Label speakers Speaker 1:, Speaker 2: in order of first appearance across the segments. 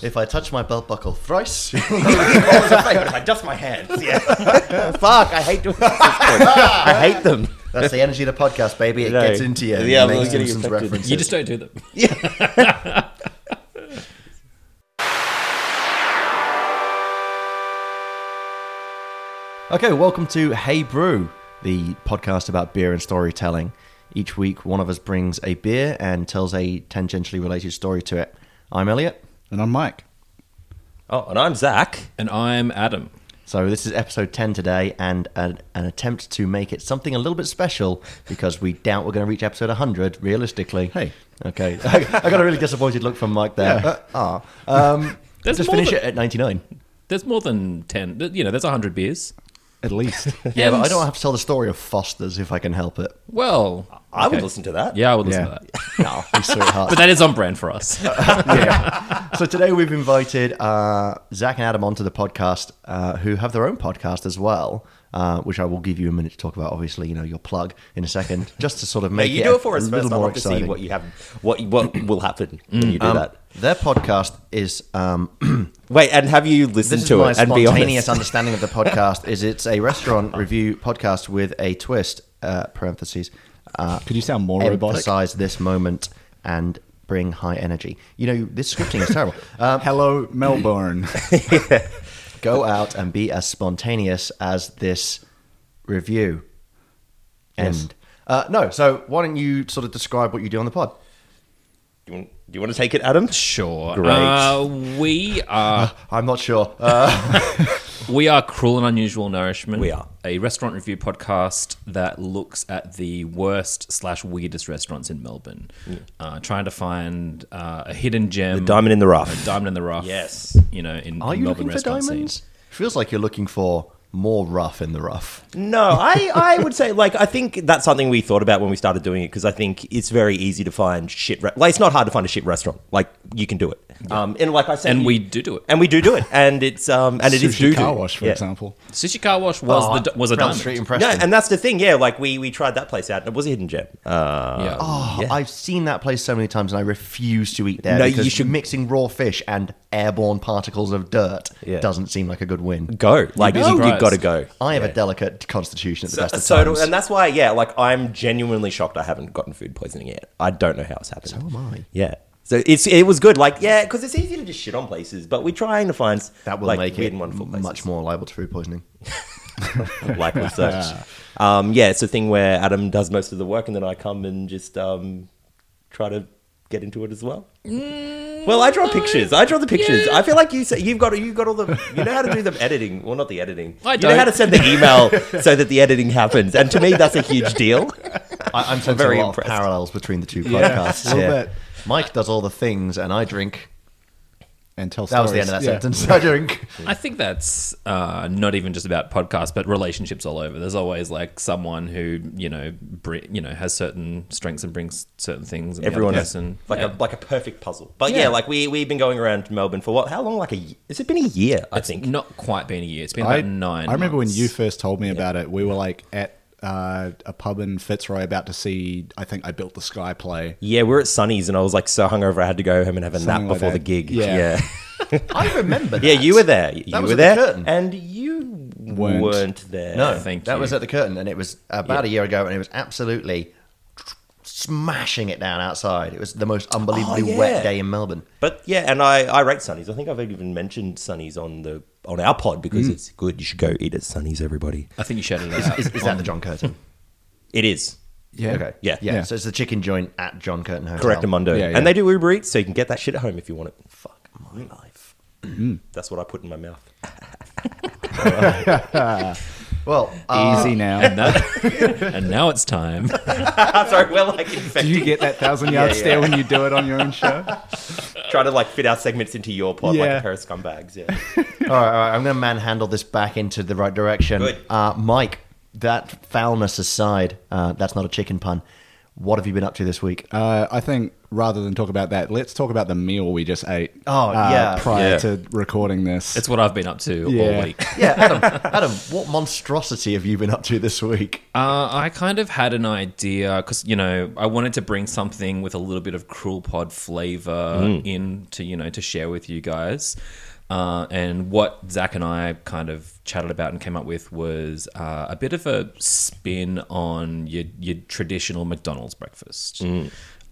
Speaker 1: If I touch my belt buckle thrice,
Speaker 2: if I dust my hands. Yeah.
Speaker 3: Fuck, I hate doing this. at this point. I hate them.
Speaker 1: that's the energy of the podcast, baby. It
Speaker 3: No.
Speaker 1: gets into you.
Speaker 3: Yeah,
Speaker 1: It
Speaker 3: I'm
Speaker 1: makes
Speaker 3: getting
Speaker 1: Simpsons
Speaker 3: affected.
Speaker 1: references.
Speaker 4: You just don't do them.
Speaker 1: Okay, welcome to Hey Brew, the podcast about beer and storytelling. Each week, one of us brings a beer and tells a tangentially related story to it. I'm Elliot.
Speaker 5: And I'm Mike.
Speaker 3: Oh, and I'm Zach.
Speaker 4: And I'm Adam.
Speaker 1: So, this is episode 10 today and an, an attempt to make it something a little bit special because we doubt we're going to reach episode 100 realistically.
Speaker 5: Hey.
Speaker 1: Okay. I, I got a really disappointed look from Mike there.
Speaker 5: Yeah.
Speaker 1: Uh, ah. um,
Speaker 4: There's
Speaker 1: just
Speaker 4: more
Speaker 1: finish
Speaker 4: than-
Speaker 1: it at 99.
Speaker 4: There's more than 10. th- You know, there's 100 beers.
Speaker 5: At least.
Speaker 1: Yeah, but
Speaker 4: And-
Speaker 1: I don't have to tell the story of Foster's if I can help it.
Speaker 4: Well,
Speaker 3: I would listen to that.
Speaker 4: yeah, I would listen
Speaker 5: Yeah.
Speaker 4: to that.
Speaker 1: No, we saw it hard.
Speaker 4: But that is on brand for us.
Speaker 1: So today we've invited uh, Zach and Adam onto the podcast, uh, who have their own podcast as well, uh, which I will give you a minute to talk about. Obviously, you know your plug in a second, just to sort of
Speaker 3: Now,
Speaker 1: make
Speaker 3: you
Speaker 1: it
Speaker 3: do
Speaker 1: a
Speaker 3: it for us
Speaker 1: little
Speaker 3: first. I
Speaker 1: more
Speaker 3: want to
Speaker 1: exciting. Um,
Speaker 3: see what you have, what what will happen when you do that.
Speaker 1: Their podcast is um,
Speaker 3: Wait, and have you listened
Speaker 1: this is
Speaker 3: to
Speaker 1: my
Speaker 3: it and be
Speaker 1: spontaneous
Speaker 3: honest?
Speaker 1: understanding of the podcast. Is it's a restaurant review podcast with a twist. Uh, parentheses. Uh,
Speaker 5: Could you sound more robotic?
Speaker 1: emphasize this moment and bring high energy. You know this scripting is terrible. Um,
Speaker 5: Hello, Melbourne.
Speaker 1: go out and be as spontaneous as this review. End. Uh, no, so why don't you sort of describe what you do on the pod?
Speaker 3: Do you want- do you want to take it, Adam?
Speaker 4: Sure.
Speaker 3: Great.
Speaker 4: Uh, we are
Speaker 1: I'm not sure. Uh,
Speaker 4: we are cruel and unusual nourishment.
Speaker 3: We are.
Speaker 4: a restaurant review podcast that looks at the worst slash weirdest restaurants in Melbourne, uh, trying to find uh, a hidden gem,
Speaker 3: Mm. The diamond in the rough.
Speaker 4: a diamond in the rough.
Speaker 3: Yes.
Speaker 4: you know, in
Speaker 1: are
Speaker 4: in
Speaker 1: you looking
Speaker 4: Melbourne
Speaker 1: for
Speaker 4: restaurant scene.
Speaker 1: diamonds? Feels like you're looking for more rough in the rough.
Speaker 3: No, I, I would say like I think that's something we thought about when we started doing it because I think it's very easy to find shit. Re- like it's not hard to find a shit restaurant. Like you can do it. Um, and like I said,
Speaker 4: And
Speaker 3: you-
Speaker 4: we do do it.
Speaker 3: and we do do it, and it's um, and it is
Speaker 5: Sushi
Speaker 3: doo-doo.
Speaker 5: car wash, for
Speaker 3: Yeah.
Speaker 5: example.
Speaker 4: Sushi car wash was
Speaker 1: Oh,
Speaker 4: the was a
Speaker 1: Brown
Speaker 4: diamond.
Speaker 1: Street in
Speaker 3: No,
Speaker 1: Preston.
Speaker 3: and that's the thing. Yeah, like we we tried that place out, and it was a hidden gem. Uh,
Speaker 4: Yeah.
Speaker 1: Oh,
Speaker 3: Yeah.
Speaker 1: I've seen that place so many times, and I refuse to eat there.
Speaker 3: No,
Speaker 1: because
Speaker 3: you should-
Speaker 1: mixing raw fish and airborne particles of dirt
Speaker 3: Yeah.
Speaker 1: doesn't seem like a good win.
Speaker 3: Go, like
Speaker 4: be
Speaker 3: you
Speaker 4: surprised.
Speaker 3: got to go.
Speaker 1: I have a delicate constitution at the
Speaker 3: So,
Speaker 1: best of
Speaker 3: so do-
Speaker 1: times.
Speaker 3: and that's why, yeah, like I'm genuinely shocked I haven't gotten food poisoning yet. I don't know how it's happened. So
Speaker 1: am I.
Speaker 3: Yeah. So it's it was good, like yeah, because it's easy to just shit on places, but we're trying to find
Speaker 1: that will
Speaker 3: like,
Speaker 1: make
Speaker 3: weird
Speaker 1: it
Speaker 3: and wonderful places.
Speaker 1: much more liable to food poisoning.
Speaker 3: likely so. um, yeah, it's a thing where Adam does most of the work, and then I come and just um, try to get into it as well. well, I draw pictures. I draw the pictures. I feel like you say, you've got you've got all the you know how to do the editing. Well, not the editing.
Speaker 4: I
Speaker 3: you know how to
Speaker 4: don't.
Speaker 3: send the email so that the editing happens, and to me that's a huge deal.
Speaker 1: I, I'm sensing
Speaker 3: very
Speaker 1: a lot
Speaker 3: impressed.
Speaker 1: of parallels between the two
Speaker 5: Yeah,
Speaker 1: podcasts.
Speaker 5: a little
Speaker 1: yeah.
Speaker 5: bit.
Speaker 1: Mike does all the things, and I drink.
Speaker 5: And tell
Speaker 1: That was
Speaker 5: stories.
Speaker 1: the end of that
Speaker 5: Yeah.
Speaker 1: sentence. I drink.
Speaker 4: I think that's uh, not even just about podcasts, but relationships all over. There's always like someone who you know, br- you know, has certain strengths and brings certain things. And
Speaker 3: Everyone
Speaker 4: the other
Speaker 3: has
Speaker 4: person,
Speaker 3: like
Speaker 4: yeah.
Speaker 3: a like a perfect puzzle. But yeah,
Speaker 4: Yeah.
Speaker 3: like we we've been going around Melbourne for what? How long? Like a y- has it been a year? I think.
Speaker 4: not quite been a year. It's been
Speaker 5: I,
Speaker 4: about nine.
Speaker 5: I remember
Speaker 4: months.
Speaker 5: when you first told me about it, we were like at uh, a pub in Fitzroy about to see, I think, I Built the Sky play.
Speaker 3: Yeah, we were at Sunny's, and I was like so hungover, I had to go home and have a
Speaker 5: Something
Speaker 3: nap
Speaker 5: like
Speaker 3: before the
Speaker 5: that.
Speaker 3: gig.
Speaker 5: Yeah.
Speaker 3: yeah.
Speaker 1: I remember. That.
Speaker 3: Yeah, you were there. You
Speaker 1: was at
Speaker 3: were
Speaker 1: the
Speaker 3: there, Eh,
Speaker 1: curtain.
Speaker 3: and you weren't,
Speaker 5: Weren't.
Speaker 3: there.
Speaker 1: No,
Speaker 4: Thank
Speaker 1: that
Speaker 4: you.
Speaker 1: was at the curtain, and it was about a year ago, and it was absolutely smashing it down outside. It was the most unbelievably
Speaker 3: Oh, yeah.
Speaker 1: wet day in Melbourne.
Speaker 3: but yeah, and I, I rate Sunny's. I think I've even mentioned Sunny's on the on our pod because it's good. You should go eat at Sunny's, everybody.
Speaker 4: I think you shouted it out.
Speaker 1: Is, is that the John Curtin?
Speaker 3: It is
Speaker 5: Yeah.
Speaker 1: Okay.
Speaker 3: Yeah.
Speaker 1: yeah.
Speaker 5: Yeah.
Speaker 1: So it's the chicken joint at John Curtin Hotel.
Speaker 3: correct, Amundo,
Speaker 5: Yeah, yeah.
Speaker 3: and they do Uber Eats, so you can get that shit at home if you want it.
Speaker 1: Fuck my
Speaker 3: Mm.
Speaker 1: life.
Speaker 3: That's what I put in my mouth.
Speaker 1: Well, uh,
Speaker 5: Easy now.
Speaker 4: and, that- and now it's time.
Speaker 3: I'm sorry, we're like
Speaker 5: do
Speaker 3: infected.
Speaker 5: you get that thousand yard stare when you do it on your own show?
Speaker 3: Try to like fit our segments into your pod like
Speaker 5: Yeah.
Speaker 3: a pair of scumbags. Yeah,
Speaker 1: all, right, all right, I'm going to manhandle this back into the right direction.
Speaker 3: Good.
Speaker 1: Uh, Mike, that foulness aside, uh, that's not a chicken pun. What have you been up to this week?
Speaker 5: Uh, I think rather than talk about that, let's talk about the meal we just ate.
Speaker 1: Oh,
Speaker 5: uh,
Speaker 1: yeah.
Speaker 5: prior
Speaker 3: Yeah.
Speaker 5: to recording this.
Speaker 4: It's what I've been up to all
Speaker 5: Yeah.
Speaker 4: week.
Speaker 1: yeah, Adam, Adam, what monstrosity have you been up to this week?
Speaker 4: Uh, I kind of had an idea because you know I wanted to bring something with a little bit of cruel pod flavor in to you know to share with you guys, uh, and what Zach and I kind of chatted about and came up with was uh, a bit of a spin on your your traditional McDonald's breakfast.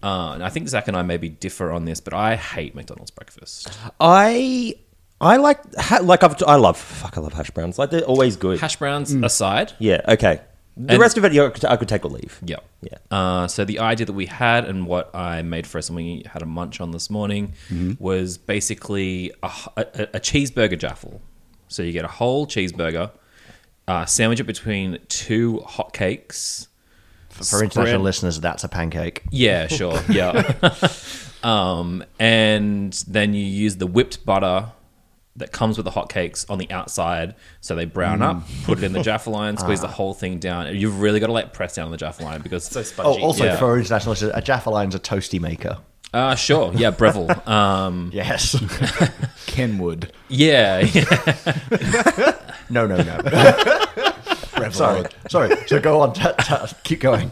Speaker 4: Uh, and I think Zach and I maybe differ on this, but I hate McDonald's breakfast.
Speaker 3: I I like ha- like I've, I love fuck I love hash browns. Like they're always good.
Speaker 4: Hash browns aside,
Speaker 3: yeah. Okay. The
Speaker 4: And-
Speaker 3: rest of it, yeah, I could- I could take or leave.
Speaker 4: Yeah.
Speaker 3: Yeah.
Speaker 4: Uh, so the idea that we had and what I made for us and we had a munch on this morning was basically a, h- a- a cheeseburger jaffle. So you get a whole cheeseburger, uh, sandwich it between two hot cakes.
Speaker 1: For international
Speaker 4: Spread-
Speaker 1: listeners, that's a pancake.
Speaker 4: Yeah, sure. Yeah. um, and then you use the whipped butter that comes with the hotcakes on the outside. So they brown up, put it in the jaffa line, squeeze the whole thing down. You've really got to like press down on the jaffa line because Ah. it's so spongy.
Speaker 1: Oh, also
Speaker 4: yeah.
Speaker 1: for international listeners, a Jaffa Line's a toasty maker.
Speaker 4: Uh, sure. Yeah, Breville. Um,
Speaker 1: Yes.
Speaker 5: Kenwood.
Speaker 4: yeah.
Speaker 1: no, no, no. sorry, sorry. So go on. Ta- ta- keep going.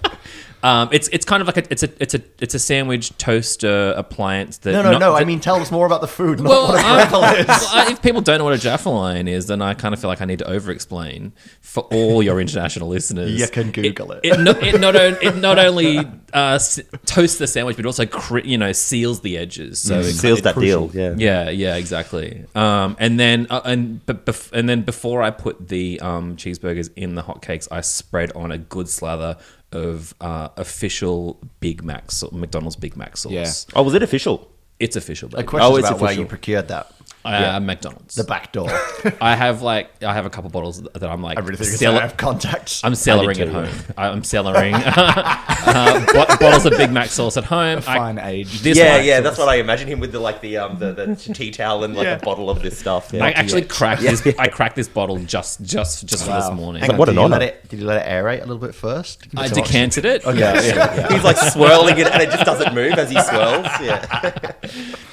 Speaker 4: Um, it's it's kind of like a it's a it's a it's a sandwich toaster appliance that
Speaker 1: No, no,
Speaker 4: not-
Speaker 1: no.
Speaker 4: that-
Speaker 1: I mean, tell us more about the food, not
Speaker 4: well,
Speaker 1: what a
Speaker 4: I-
Speaker 1: grapple is.
Speaker 4: well, I- if people don't know what a jaffa line is, then I kind of feel like I need to over-explain for all your international listeners.
Speaker 1: You can Google it.
Speaker 4: It, no, it not on- it not only uh, s- toasts the sandwich, but also cr- you know seals the edges. So
Speaker 1: Mm.
Speaker 4: it
Speaker 3: Seals that deal. Yeah.
Speaker 4: Yeah, yeah, exactly. Um, and then uh, and but bef- and then before I put the um, cheeseburgers in the hotcakes, I spread on a good slather of uh, official Big Mac sau- McDonald's Big Mac sauce.
Speaker 5: Yeah.
Speaker 3: Oh, was it official?
Speaker 4: It's official,
Speaker 1: A
Speaker 4: baby.
Speaker 1: question
Speaker 3: Oh, it's
Speaker 1: about where
Speaker 3: official.
Speaker 1: you procured that.
Speaker 4: uh, McDonald's.
Speaker 1: The back door.
Speaker 4: I have like I have a couple bottles that I'm like
Speaker 1: I really think
Speaker 4: sell-
Speaker 1: I have contacts.
Speaker 4: I'm cellaring at
Speaker 3: too.
Speaker 4: home. I- I'm cellaring uh, bo- bottles of Big Mac sauce at home.
Speaker 5: Fine
Speaker 4: I,
Speaker 5: aged.
Speaker 4: This
Speaker 3: yeah,
Speaker 4: one-
Speaker 3: yeah, that's what I imagine him with the like the um the, the tea towel and like a bottle of this stuff. Yeah.
Speaker 4: I actually cracked this. I cracked this bottle just, just, just for this morning.
Speaker 1: Hang on,
Speaker 3: What
Speaker 1: did
Speaker 3: an
Speaker 1: you let
Speaker 3: honor.
Speaker 1: it- Did you let it aerate a little bit first?
Speaker 4: I
Speaker 1: So much-
Speaker 4: decanted it.
Speaker 1: Okay. yeah.
Speaker 3: He's like swirling it and it just doesn't move as he swirls. Yeah.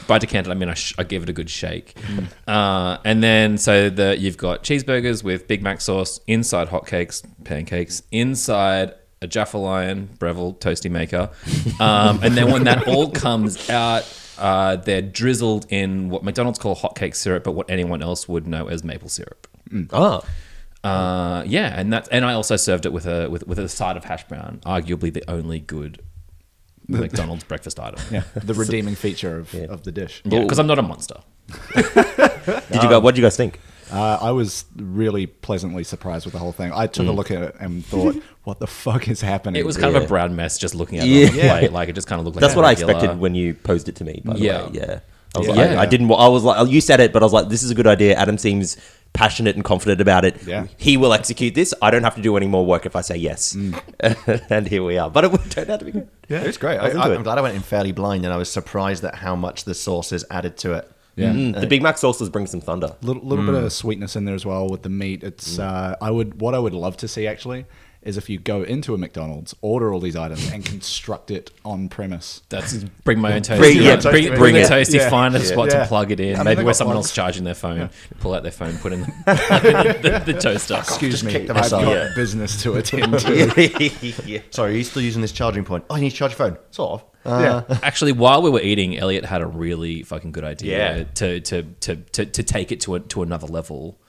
Speaker 4: by decanted, I mean I, sh- I gave it a good shake. Uh, and then so the you've got cheeseburgers with Big Mac sauce inside hotcakes, pancakes inside a Jaffa Lion Breville toasty maker, um, and then when that all comes out. Uh, they're drizzled in what McDonald's call hotcake syrup, but what anyone else would know as maple syrup.
Speaker 3: Oh.
Speaker 4: Uh, yeah, and that's and I also served it with a with, with a side of hash brown, arguably the only good McDonald's breakfast item.
Speaker 5: Yeah, the redeeming feature of, of the dish.
Speaker 4: because I'm not a monster.
Speaker 3: Did you go what did you guys think?
Speaker 5: Uh, I was really pleasantly surprised with the whole thing. I took a look at it and thought, "What the fuck is happening?"
Speaker 4: It was kind of
Speaker 3: Yeah.
Speaker 4: a brown mess just looking at
Speaker 3: Yeah.
Speaker 4: it on the plate. Like it just kind of looked like
Speaker 3: That's
Speaker 4: a
Speaker 3: what I
Speaker 4: regular-
Speaker 3: expected when you posed it to me, by the
Speaker 4: Yeah.
Speaker 3: way. Yeah. I was
Speaker 4: Yeah.
Speaker 3: like,
Speaker 4: Yeah.
Speaker 3: I didn't wa- I was like oh, you said it, but I was like, this is a good idea. Adam seems passionate and confident about it.
Speaker 5: Yeah.
Speaker 3: He will execute this. I don't have to do any more work if I say yes. and here we are. But it turned out to be good.
Speaker 5: yeah,
Speaker 1: It was great.
Speaker 3: I
Speaker 1: I,
Speaker 3: was into
Speaker 1: I,
Speaker 3: it.
Speaker 1: am glad I went in fairly blind, and I was surprised at how much the sauce is added to it.
Speaker 5: Yeah.
Speaker 3: Mm, the Big Mac sauces bring some thunder.
Speaker 5: little little bit of sweetness in there as well with the meat. It's uh, I would what I would love to see actually is if you go into a McDonald's, order all these items, and construct it on premise.
Speaker 4: That's bring my own toasty.
Speaker 3: Bring-
Speaker 4: Bring,
Speaker 3: yeah,
Speaker 4: bring,
Speaker 3: bring
Speaker 4: bring the
Speaker 3: it.
Speaker 4: toasty.
Speaker 5: Yeah.
Speaker 4: Find a spot
Speaker 5: Yeah.
Speaker 4: to plug it in.
Speaker 5: I mean,
Speaker 4: Maybe
Speaker 5: they
Speaker 4: where
Speaker 5: got
Speaker 4: someone
Speaker 5: plugs.
Speaker 4: else charging their phone, pull out their phone, put in the, the, the, toaster.
Speaker 5: Excuse me,
Speaker 1: kicked
Speaker 5: I've
Speaker 1: myself.
Speaker 5: got
Speaker 3: Yeah.
Speaker 5: business to attend to.
Speaker 3: yeah.
Speaker 1: Sorry, are you still using this charging point? Oh, you need to charge your phone. Sort of. Uh,
Speaker 5: yeah.
Speaker 4: Actually, while we were eating, Elliot had a really fucking good idea
Speaker 3: Yeah.
Speaker 4: to, to, to, to, to take it to a, to another level.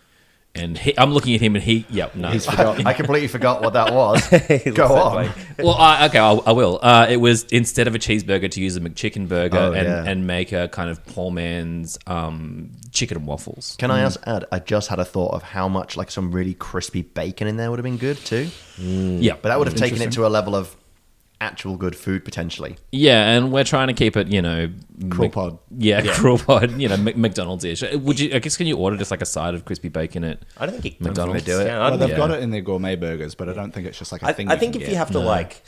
Speaker 4: And he, I'm looking at him, and he, yep, no.
Speaker 1: I forgot- I completely forgot what that was. go on.
Speaker 4: well, I, okay, I'll, I will. Uh, it was instead of a cheeseburger to use a McChicken burger
Speaker 1: Oh,
Speaker 4: and,
Speaker 1: yeah.
Speaker 4: and make a kind of poor man's um, chicken and waffles.
Speaker 1: Can I ask, add? I just had a thought of how much like some really crispy bacon in there would have been good too.
Speaker 4: Yeah,
Speaker 1: But that would have taken it to a level of actual good food potentially.
Speaker 4: yeah, and we're trying to keep it, you know,
Speaker 5: Cool pod.
Speaker 4: Yeah, cruel pod. You know, McDonald's ish. Would you? I guess can you order just like a side of crispy bacon at?
Speaker 3: I don't think it,
Speaker 4: McDonald's.
Speaker 3: Yeah, I
Speaker 5: Well,
Speaker 3: don't
Speaker 5: they've
Speaker 4: Yeah.
Speaker 5: got it in their gourmet burgers, but I don't think it's just like a
Speaker 3: I,
Speaker 5: thing.
Speaker 3: I think if
Speaker 5: can
Speaker 3: you
Speaker 5: get.
Speaker 3: have to like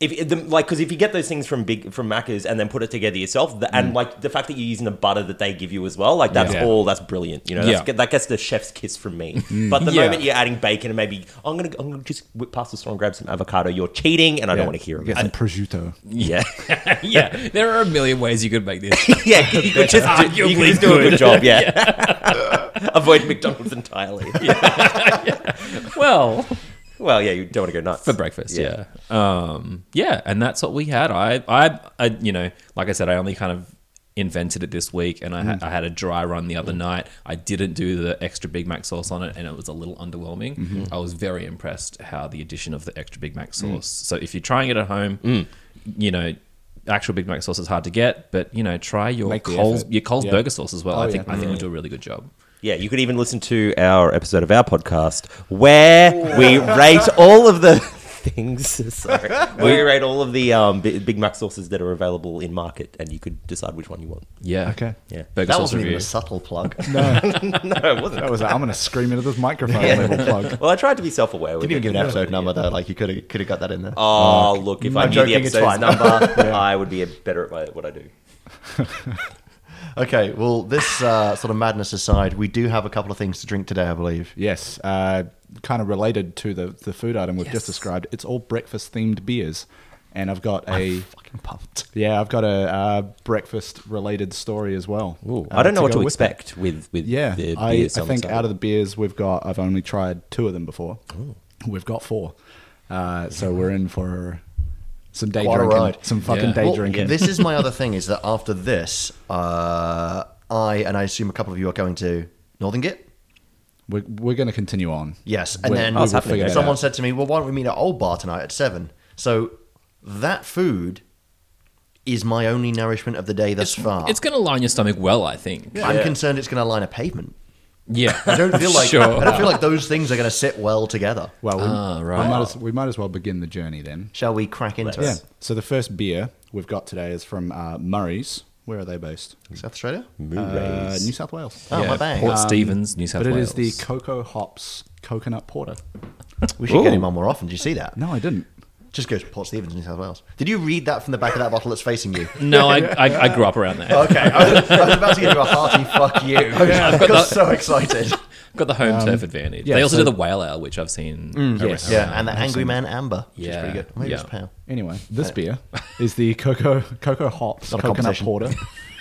Speaker 3: If the, like, because if you get those things from big from Macca's and then put it together yourself, the,
Speaker 4: Mm.
Speaker 3: and like the fact that you're using the butter that they give you as well, like that's
Speaker 5: Yeah.
Speaker 3: all that's brilliant. You know, that's,
Speaker 4: Yeah. Mm.
Speaker 3: that gets the chef's kiss from me. But the
Speaker 4: Yeah.
Speaker 3: moment you're adding bacon and maybe I'm gonna I'm gonna just whip past the store and grab some avocado, you're cheating, and I don't want to hear
Speaker 5: Get
Speaker 3: about
Speaker 5: some
Speaker 3: it.
Speaker 5: prosciutto.
Speaker 3: Yeah,
Speaker 4: yeah, there are a million ways you could make this.
Speaker 3: yeah, you could just do, you could
Speaker 4: Arguably
Speaker 3: just do a
Speaker 4: good.
Speaker 3: good job. Yeah, avoid McDonald's entirely.
Speaker 4: well,
Speaker 3: Well, yeah, you don't want to go nuts
Speaker 4: for breakfast. Yeah. Um, yeah, and that's what we had. I, I, I, you know, like I said, I only kind of invented it this week, and I,
Speaker 5: Mm.
Speaker 4: had I had a dry run the other night. I didn't do the extra Big Mac sauce on it, and it was a little underwhelming.
Speaker 5: Mm-hmm.
Speaker 4: I was very impressed how the addition of the extra Big Mac
Speaker 5: Mm.
Speaker 4: sauce. So if you're trying it at home, you know. Actual Big Mac sauce is hard to get, but you know, try your
Speaker 5: Make the
Speaker 4: Coles,
Speaker 5: effort.
Speaker 4: your Coles
Speaker 5: Yeah.
Speaker 4: burger sauce as well.
Speaker 5: Oh,
Speaker 4: I think
Speaker 5: yeah.
Speaker 4: I think we do a really good job.
Speaker 3: Yeah, you could even listen to our episode of our podcast where we rate all of the things. Sorry, we rate all of the um, Bi- Big Mac sauces that are available in market, and you could decide which one you want.
Speaker 4: Yeah.
Speaker 5: Okay.
Speaker 3: Yeah,
Speaker 4: Burger
Speaker 1: That
Speaker 4: sauce
Speaker 1: wasn't even
Speaker 4: review.
Speaker 1: a subtle plug.
Speaker 3: no, it wasn't.
Speaker 5: That was. A, I'm gonna scream into this microphone. Level plug.
Speaker 3: Well, I tried to be self-aware. With
Speaker 1: Didn't even
Speaker 3: it.
Speaker 1: give an episode number though. Like you could have could have got that in there.
Speaker 3: Oh, look! If i
Speaker 1: I'm
Speaker 3: knew
Speaker 1: joking,
Speaker 3: the
Speaker 1: it's fine.
Speaker 3: episode's number, I would be better at my, what I do.
Speaker 1: Okay. Well, this uh, sort of madness aside, we do have a couple of things to drink today, I believe.
Speaker 5: Yes, uh, kind of related to the, the food item we've just described. It's all breakfast themed beers, and I've got a
Speaker 1: Fucking pumped.
Speaker 5: yeah, I've got a uh, breakfast related story as well. uh,
Speaker 3: I don't know what
Speaker 5: go
Speaker 3: to
Speaker 5: with that.
Speaker 3: expect with with
Speaker 5: Yeah,
Speaker 3: The
Speaker 5: I, I think out of the beers we've got, I've only tried two of them before. We've got four, uh, so we're in for some day
Speaker 1: Quite a
Speaker 5: drinking,
Speaker 1: ride.
Speaker 5: some fucking
Speaker 4: Yeah.
Speaker 5: day
Speaker 1: Well,
Speaker 5: drinking.
Speaker 1: This is my other thing is that after this, uh, I and I assume a couple of you are going to Northern Git.
Speaker 5: We're, we're going to continue on.
Speaker 1: Yes, and
Speaker 5: We-
Speaker 1: then
Speaker 5: we will figure it
Speaker 1: someone
Speaker 5: out.
Speaker 1: said to me, "Well, why don't we meet at Old Bar tonight at 7? So that food is my only nourishment of the day thus far.
Speaker 4: It's going to line your stomach well, I think.
Speaker 1: I'm concerned it's going to line a pavement.
Speaker 4: Yeah,
Speaker 1: I don't feel like
Speaker 4: Sure.
Speaker 1: I don't feel like those things are going to sit well together.
Speaker 5: Well, we,
Speaker 4: Ah,
Speaker 5: we
Speaker 4: right.
Speaker 5: might as, we might as well begin the journey then.
Speaker 1: Shall we crack into
Speaker 5: Yeah.
Speaker 1: it?
Speaker 5: So the first beer we've got today is from uh, Murray's. Where are they based?
Speaker 1: South Australia.
Speaker 5: Uh, New South Wales.
Speaker 1: Oh,
Speaker 4: yeah,
Speaker 1: my bad.
Speaker 4: Port Stevens, New South
Speaker 5: Um, but it
Speaker 4: Wales.
Speaker 5: is the Cocoa Hops Coconut Porter.
Speaker 1: We should get
Speaker 3: Ooh.
Speaker 1: him on more often. Did you see that?
Speaker 5: No, I didn't.
Speaker 1: Just go to Port Stevens, New South Wales. Did you read that from the back of that bottle that's facing you?
Speaker 4: no, I, I, I grew up around there.
Speaker 1: Okay, I was, I was about to give you a hearty fuck you. I got
Speaker 4: got-
Speaker 1: so excited.
Speaker 4: Got the home turf advantage.
Speaker 5: Um, yeah,
Speaker 4: they also
Speaker 5: so- Mm,
Speaker 4: do the whale ale, which I've seen.
Speaker 5: yes.
Speaker 4: around.
Speaker 1: Yeah, and the Angry Man Amber, which is
Speaker 4: Yeah,
Speaker 1: pretty good. Maybe
Speaker 4: yeah.
Speaker 1: it's pale.
Speaker 5: Anyway, this beer is the Cocoa Cocoa Hops
Speaker 1: Not a
Speaker 5: Coconut
Speaker 1: competition.
Speaker 5: Porter.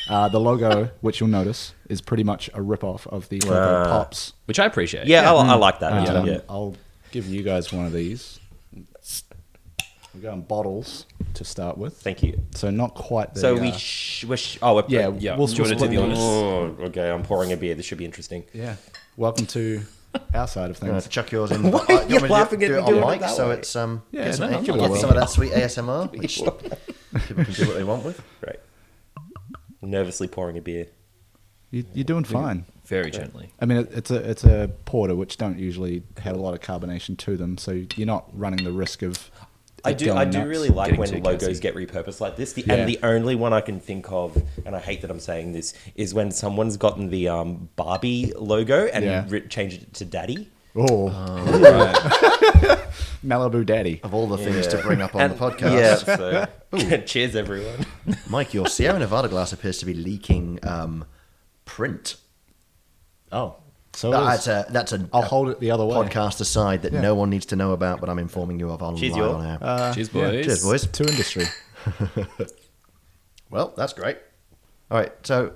Speaker 5: Uh, the logo, which you'll notice, is pretty much a rip-off of the Cocoa
Speaker 3: Wow.
Speaker 5: Pops.
Speaker 4: which I appreciate.
Speaker 3: yeah, I, I like that.
Speaker 5: Um,
Speaker 3: yeah.
Speaker 5: I'll give you guys one of these. We're going bottles to start with.
Speaker 3: Thank you.
Speaker 5: So not quite. The,
Speaker 3: So
Speaker 5: uh,
Speaker 3: we sh- we're sh- oh we're
Speaker 5: yeah,
Speaker 4: yeah.
Speaker 5: We'll,
Speaker 4: Do you
Speaker 5: we'll
Speaker 4: wanna
Speaker 5: split
Speaker 4: do the
Speaker 5: these.
Speaker 4: honors?
Speaker 3: Oh, okay. I'm pouring a beer. This should be interesting.
Speaker 5: Yeah. Welcome to our side of
Speaker 1: Uh,
Speaker 5: things.
Speaker 1: chuck yours in.
Speaker 3: Why
Speaker 1: Uh,
Speaker 3: are you
Speaker 1: want me to do-
Speaker 3: laughing at
Speaker 1: do
Speaker 3: me
Speaker 1: it
Speaker 3: doing it
Speaker 1: on mic?
Speaker 3: that
Speaker 1: so
Speaker 3: way?
Speaker 1: it's um,
Speaker 5: Yeah,
Speaker 1: get, some,
Speaker 5: no, no, give it a
Speaker 1: get
Speaker 5: whirl.
Speaker 1: some of that sweet ASMR, which people can do what they want with.
Speaker 3: Right. Nervously pouring a beer.
Speaker 5: You, you're doing fine.
Speaker 4: very gently.
Speaker 5: I mean, it, it's a it's a porter which don't usually have a lot of carbonation to them, so you're not running the risk of.
Speaker 3: I
Speaker 5: it
Speaker 3: do.
Speaker 5: going
Speaker 3: I do
Speaker 5: nuts.
Speaker 3: really like
Speaker 4: Getting
Speaker 3: when
Speaker 4: too
Speaker 3: logos
Speaker 4: gassy.
Speaker 3: get repurposed like this. The,
Speaker 5: Yeah.
Speaker 3: And the only one I can think of, and I hate that I'm saying this, is when someone's gotten the um, Barbie logo and
Speaker 5: Yeah.
Speaker 3: re- changed it to Daddy.
Speaker 5: Oh,
Speaker 4: Right.
Speaker 5: Malibu Daddy.
Speaker 1: Of all the things to bring up on
Speaker 3: And-
Speaker 1: the podcast,
Speaker 3: Yeah. So cheers, everyone.
Speaker 1: Mike, your Sierra Nevada glass appears to be leaking um, print.
Speaker 5: Oh, so it
Speaker 1: That's
Speaker 5: is.
Speaker 1: a that's a
Speaker 5: I'll hold it the other way.
Speaker 1: podcast aside that
Speaker 5: Yeah. Uh,
Speaker 1: no one needs to know about, but I'm informing you of online
Speaker 3: Cheers, y'all.
Speaker 1: on air.
Speaker 4: Cheers, boys.
Speaker 1: Cheers, boys.
Speaker 5: to industry.
Speaker 1: Well, that's great. All right, so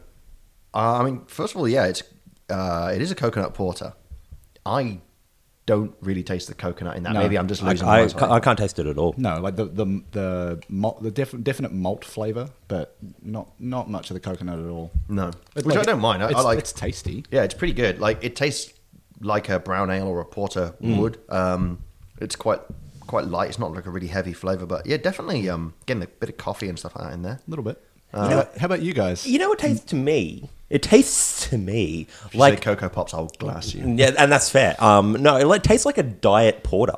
Speaker 1: uh, I mean, first of all, yeah, it's uh, it is a coconut porter. I don't really taste the coconut in that.
Speaker 5: No.
Speaker 1: Maybe I'm just
Speaker 3: I,
Speaker 1: losing.
Speaker 3: I,
Speaker 1: my mind.
Speaker 3: I can't taste it at all.
Speaker 5: No, like the the the malt, the def, definite malt flavor, but not not much of the coconut at all.
Speaker 1: no,
Speaker 5: It's
Speaker 1: which
Speaker 5: like-
Speaker 1: I don't mind. I, I
Speaker 5: it's-
Speaker 1: like.
Speaker 5: it's tasty.
Speaker 1: yeah, it's pretty good. Like it tastes like a brown ale or a porter
Speaker 3: Mm.
Speaker 1: would. Um, it's quite quite light. It's not like a really heavy flavor, but yeah, definitely. Um, getting a bit of coffee and stuff like that in there.
Speaker 5: A little bit.
Speaker 1: Uh,
Speaker 5: how, about, how about you guys?
Speaker 3: You know what tastes to me? It tastes to me
Speaker 1: Like
Speaker 3: like Mm.
Speaker 1: cocoa pops, I'll glass you.
Speaker 3: Yeah, and that's fair. Um, no, it like, tastes like a diet porter.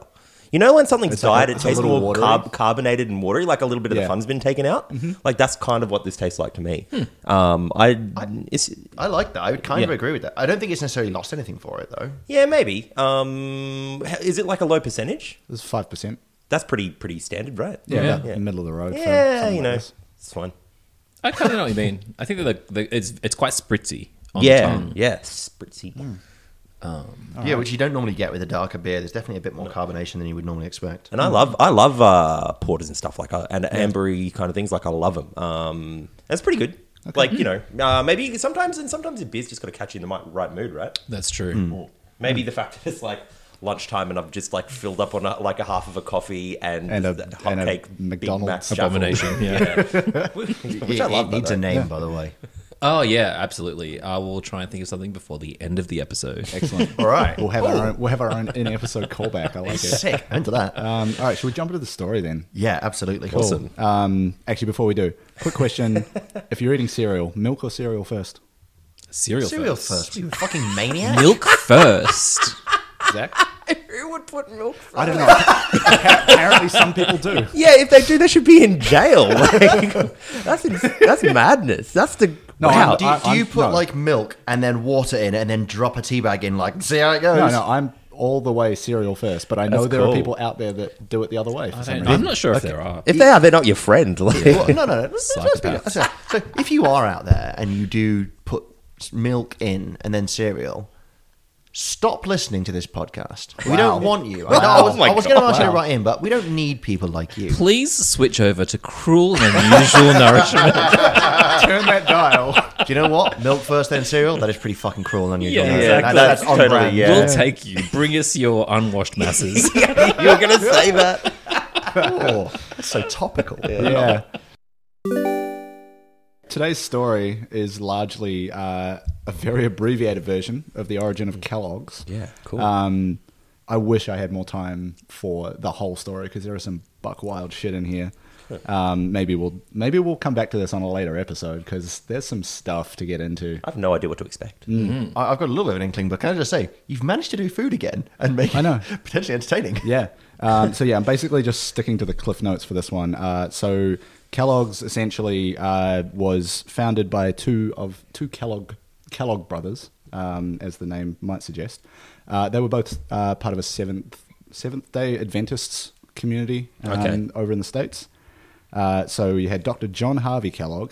Speaker 3: You know when something's
Speaker 5: like a-
Speaker 3: diet, it
Speaker 5: it's a
Speaker 3: tastes
Speaker 5: little
Speaker 3: more carb, carbonated and watery, like a little bit of
Speaker 5: Yeah. Mm-hmm.
Speaker 3: the fun's been taken out. Like that's kind of what this tastes like to me.
Speaker 5: Hmm.
Speaker 3: Um, I, it's,
Speaker 1: I like that. I would kind of
Speaker 3: Yeah.
Speaker 1: agree with that. I don't think it's necessarily lost anything for it though.
Speaker 3: yeah, maybe. Um, h- is it like a low percentage?
Speaker 5: It's five percent.
Speaker 3: that's pretty pretty standard, right?
Speaker 5: Yeah,
Speaker 4: Yeah.
Speaker 5: about the middle of the road. for
Speaker 3: yeah,
Speaker 5: something
Speaker 3: you
Speaker 5: like
Speaker 3: know,
Speaker 5: this.
Speaker 3: it's fine.
Speaker 4: I kind of know what you mean. I think that the, the, it's it's quite spritzy on the
Speaker 3: Yeah,
Speaker 4: tongue.
Speaker 3: yeah, spritzy.
Speaker 1: yeah, which you don't normally get with a darker beer. There's definitely a bit more carbonation than you would normally expect.
Speaker 5: Hmm.
Speaker 3: And I love I love uh, porters and stuff like I, and ambery kind of things. Like I love them. Um, that's pretty good. Like you know,
Speaker 5: Hmm.
Speaker 3: uh, maybe sometimes and sometimes the beer's just got to catch you in the mi- right mood, right?
Speaker 4: That's true.
Speaker 5: Mm. Hmm.
Speaker 3: Maybe the fact that it's like lunchtime and I've just like filled up on a, like a half of a coffee and,
Speaker 5: And a-
Speaker 3: that hot
Speaker 5: and a
Speaker 3: cake Big Mac
Speaker 5: McDonald's
Speaker 3: shuffle.
Speaker 4: Abomination, yeah.
Speaker 3: which
Speaker 1: It-
Speaker 3: I love.
Speaker 1: It needs
Speaker 3: though.
Speaker 1: a name, by the way.
Speaker 4: Oh yeah, absolutely. I will try and think of something before the end of the episode.
Speaker 5: Excellent.
Speaker 1: All right.
Speaker 5: We'll have our own. We'll have our own in episode callback. I like it.
Speaker 1: Sick. I'm into that.
Speaker 5: Um, all right, should we jump into the story then?
Speaker 1: yeah, absolutely.
Speaker 3: Awesome.
Speaker 5: Um, actually, before we do, quick question: If you're eating cereal, milk or cereal first?
Speaker 4: Cereal,
Speaker 1: Cereal
Speaker 4: first.
Speaker 1: first. You fucking maniac.
Speaker 4: Milk first.
Speaker 5: Zach,
Speaker 3: Who would put milk?
Speaker 5: I don't know. Appa- Apparently, some people do.
Speaker 3: Yeah, if they do, they should be in jail. Like, that's ins- that's madness. That's the
Speaker 5: No,
Speaker 3: wow.
Speaker 5: I'm-
Speaker 1: Do you,
Speaker 5: I-
Speaker 1: do you
Speaker 5: I'm-
Speaker 1: put
Speaker 5: no.
Speaker 1: like milk and then water in it and then drop a tea bag in? Like, see how it goes.
Speaker 5: No, no, I'm all the way cereal first, but I know
Speaker 3: That's
Speaker 5: there
Speaker 3: cool.
Speaker 5: are people out there that do it the other way. For some
Speaker 4: I'm
Speaker 5: reason.
Speaker 4: not sure if there are.
Speaker 3: if they are, they're not your friend. Like,
Speaker 1: Well, no, no, no. let's- let's be-
Speaker 4: Psychopaths.
Speaker 1: so- So, if you are out there and you do put s- milk in and then cereal, stop listening to this podcast. We don't want you. I, know I was,
Speaker 3: Oh my
Speaker 1: I was going to
Speaker 3: God.
Speaker 1: ask you to write in, but we don't need people like you.
Speaker 4: Please switch over to cruel and unusual nourishment.
Speaker 5: Turn that dial.
Speaker 1: Do you know what? Milk first, then cereal. That is pretty fucking cruel on you. John.
Speaker 4: Yeah, yeah,
Speaker 1: That-
Speaker 3: exactly.
Speaker 1: that's on
Speaker 3: Totally,
Speaker 1: brand.
Speaker 3: yeah.
Speaker 4: We'll take you. Bring us your unwashed masses.
Speaker 3: You're gonna say that.
Speaker 1: Oh, that's so topical.
Speaker 5: Yeah. Today's story is largely uh, a very abbreviated version of the origin of Kellogg's.
Speaker 3: Yeah, cool.
Speaker 5: Um, I wish I had more time for the whole story because there is some buck wild shit in here. Um, maybe we'll maybe we'll come back to this on a later episode because there's some stuff to get into.
Speaker 3: I have no idea what to expect.
Speaker 5: Hmm.
Speaker 1: I- I've got a little bit of an inkling, but can I just say, you've managed to do food again and make
Speaker 5: I know.
Speaker 1: it potentially entertaining.
Speaker 5: Yeah. Um, so yeah, I'm basically just sticking to the cliff notes for this one. Uh, so Kellogg's essentially uh, was founded by two of two Kellogg Kellogg brothers, um, as the name might suggest. Uh, they were both uh, part of a seventh Seventh Day Adventists community um,
Speaker 3: Okay.
Speaker 5: over in the states. Uh, so you had Dr. John Harvey Kellogg,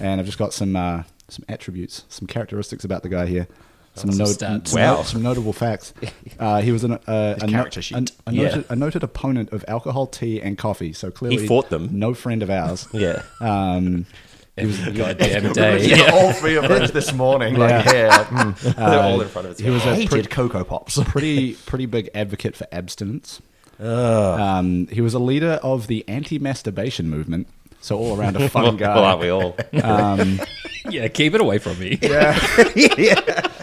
Speaker 5: and I've just got some uh, some attributes, some characteristics about the guy here. Some,
Speaker 4: Some
Speaker 5: no-
Speaker 4: stats.
Speaker 5: some
Speaker 3: Wow.
Speaker 5: no- some notable facts. Uh, he was an, uh,
Speaker 1: His
Speaker 5: a, no-
Speaker 1: character sheet.
Speaker 5: an- a
Speaker 3: Yeah.
Speaker 5: noted, a noted opponent of alcohol, tea, and coffee. So clearly,
Speaker 3: fought them.
Speaker 5: No friend of ours.
Speaker 3: Yeah.
Speaker 5: Um,
Speaker 4: Every goddamn day.
Speaker 1: Yeah. all three of us this morning, like
Speaker 5: Yeah.
Speaker 1: here. like, mm.
Speaker 3: They're all in front of us.
Speaker 5: uh, he was a
Speaker 1: hated
Speaker 5: pretty,
Speaker 1: Cocoa Pops.
Speaker 5: pretty pretty big advocate for abstinence. Um, he was a leader of the anti-masturbation movement. So all around a fun guy.
Speaker 3: well, aren't we all?
Speaker 4: Yeah, keep it away from me.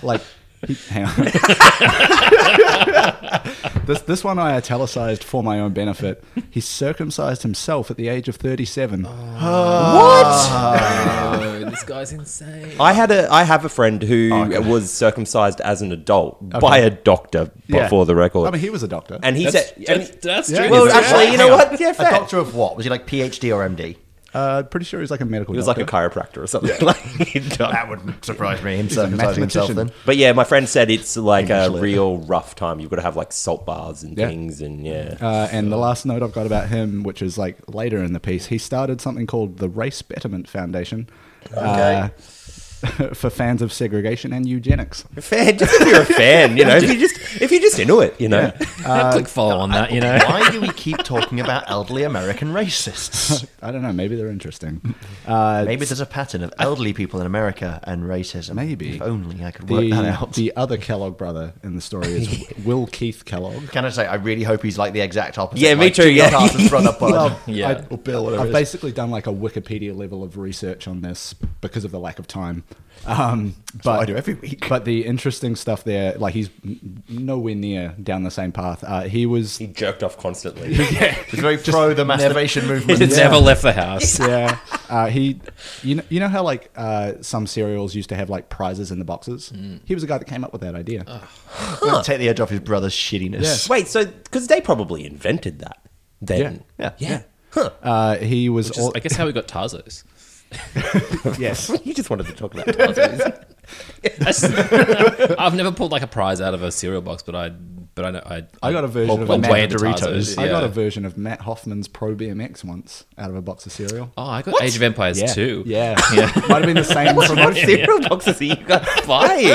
Speaker 5: like he- hang on. this this one I italicized for my own benefit. He circumcised himself at the age of 37.
Speaker 4: No, Oh, this guy's insane.
Speaker 3: I had a I have a friend who was circumcised as an adult by a doctor
Speaker 5: Yeah.
Speaker 3: before the record,
Speaker 5: I mean, he was a doctor.
Speaker 3: and he
Speaker 4: That's,
Speaker 3: said, and-
Speaker 4: that's, that's
Speaker 5: Yeah.
Speaker 4: genius.
Speaker 3: "Well,
Speaker 5: Wait,
Speaker 3: actually, you know
Speaker 1: hang on.
Speaker 3: what? Yeah,
Speaker 1: A
Speaker 3: fair.
Speaker 1: doctor of what? Was he like PhD or MD?
Speaker 5: uh, pretty sure he's like a medical
Speaker 3: He was like
Speaker 5: doctor.
Speaker 3: a chiropractor or something." Like,
Speaker 1: That wouldn't surprise me. Him
Speaker 5: a
Speaker 1: circumcising himself then.
Speaker 5: mathematician.
Speaker 3: But yeah, my friend said it's like a
Speaker 1: English lit.
Speaker 3: real rough time. You've got to have like salt bars and
Speaker 5: Yeah.
Speaker 3: things, and yeah.
Speaker 5: Uh, and the last note I've got about him, which is like later in the piece, he started something called the Race Betterment Foundation uh, for fans of segregation and eugenics.
Speaker 3: fan, just if you're a fan, you know, if you just if you're just into it, you know.
Speaker 4: click
Speaker 5: Uh,
Speaker 4: follow on that, you know.
Speaker 1: Why do we keep talking about elderly American racists?
Speaker 5: I don't know, maybe they're interesting.
Speaker 1: Maybe there's a pattern of elderly people in America and racism.
Speaker 5: Maybe.
Speaker 1: If only I could work that
Speaker 5: The,
Speaker 1: out.
Speaker 5: the other Kellogg brother in the story is Will Keith Kellogg.
Speaker 1: Can I say, I really hope he's like the exact opposite.
Speaker 3: Yeah, me
Speaker 1: like,
Speaker 3: too,
Speaker 1: do not
Speaker 3: yeah.
Speaker 1: ask us to run a pod.
Speaker 5: Well,
Speaker 4: Yeah.
Speaker 5: I,
Speaker 4: Or
Speaker 5: I've basically done like a Wikipedia level of research on this because of the lack of time. Um, but
Speaker 1: I do every week.
Speaker 5: But the interesting stuff there, like he's n- nowhere near down the same path. Uh, he was,
Speaker 3: He jerked off constantly. yeah.
Speaker 1: He's very pro the masturbation movement.
Speaker 4: It's never left the house.
Speaker 5: yeah, uh, he, you know, you know how like uh, some cereals used to have like prizes in the boxes. He was the guy that came up with that idea.
Speaker 1: We'll Take the edge off his brother's shittiness.
Speaker 3: Wait, so because they probably invented that then.
Speaker 1: Yeah.
Speaker 3: Yeah.
Speaker 5: Uh, he was,
Speaker 4: Which is,
Speaker 5: al-
Speaker 4: I guess, how we got Tarzos.
Speaker 5: yes,
Speaker 3: you just wanted to talk about Tarzan.
Speaker 4: That's- I've never pulled like a prize out of a cereal box, but I but I don't. I,
Speaker 5: I got a version
Speaker 4: Well,
Speaker 5: of
Speaker 4: well,
Speaker 5: Matt-
Speaker 4: way into Doritos.
Speaker 1: Doritos.
Speaker 5: I got
Speaker 4: yeah.
Speaker 5: a version of Matt Hoffman's Pro BMX once out of a box of cereal.
Speaker 4: Oh, I got Age of Empires
Speaker 5: yeah.
Speaker 4: too.
Speaker 5: Yeah. Might have been the same
Speaker 3: What
Speaker 5: promotion.
Speaker 3: cereal boxes are you guys buying?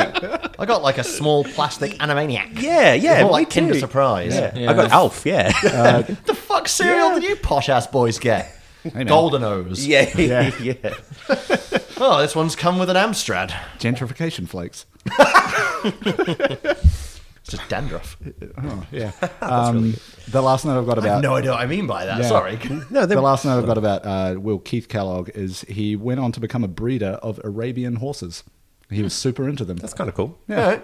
Speaker 1: I got like a small plastic Animaniac.
Speaker 3: Yeah, yeah,
Speaker 1: More
Speaker 3: me
Speaker 1: like Kinder
Speaker 3: too.
Speaker 1: Surprise.
Speaker 3: Yeah.
Speaker 4: Yeah.
Speaker 3: I got Alf. Yeah,
Speaker 1: The fuck cereal did you posh ass boys get?
Speaker 5: man.
Speaker 1: Golden O's.
Speaker 3: yeah, yeah,
Speaker 1: Oh, this one's come with an Amstrad.
Speaker 5: Gentrification flakes.
Speaker 1: It's just dandruff.
Speaker 5: Oh, yeah. Um, The last note I've got
Speaker 1: I have
Speaker 5: about.
Speaker 1: no idea what I mean by that.
Speaker 5: Yeah.
Speaker 1: Sorry.
Speaker 5: No, the last note I've got about uh, Will Keith Kellogg is he went on to become a breeder of Arabian horses. He was super into them.
Speaker 3: That's kind of cool.
Speaker 5: yeah.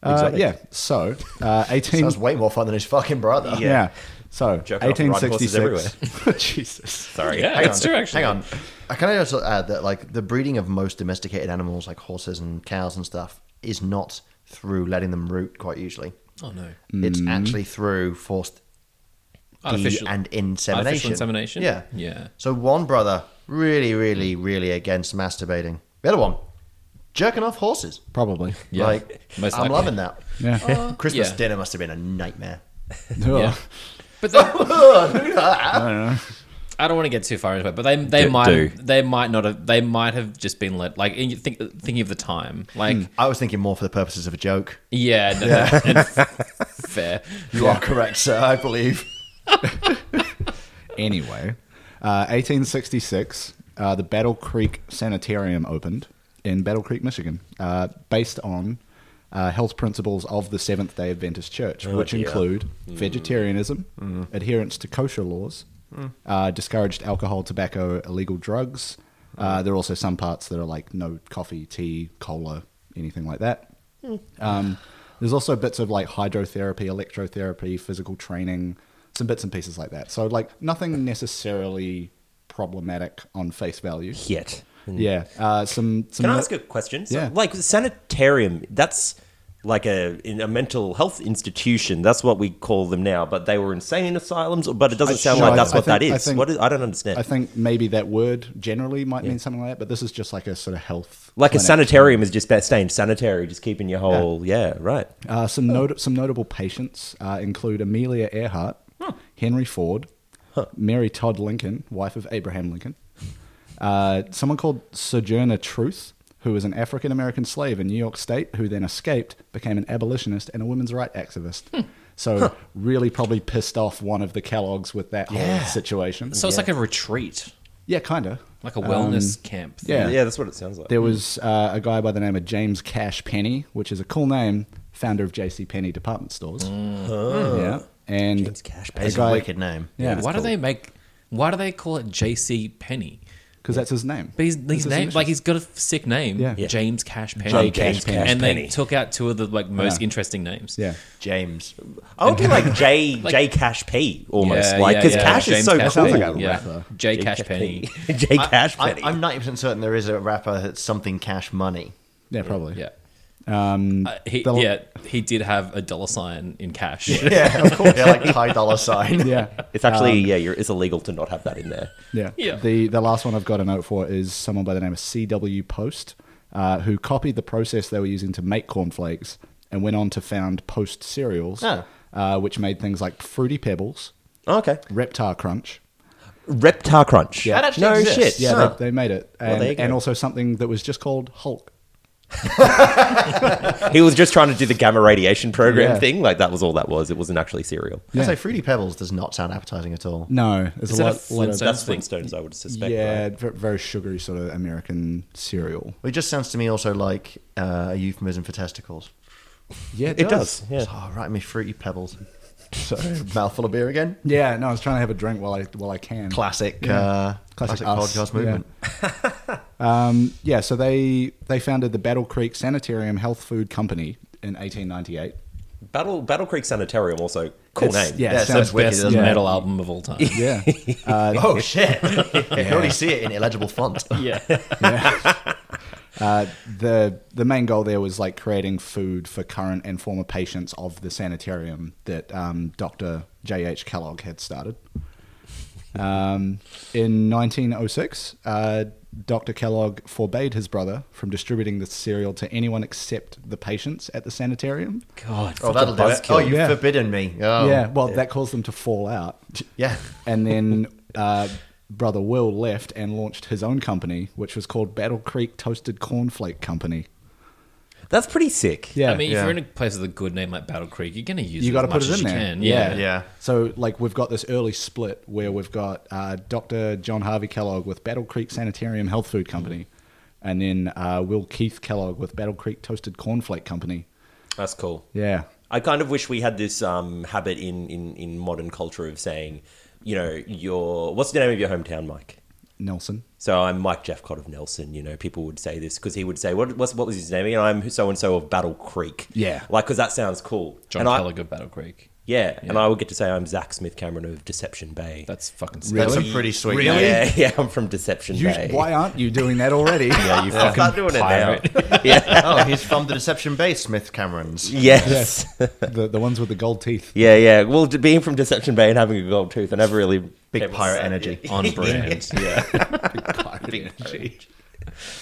Speaker 1: Alright.
Speaker 5: Uh, yeah. So uh, eighteen.
Speaker 1: Sounds way more fun than his fucking brother.
Speaker 5: yeah. So
Speaker 3: Jerking off and
Speaker 5: eighteen
Speaker 3: riding
Speaker 5: sixty
Speaker 3: horses
Speaker 5: six. Jesus.
Speaker 3: Sorry.
Speaker 4: Yeah,
Speaker 1: Hang
Speaker 4: it's
Speaker 1: on,
Speaker 4: true actually.
Speaker 1: Hang on. Uh, Can I also add that, like, the breeding of most domesticated animals, like horses and cows and stuff, is not through letting them root quite usually.
Speaker 4: Oh no.
Speaker 1: It's
Speaker 5: Mm.
Speaker 1: actually through forced de-
Speaker 4: Artificial-
Speaker 1: and insemination.
Speaker 4: artificial insemination?
Speaker 1: Yeah.
Speaker 4: Yeah.
Speaker 1: So one brother really, really, really against masturbating. The other one, jerking off horses.
Speaker 5: Probably.
Speaker 4: Yeah.
Speaker 1: Like,
Speaker 4: Most
Speaker 1: I'm
Speaker 4: likely. Uh,
Speaker 1: loving that.
Speaker 5: Yeah.
Speaker 1: Christmas
Speaker 4: yeah.
Speaker 1: dinner must have been a nightmare.
Speaker 5: Ugh.
Speaker 4: Yeah. But they,
Speaker 5: I don't know.
Speaker 4: I don't want to get too far into it, but they they
Speaker 3: Do-
Speaker 4: might
Speaker 3: do.
Speaker 4: they might not have they might have just been let like in, think, thinking of the time like
Speaker 3: Hmm.
Speaker 1: I was thinking more for the purposes of a joke.
Speaker 4: yeah, no, yeah. fair
Speaker 1: You are correct, sir, I believe.
Speaker 5: Anyway, uh, 1866, uh, the Battle Creek Sanitarium opened in Battle Creek, Michigan, uh, based on uh, health principles of the Seventh day Adventist Church, which
Speaker 3: dear.
Speaker 5: include vegetarianism, adherence to kosher laws, uh, discouraged alcohol, tobacco, illegal drugs. Uh, there are also some parts that are like no coffee, tea, cola, anything like that. Um, there's also bits of like hydrotherapy, electrotherapy, physical training, some bits and pieces like that. So like nothing necessarily problematic on face value.
Speaker 3: Yet.
Speaker 5: Yeah. Uh, some. some
Speaker 3: Can I ask a question? So,
Speaker 5: Yeah.
Speaker 3: Like sanitarium, that's like a in a mental health institution. That's what we call them now. But they were insane asylums. But it doesn't
Speaker 5: I-
Speaker 3: sound
Speaker 5: no,
Speaker 3: like
Speaker 5: I-
Speaker 3: that's
Speaker 5: I
Speaker 3: what that
Speaker 5: think- I
Speaker 3: is.
Speaker 5: think-
Speaker 3: What is. I don't understand.
Speaker 5: I think maybe that word generally might mean something like that, but this is just like a sort of health.
Speaker 3: like a
Speaker 5: clinic.
Speaker 3: sanitarium is just about staying sanitary, just keeping your whole yeah, right.
Speaker 5: Uh, some, not- some notable patients uh, include Amelia Earhart, Henry Ford, Mary Todd Lincoln, wife of Abraham Lincoln, uh, someone called Sojourner Truth, who was an African American slave in New York State, who then escaped, became an abolitionist and a women's rights activist.
Speaker 4: Hmm.
Speaker 5: So, really, probably pissed off one of the Kellogg's with that whole situation.
Speaker 4: so it's like a retreat
Speaker 5: yeah, kind of.
Speaker 4: like a wellness
Speaker 5: Um,
Speaker 4: camp thing.
Speaker 5: Yeah.
Speaker 3: Yeah, that's what it sounds like.
Speaker 5: There was uh, a guy by the name of James Cash Penny, which is a cool name, founder of J.C. Penney department stores. Yeah, and
Speaker 3: James Cash
Speaker 5: a
Speaker 1: It's
Speaker 5: guy-
Speaker 1: a wicked name.
Speaker 5: Yeah,
Speaker 4: why do they make why do they call it JC Penny
Speaker 5: because that's his name.
Speaker 4: but he's,
Speaker 5: That's
Speaker 4: he's
Speaker 5: his
Speaker 4: name,
Speaker 5: initials.
Speaker 4: like he's got a sick name
Speaker 5: Yeah. Yeah.
Speaker 4: James Cash Penny
Speaker 5: J. James Cash
Speaker 4: and they
Speaker 3: Penny.
Speaker 4: took out two of the like most
Speaker 5: know.
Speaker 4: interesting names
Speaker 5: yeah,
Speaker 1: James.
Speaker 3: I would be like J
Speaker 4: Like-
Speaker 3: J Cash P almost
Speaker 4: Yeah,
Speaker 3: like
Speaker 4: yeah,
Speaker 3: because
Speaker 4: yeah.
Speaker 3: Cash
Speaker 4: James
Speaker 3: is so
Speaker 4: Cash
Speaker 3: cool.
Speaker 4: Penny,
Speaker 5: Sounds like a rapper.
Speaker 4: J. Cash Penny
Speaker 3: J Cash
Speaker 1: I,
Speaker 3: Penny.
Speaker 1: I'm 90% certain there is a rapper that's something cash money.
Speaker 5: yeah, probably.
Speaker 4: yeah
Speaker 5: Um,
Speaker 4: Uh, he,
Speaker 5: The-
Speaker 4: yeah, he did have a dollar sign in cash.
Speaker 1: Yeah, of course. yeah, like high dollar sign.
Speaker 5: yeah,
Speaker 3: it's
Speaker 5: Um,
Speaker 3: actually yeah, you're, it's illegal to not have that in there.
Speaker 5: yeah.
Speaker 4: Yeah.
Speaker 5: The the last one I've got a note for is someone by the name of C.W. Post, uh, who copied the process they were using to make cornflakes and went on to found Post cereals,
Speaker 1: Oh.
Speaker 5: uh, which made things like Fruity Pebbles,
Speaker 3: Oh, Okay,
Speaker 5: Reptar Crunch.
Speaker 3: Reptar Crunch.
Speaker 1: That actually
Speaker 3: no
Speaker 1: exists.
Speaker 3: shit.
Speaker 5: Yeah,
Speaker 1: Huh.
Speaker 5: they, they made it, and,
Speaker 3: there you go.
Speaker 5: and also something that was just called Hulk.
Speaker 3: He was just trying to do the gamma radiation program
Speaker 5: Yeah.
Speaker 3: thing. Like that was all that was. It wasn't actually cereal.
Speaker 1: I say Fruity Pebbles does not sound appetizing at all.
Speaker 5: No, there's
Speaker 4: Is
Speaker 5: a
Speaker 4: that a
Speaker 5: lot, lot of
Speaker 4: Flintstone?
Speaker 3: That's
Speaker 4: That's thing.
Speaker 3: Flintstones, I would suspect.
Speaker 5: yeah,
Speaker 3: right?
Speaker 5: ver- very sugary sort of American cereal.
Speaker 1: It just sounds to me also like uh, a euphemism for testicles.
Speaker 5: Yeah,
Speaker 3: it does. Yeah.
Speaker 1: Oh, right, me Fruity Pebbles. So, mouthful of beer again.
Speaker 5: Yeah, no, I was trying to have a drink while I while I can.
Speaker 1: Classic,
Speaker 5: Yeah.
Speaker 1: uh,
Speaker 5: Classic
Speaker 1: classic,
Speaker 5: us,
Speaker 1: podcast movement.
Speaker 5: Um, yeah, so they they founded the Battle Creek Sanitarium Health Food Company in 1898.
Speaker 3: Battle Battle Creek Sanitarium also cool
Speaker 5: It's-
Speaker 3: name.
Speaker 5: yeah.
Speaker 1: Yeah,
Speaker 5: it
Speaker 1: it
Speaker 5: sounds
Speaker 1: sounds wicked,
Speaker 4: Best
Speaker 1: doesn't it?
Speaker 4: metal album of all time.
Speaker 5: Yeah, uh,
Speaker 1: Oh, shit. You can already see it in illegible font.
Speaker 4: yeah.
Speaker 5: uh, the the main goal there was like creating food for current and former patients of the sanitarium that um, Dr. J. H. Kellogg had started. Um, in 1906, uh, Dr. Kellogg forbade his brother from distributing the cereal to anyone except the patients at the sanitarium.
Speaker 4: God.
Speaker 1: Oh, that'll do it.
Speaker 3: buzzkill.
Speaker 1: Oh, you've
Speaker 5: Yeah.
Speaker 1: forbidden me. Oh.
Speaker 5: yeah, well, that caused them to fall out.
Speaker 1: Yeah.
Speaker 5: And then uh, brother Will left and launched his own company, which was called Battle Creek Toasted Cornflake Company.
Speaker 3: That's pretty sick.
Speaker 5: Yeah.
Speaker 4: I mean, if
Speaker 1: Yeah.
Speaker 4: you're in a place with a good name like Battle Creek, you're going to use
Speaker 5: you
Speaker 4: it
Speaker 5: got to
Speaker 4: as
Speaker 5: put
Speaker 4: much
Speaker 5: it
Speaker 4: as
Speaker 5: in
Speaker 4: you
Speaker 5: there.
Speaker 4: can.
Speaker 5: Yeah.
Speaker 4: yeah.
Speaker 1: Yeah.
Speaker 5: So like we've got this early split where we've got uh, Dr. John Harvey Kellogg with Battle Creek Sanitarium Health Food Company,
Speaker 4: Mm-hmm.
Speaker 5: and then uh, Will Keith Kellogg with Battle Creek Toasted Cornflake Company.
Speaker 3: That's cool.
Speaker 5: Yeah.
Speaker 3: I kind of wish we had this um, habit in, in, in modern culture of saying, you know, your what's the name of your hometown, Mike?
Speaker 5: Nelson.
Speaker 3: So I'm Mike Jeffcott of Nelson. You know, people would say this because he would say, "What what's, what was his name?" You know, I'm so and so of Battle Creek.
Speaker 5: Yeah.
Speaker 3: like because that sounds cool.
Speaker 4: John
Speaker 3: and I-
Speaker 4: Kellogg of Battle Creek.
Speaker 3: yeah, and I would get to say I'm Zach Smith Cameron of Deception Bay.
Speaker 4: That's fucking sick.
Speaker 1: That's
Speaker 5: Really?
Speaker 1: a pretty sweet
Speaker 5: Really?
Speaker 1: name.
Speaker 3: Yeah, yeah, I'm from Deception
Speaker 5: You,
Speaker 3: Bay.
Speaker 5: why aren't you doing that already? yeah, you
Speaker 3: I'll start doing it now. yeah.
Speaker 1: Oh, he's from the Deception Bay, Smith Camerons.
Speaker 3: Yes.
Speaker 5: the, the ones with the gold teeth.
Speaker 3: Yeah, yeah. Well, d- being from Deception Bay and having a gold tooth, I never really
Speaker 1: Big
Speaker 3: ever
Speaker 1: pirate
Speaker 3: said
Speaker 1: energy.
Speaker 3: it.
Speaker 4: On brand.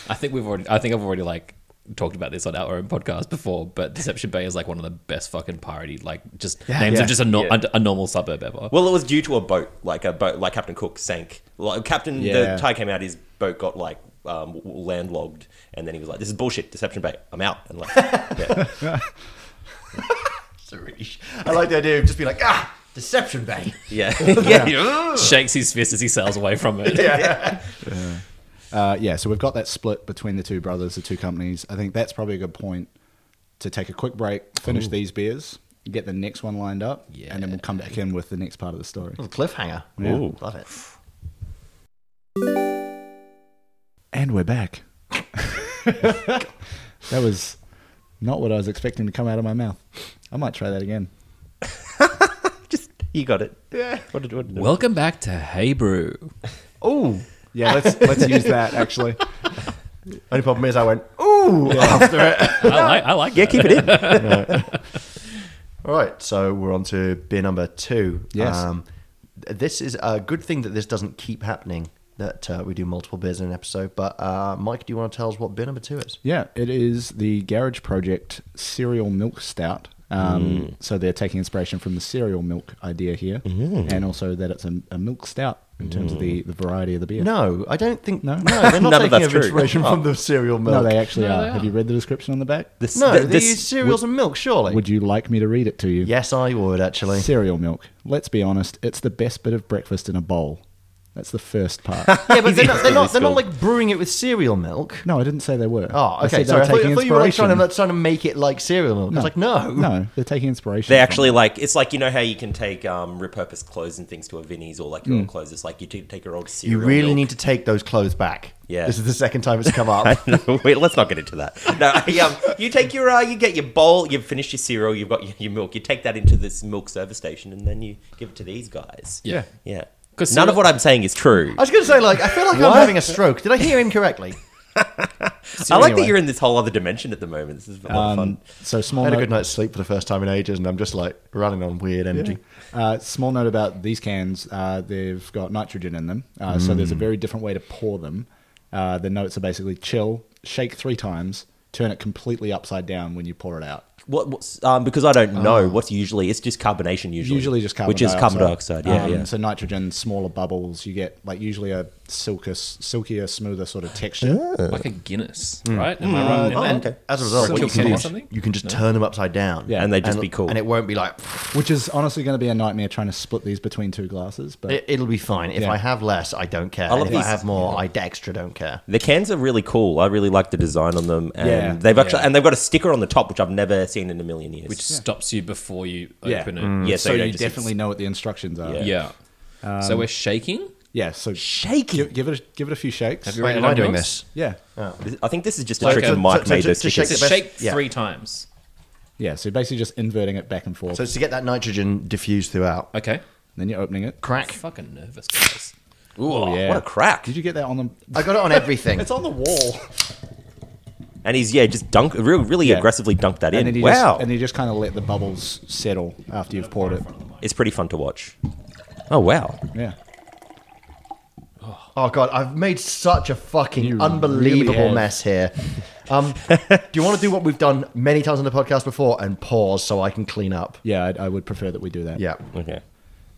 Speaker 4: I think we've already. I think I've already like talked about this on our own podcast before. But Deception Bay is like one of the best fucking parody like just names
Speaker 1: yeah,
Speaker 4: of just a, no,
Speaker 3: yeah.
Speaker 4: a, a normal suburb ever.
Speaker 3: Well, it was due to a boat, like a boat, like Captain Cook sank. Like Captain,
Speaker 5: Yeah.
Speaker 3: the tide came out. His boat got like um, w- w- landlogged, and then he was like, "This is bullshit, Deception Bay. I'm out." And like, yeah.
Speaker 1: I like the idea of just being like, ah, Deception Bay.
Speaker 3: yeah, yeah,
Speaker 4: Shakes his fist as he sails away from it.
Speaker 5: Uh, yeah, so we've got that split between the two brothers, the two companies. I think that's probably a good point to take a quick break, finish these beers, get the next one lined up, and then we'll come back in with the next part of the story.
Speaker 1: Cliffhanger.
Speaker 5: Yeah.
Speaker 1: Ooh. Love it.
Speaker 5: And we're back. that was not what I was expecting to come out of my mouth. I might try that again.
Speaker 3: Just you got it. Yeah. What did, what did,
Speaker 4: Welcome back to Hey Brew.
Speaker 5: Oh, yeah. Let's let's use that actually.
Speaker 1: Only problem is I went, ooh, after it.
Speaker 4: I like. I like.
Speaker 3: yeah,
Speaker 4: that.
Speaker 3: keep it in.
Speaker 1: All right, so we're on to beer number two. Um,
Speaker 5: Yes.
Speaker 1: th- this is a good thing that this doesn't keep happening, that uh, we do multiple beers in an episode. But uh, Mike, do you want to tell us what beer number two is?
Speaker 5: Yeah, it is the Garage Project Cereal Milk Stout. Um, So they're taking inspiration from the cereal milk idea here, and also that it's a, a milk stout in terms of the, the variety of the beer.
Speaker 1: No, I don't think.
Speaker 5: No?
Speaker 1: No, they're not
Speaker 3: None of
Speaker 1: taking
Speaker 3: that's
Speaker 1: of
Speaker 3: true.
Speaker 1: inspiration from the cereal
Speaker 5: No,
Speaker 1: milk.
Speaker 5: they actually
Speaker 4: No,
Speaker 5: are.
Speaker 4: they
Speaker 5: Have
Speaker 4: are.
Speaker 5: you read the description on the back?
Speaker 3: This-
Speaker 1: No,
Speaker 3: th-
Speaker 1: they
Speaker 3: this-
Speaker 1: use cereals and milk, surely.
Speaker 5: Would you like me to read it to you?
Speaker 1: yes, I would, actually.
Speaker 5: Cereal milk. Let's be honest, it's the best bit of breakfast in a bowl. That's the first part.
Speaker 1: Yeah, but they're not, they're not, they're not
Speaker 3: School.
Speaker 1: like brewing it with cereal milk.
Speaker 5: no, I didn't say they were.
Speaker 1: Oh,
Speaker 5: I
Speaker 1: okay.
Speaker 5: said they
Speaker 1: Sorry,
Speaker 5: were
Speaker 1: I thought,
Speaker 5: taking
Speaker 1: I thought you were like
Speaker 5: inspiration.
Speaker 1: trying to, like, trying to make it like cereal milk. I was like, no.
Speaker 5: No, they're taking inspiration.
Speaker 3: They
Speaker 5: from-
Speaker 3: actually like it's like you know how you can take um, repurposed clothes and things to a Vinnie's or like your old clothes. It's like Hmm. you t- take your old
Speaker 1: You
Speaker 3: cereal.
Speaker 1: really
Speaker 3: milk.
Speaker 1: need to take those clothes back.
Speaker 3: Yeah.
Speaker 1: This is the second time it's come up.
Speaker 3: no, wait, let's not get into that. No, I, um, you take your, uh, you get your bowl, you've finished your cereal, you've got your, your milk, you take that into this milk service station, and then you give it to these guys.
Speaker 4: Yeah.
Speaker 3: yeah.
Speaker 4: 'Cause
Speaker 3: None of
Speaker 4: cereal-
Speaker 3: what I'm saying is true.
Speaker 1: I was going to say, like, I feel like I'm having a stroke. Did I hear him correctly?
Speaker 3: I like
Speaker 5: anyway.
Speaker 3: that you're in this whole other dimension at the moment. This is a lot of fun.
Speaker 5: Um, so small.
Speaker 1: I had a
Speaker 5: note-
Speaker 1: good night's sleep for the first time in ages, and I'm just like running on weird energy.
Speaker 5: Uh, small note about these cans: uh, they've got nitrogen in them, uh, so there's a
Speaker 1: Mm.
Speaker 5: very different way to pour them. Uh, the notes are basically chill, shake three times, turn it completely upside down when you pour it out.
Speaker 3: What, what's, um, because I don't know what's usually, it's just carbonation usually.
Speaker 5: Usually just carbon
Speaker 3: Which is
Speaker 5: dioxide.
Speaker 3: carbon dioxide, yeah,
Speaker 5: Um,
Speaker 3: yeah.
Speaker 5: So nitrogen, smaller bubbles. You get like usually a silker, silkier, smoother sort of texture.
Speaker 3: Uh.
Speaker 4: Like a Guinness, right? Am I wrong? in that?
Speaker 1: Uh, And as a result,
Speaker 4: So
Speaker 1: what you,
Speaker 4: you can
Speaker 1: can
Speaker 4: do
Speaker 1: do,
Speaker 4: something?
Speaker 1: you can just turn them upside down.
Speaker 5: Yeah,
Speaker 3: and they'd just be cool.
Speaker 1: And it won't be like,
Speaker 5: Which is honestly going to be a nightmare trying to split these between two glasses. But
Speaker 1: it, it'll be fine. If
Speaker 5: Yeah.
Speaker 1: I have less, I don't care.
Speaker 3: love
Speaker 1: and if I
Speaker 3: these-
Speaker 1: have more, I extra don't care.
Speaker 3: The cans are really cool. I really like the design on them, and
Speaker 5: Yeah.
Speaker 3: they've actually
Speaker 4: Yeah.
Speaker 3: and they've got a sticker on the top, which I've never seen in a million years.
Speaker 4: Which stops you before you
Speaker 5: Yeah.
Speaker 4: open it.
Speaker 3: Yeah, so
Speaker 5: so,
Speaker 3: you
Speaker 5: you,
Speaker 3: don't just-
Speaker 5: definitely know what the instructions are.
Speaker 3: Yeah.
Speaker 4: Yeah. so we're shaking.
Speaker 5: Yeah, so
Speaker 3: shake
Speaker 5: give, give it a, give it a few shakes.
Speaker 4: Have you
Speaker 1: Wait,
Speaker 4: ready
Speaker 1: am
Speaker 4: to
Speaker 1: I doing
Speaker 4: unbox?
Speaker 1: this?
Speaker 5: yeah.
Speaker 3: I think this is just a
Speaker 1: Okay.
Speaker 3: trick that
Speaker 1: So-
Speaker 3: Mike
Speaker 1: so-
Speaker 3: made
Speaker 1: so
Speaker 3: those
Speaker 1: to
Speaker 3: stickers.
Speaker 1: shake
Speaker 4: It's a
Speaker 1: the best-
Speaker 4: shake
Speaker 1: yeah.
Speaker 4: three times.
Speaker 5: Yeah, so basically just inverting it back and forth.
Speaker 1: So it's to get that nitrogen diffused throughout.
Speaker 4: Okay.
Speaker 5: then you're opening it. Oh,
Speaker 4: I'm
Speaker 1: Crack.
Speaker 4: fucking nervous, guys.
Speaker 3: Ooh,
Speaker 5: yeah.
Speaker 3: what a crack!
Speaker 5: Did you get that on the?
Speaker 1: I got it on everything.
Speaker 5: It's on the wall.
Speaker 3: And he's yeah, just dunk really, really
Speaker 5: Yeah.
Speaker 3: aggressively dunked that in.
Speaker 5: you
Speaker 3: Wow,
Speaker 5: Just, and you just kind of let the bubbles settle after you've poured it.
Speaker 3: it's pretty fun to watch. Oh wow,
Speaker 5: Yeah.
Speaker 1: Oh god, I've made such a fucking
Speaker 5: You
Speaker 1: unbelievable
Speaker 5: really have.
Speaker 1: mess here. Um, do you want to do what we've done many times on the podcast before and pause so I can clean up?
Speaker 5: Yeah, I'd, I would prefer that we do that.
Speaker 1: Yeah.
Speaker 3: Okay.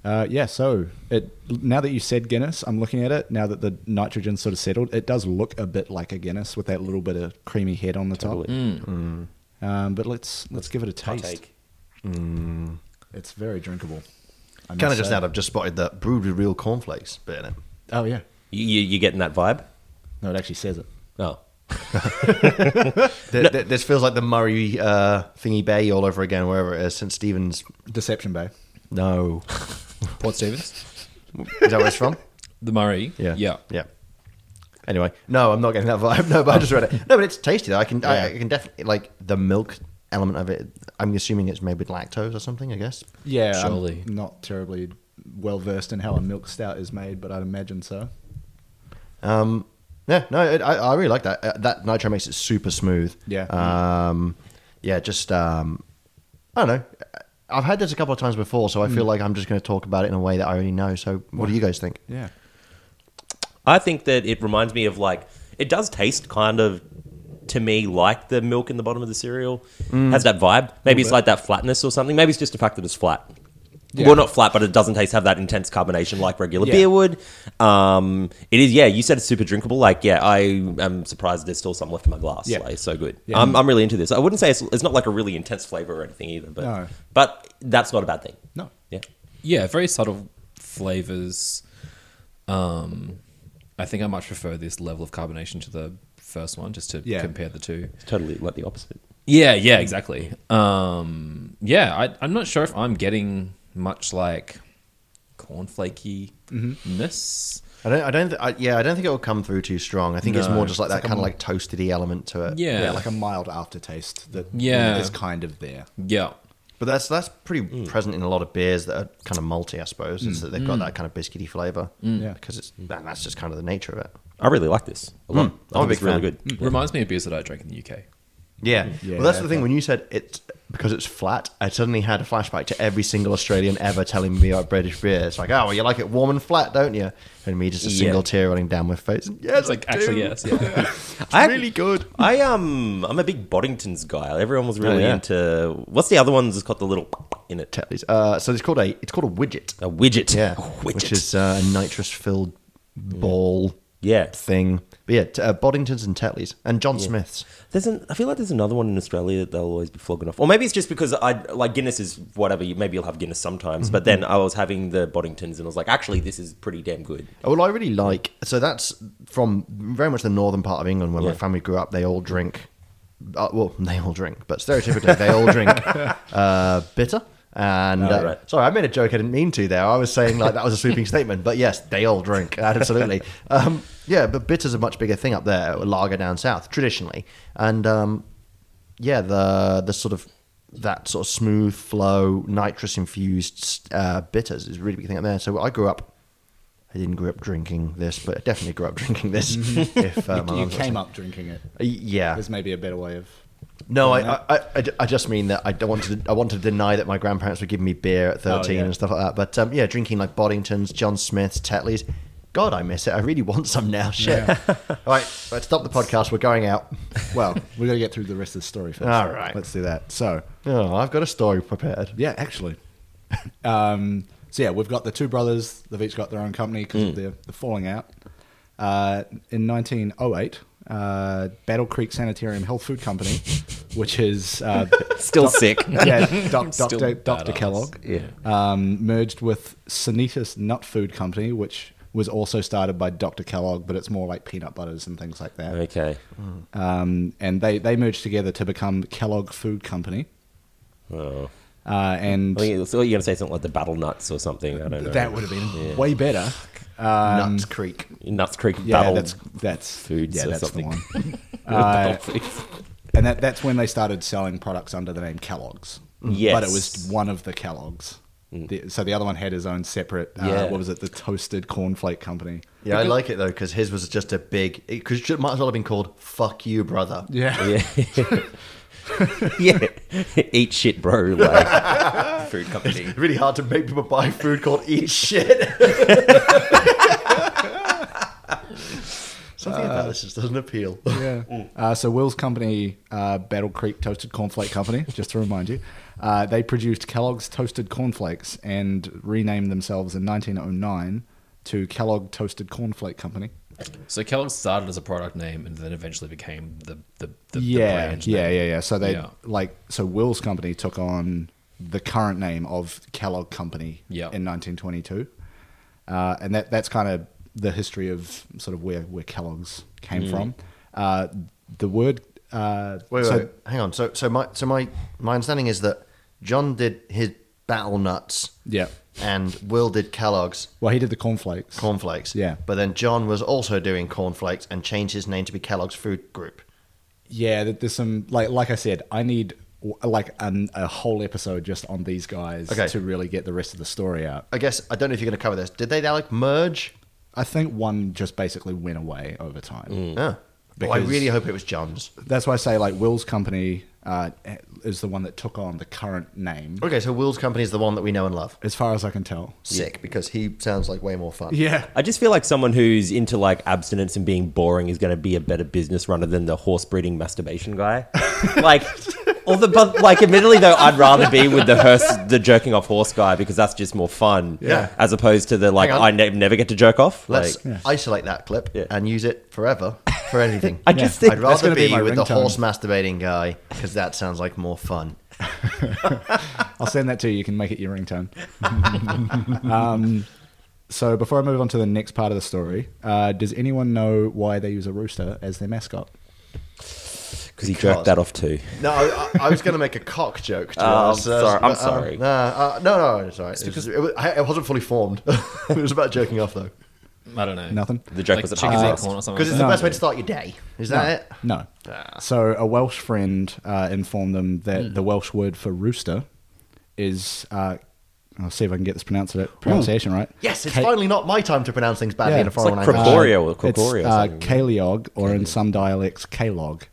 Speaker 5: Uh, yeah, so it now that you said Guinness, I'm looking at it. Now that the nitrogen sort of settled, it does look a bit like a Guinness with that little bit of creamy head on the top.
Speaker 3: Totally.
Speaker 5: Um, but let's let's give it a
Speaker 3: Hot
Speaker 5: taste.
Speaker 3: take.
Speaker 5: It's very drinkable. I
Speaker 1: Kind
Speaker 5: must
Speaker 1: of just
Speaker 5: say.
Speaker 1: now, I've just spotted that brewed with real cornflakes bit in it.
Speaker 5: Oh yeah,
Speaker 3: You, you, you getting that vibe?
Speaker 5: no, it actually says it.
Speaker 3: Oh.
Speaker 1: Th- th- this feels like the Murray uh, thingy bay all over again, wherever it is. Since Stevens,
Speaker 5: Deception Bay.
Speaker 1: no,
Speaker 4: Port Stevens,
Speaker 1: is that where it's from?
Speaker 4: the Murray. yeah.
Speaker 1: yeah. Anyway, no, I'm not getting that vibe. No, but I just read it. No, but it's tasty. Though. I can, I,
Speaker 5: Yeah.
Speaker 1: I can definitely like the milk element of it. I'm assuming it's made with lactose or something. I guess.
Speaker 5: Yeah, I'm
Speaker 4: Surely.
Speaker 5: not terribly well versed in how a milk stout is made, but I'd imagine so.
Speaker 1: Um, yeah, no, it, I, I really like that. Uh, that nitro makes it super smooth.
Speaker 5: Yeah.
Speaker 1: Um, yeah, just um, I don't know. Uh, I've had this a couple of times before, so I feel like I'm just going to talk about it in a way that I already know. So, what do you guys think?
Speaker 5: Yeah,
Speaker 3: I think that it reminds me of like it does taste kind of to me like the milk in the bottom of the cereal
Speaker 5: Mm.
Speaker 3: has that vibe. Maybe it's like that flatness or something. Maybe it's just the fact that it's flat.
Speaker 5: Yeah.
Speaker 3: Well, not flat, but it doesn't taste have that intense carbonation like regular
Speaker 5: Yeah.
Speaker 3: beer would. Um, it is, yeah. You said it's super drinkable. Like, yeah, I am surprised there's still some left in my glass.
Speaker 5: Yeah.
Speaker 3: Like, it's so good.
Speaker 5: Yeah.
Speaker 3: I'm, I'm really into this. I wouldn't say it's, it's not like a really intense flavor or anything either, but
Speaker 5: No.
Speaker 3: but that's not a bad thing.
Speaker 5: no,
Speaker 3: Yeah,
Speaker 4: yeah, very subtle flavors. Um, I think I much prefer this level of carbonation to the first one, just to
Speaker 5: Yeah.
Speaker 4: compare the two.
Speaker 3: it's totally like the opposite.
Speaker 4: Yeah, yeah, exactly. Um, yeah, I, I'm not sure if I'm getting much like cornflaky ness.
Speaker 5: Mm-hmm.
Speaker 1: I don't. I don't. Th- I, yeah, I don't think it will come through too strong. I think it's
Speaker 4: No.
Speaker 1: more just like that
Speaker 5: like a
Speaker 1: kind of
Speaker 5: m-
Speaker 1: like toasty element to it.
Speaker 4: Yeah,
Speaker 5: yeah,
Speaker 4: yeah,
Speaker 5: like a mild aftertaste that
Speaker 4: Yeah.
Speaker 5: is kind of there.
Speaker 1: But that's that's pretty present in a lot of beers that are kind of malty. I suppose is that they've got that kind of biscuity flavor.
Speaker 5: Yeah.
Speaker 1: because it's and that's just kind of the nature of it.
Speaker 3: I really like this a
Speaker 5: Hmm.
Speaker 3: lot. I
Speaker 1: I'm a
Speaker 3: think it's
Speaker 1: big
Speaker 3: really
Speaker 1: fan.
Speaker 3: good.
Speaker 4: Reminds me of beers that I drink in the UK.
Speaker 1: Yeah.
Speaker 5: Yeah,
Speaker 1: well, that's the thing.
Speaker 5: but-
Speaker 1: When you said it's because it's flat, I suddenly had a flashback to every single Australian ever telling me about British beer. It's like, oh, well, you like it warm and flat, don't you? And me just a
Speaker 3: Yeah.
Speaker 1: single tear running down my face. Yes,
Speaker 4: It's like
Speaker 1: I
Speaker 4: actually
Speaker 1: do.
Speaker 4: yes, yeah.
Speaker 1: It's
Speaker 3: I-
Speaker 1: really good.
Speaker 3: I um I'm a big Boddingtons guy. Everyone was really
Speaker 1: Oh, yeah.
Speaker 3: into what's the other one that's got the little in it?
Speaker 1: Tetley's. Uh, so it's called a it's called a widget.
Speaker 3: A widget.
Speaker 1: Yeah,
Speaker 3: A widget.
Speaker 1: which is uh, a nitrous filled ball.
Speaker 3: Yeah.
Speaker 1: thing. But yeah, t- uh, Boddingtons and Tetley's and John Smiths.
Speaker 3: there's an I feel like there's another one in Australia that they'll always be flogging off. Or maybe it's just because I like Guinness is whatever. You, maybe you'll have Guinness sometimes,
Speaker 1: Mm-hmm.
Speaker 3: but then I was having the Boddingtons and I was like, actually, this is pretty damn good.
Speaker 1: Oh, Well, I really like. So that's from very much the northern part of England where my
Speaker 3: Yeah.
Speaker 1: family grew up. They all drink. Uh, well, they all drink, but stereotypically, they all drink uh, bitter. And
Speaker 3: Oh,
Speaker 1: uh,
Speaker 3: right.
Speaker 1: sorry, I made a joke I didn't mean to there. I was saying like that was a sweeping statement, but yes, they all drink absolutely. Um, yeah, but bitter's a much bigger thing up there, lager down south traditionally, and um, yeah, the the sort of that sort of smooth flow, nitrous infused uh, bitters is a really big thing up there. So I grew up. I didn't grow up drinking this, but I definitely grew up drinking this. if uh, my
Speaker 5: you
Speaker 1: mum's
Speaker 5: came
Speaker 1: listening.
Speaker 5: up drinking it.
Speaker 1: Uh, yeah.
Speaker 5: There's maybe a better way of.
Speaker 1: No, I, I, I- I, ju- I just mean that I don't want to. I want to deny that my grandparents were giving me beer at thirteen
Speaker 5: Oh, yeah.
Speaker 1: and stuff like that. But um, yeah, drinking like Boddingtons, John Smiths, Tetleys. God, I miss it. I really want some now. Shit. All right, let's stop the podcast. We're going out.
Speaker 5: Well, we got to get through the rest of the story first.
Speaker 1: All right.
Speaker 5: let's do that. So,
Speaker 1: Oh, I've got a story prepared.
Speaker 5: yeah, actually, um, so yeah, we've got the two brothers. They've each got their own company because of their, the falling out. Uh, in 1908, uh, Battle Creek Sanitarium Health Food Company, which is uh,
Speaker 3: Still sick.
Speaker 5: yeah, doc,
Speaker 4: Still
Speaker 5: Dr. Dr.
Speaker 4: badass.
Speaker 5: Kellogg,
Speaker 3: Yeah.
Speaker 5: um, merged with Sanitas Nut Food Company, which was also started by Dr. Kellogg, but it's more like peanut butters and things like that.
Speaker 3: Okay.
Speaker 5: Um, and they, they merged together to become Kellogg Food Company.
Speaker 3: Oh.
Speaker 5: Uh, and
Speaker 3: I think it's, you're gonna say something like the Battle Nuts or something. I don't know.
Speaker 5: that would have been way better. Um,
Speaker 1: Nuts Creek.
Speaker 3: Nuts Creek
Speaker 5: Yeah,
Speaker 3: Battle
Speaker 5: that's that's
Speaker 3: Foods
Speaker 5: Yeah,
Speaker 3: or
Speaker 5: that's
Speaker 3: something.
Speaker 5: the one.
Speaker 3: Battle Foods.
Speaker 5: and that, that's when they started selling products under the name Kellogg's.
Speaker 3: Yes. Mm.
Speaker 5: but it was one of the Kellogg's. The- so the other one had his own separate. Uh,
Speaker 3: Yeah.
Speaker 5: What was it? The Toasted Cornflake Company.
Speaker 1: Yeah, I like it though because his was just a big. Because it might as well have been called "Fuck You, Brother."
Speaker 5: Yeah.
Speaker 3: yeah. Eat shit, bro. Like food company.
Speaker 1: Really hard to make people buy food called "Eat Shit." this just doesn't appeal.
Speaker 5: Yeah.
Speaker 4: Mm.
Speaker 5: Uh, so Will's company, uh, Battle Creek Toasted Cornflake Company, just to remind you, uh, they produced Kellogg's Toasted Cornflakes and renamed themselves in 1909 to Kellogg Toasted Cornflake Company.
Speaker 4: So Kellogg started as a product name and then eventually became the the, the, the
Speaker 5: yeah,
Speaker 4: brand.
Speaker 5: yeah,
Speaker 4: name.
Speaker 5: yeah, yeah. So they
Speaker 4: Yeah.
Speaker 5: like so Will's company took on the current name of Kellogg Company
Speaker 4: Yeah.
Speaker 5: in 1922, uh, and that that's kind of the history of sort of where where Kellogg's came
Speaker 4: Mm.
Speaker 5: from. Uh, the word. Uh,
Speaker 1: Wait,
Speaker 5: so-
Speaker 1: wait, hang on. So, so my, so my, my understanding is that John did his battle nuts,
Speaker 5: Yeah.
Speaker 1: and Will did Kellogg's
Speaker 5: Well, he did the cornflakes.
Speaker 1: cornflakes,
Speaker 5: Yeah.
Speaker 1: But then John was also doing cornflakes and changed his name to be Kellogg's Food Group.
Speaker 5: yeah, th- there's some like like I said, I need w- like an, a whole episode just on these guys
Speaker 1: Okay.
Speaker 5: to really get the rest of the story out.
Speaker 1: I guess I don't know if you're going to cover this. Did they like merge?
Speaker 5: I think one just basically went away over time.
Speaker 1: Yeah. Well, Oh, I
Speaker 5: Because-
Speaker 1: really hope it was John's.
Speaker 5: That's why I say like Will's company uh, is the one that took on the current name,
Speaker 1: Okay, so Will's company is the one that we know and love.
Speaker 5: as far as I can tell.
Speaker 1: Sick, because he sounds like way more fun.
Speaker 5: Yeah,
Speaker 3: I just feel like someone who's into like abstinence and being boring is going to be a better business runner than the horse breeding masturbation guy. like, all the but like, admittedly though, I'd rather be with the hearse, the jerking off horse guy because that's just more fun.
Speaker 1: Yeah.
Speaker 3: As opposed to the like,
Speaker 1: Hang on.
Speaker 3: I ne- never get to jerk off.
Speaker 1: Let's
Speaker 3: like,
Speaker 1: isolate that clip
Speaker 3: Yeah.
Speaker 1: and use it forever for anything.
Speaker 3: I just
Speaker 1: I'd
Speaker 3: think
Speaker 5: That's
Speaker 1: rather
Speaker 5: gonna be
Speaker 1: be,
Speaker 5: my
Speaker 1: with the
Speaker 5: ringtone.
Speaker 1: horse masturbating guy because that sounds like more fun.
Speaker 5: I'll send that to you. You can make it your ringtone. um, so before I move on to the next part of the story, uh, does anyone know why they use a rooster as their mascot?
Speaker 3: because he jerked that off too.
Speaker 1: No, I, I was going to make a cock joke. To
Speaker 3: Oh, I'm
Speaker 1: us. Uh,
Speaker 3: sorry- I'm
Speaker 1: uh,
Speaker 3: sorry.
Speaker 1: No, uh, no, no, no, sorry. It, was, it, was, I- it wasn't fully formed. it was about jerking off though,
Speaker 4: I don't know.
Speaker 5: Nothing.
Speaker 3: The joke
Speaker 4: like
Speaker 3: was at
Speaker 4: chickens
Speaker 3: half
Speaker 4: in a
Speaker 3: past.
Speaker 4: corn or something.
Speaker 1: because it's the
Speaker 4: like
Speaker 5: No.
Speaker 1: best way to start your day. Is that it? Ah.
Speaker 5: No. So a Welsh friend uh, informed them that
Speaker 1: Mm.
Speaker 5: the Welsh word for rooster is. Uh, I'll see if I can get this pronounced pronunciation right.
Speaker 1: Oh. Yes, it's
Speaker 5: Ca-
Speaker 3: Uh,
Speaker 1: finally not my time to pronounce things badly
Speaker 5: Yeah.
Speaker 1: in a
Speaker 5: It's
Speaker 1: foreign
Speaker 3: like
Speaker 1: language.
Speaker 3: Corporeal or
Speaker 5: it's
Speaker 3: corporeal or
Speaker 5: uh,
Speaker 3: something.
Speaker 5: Kaliog, or in some dialects, Kalog.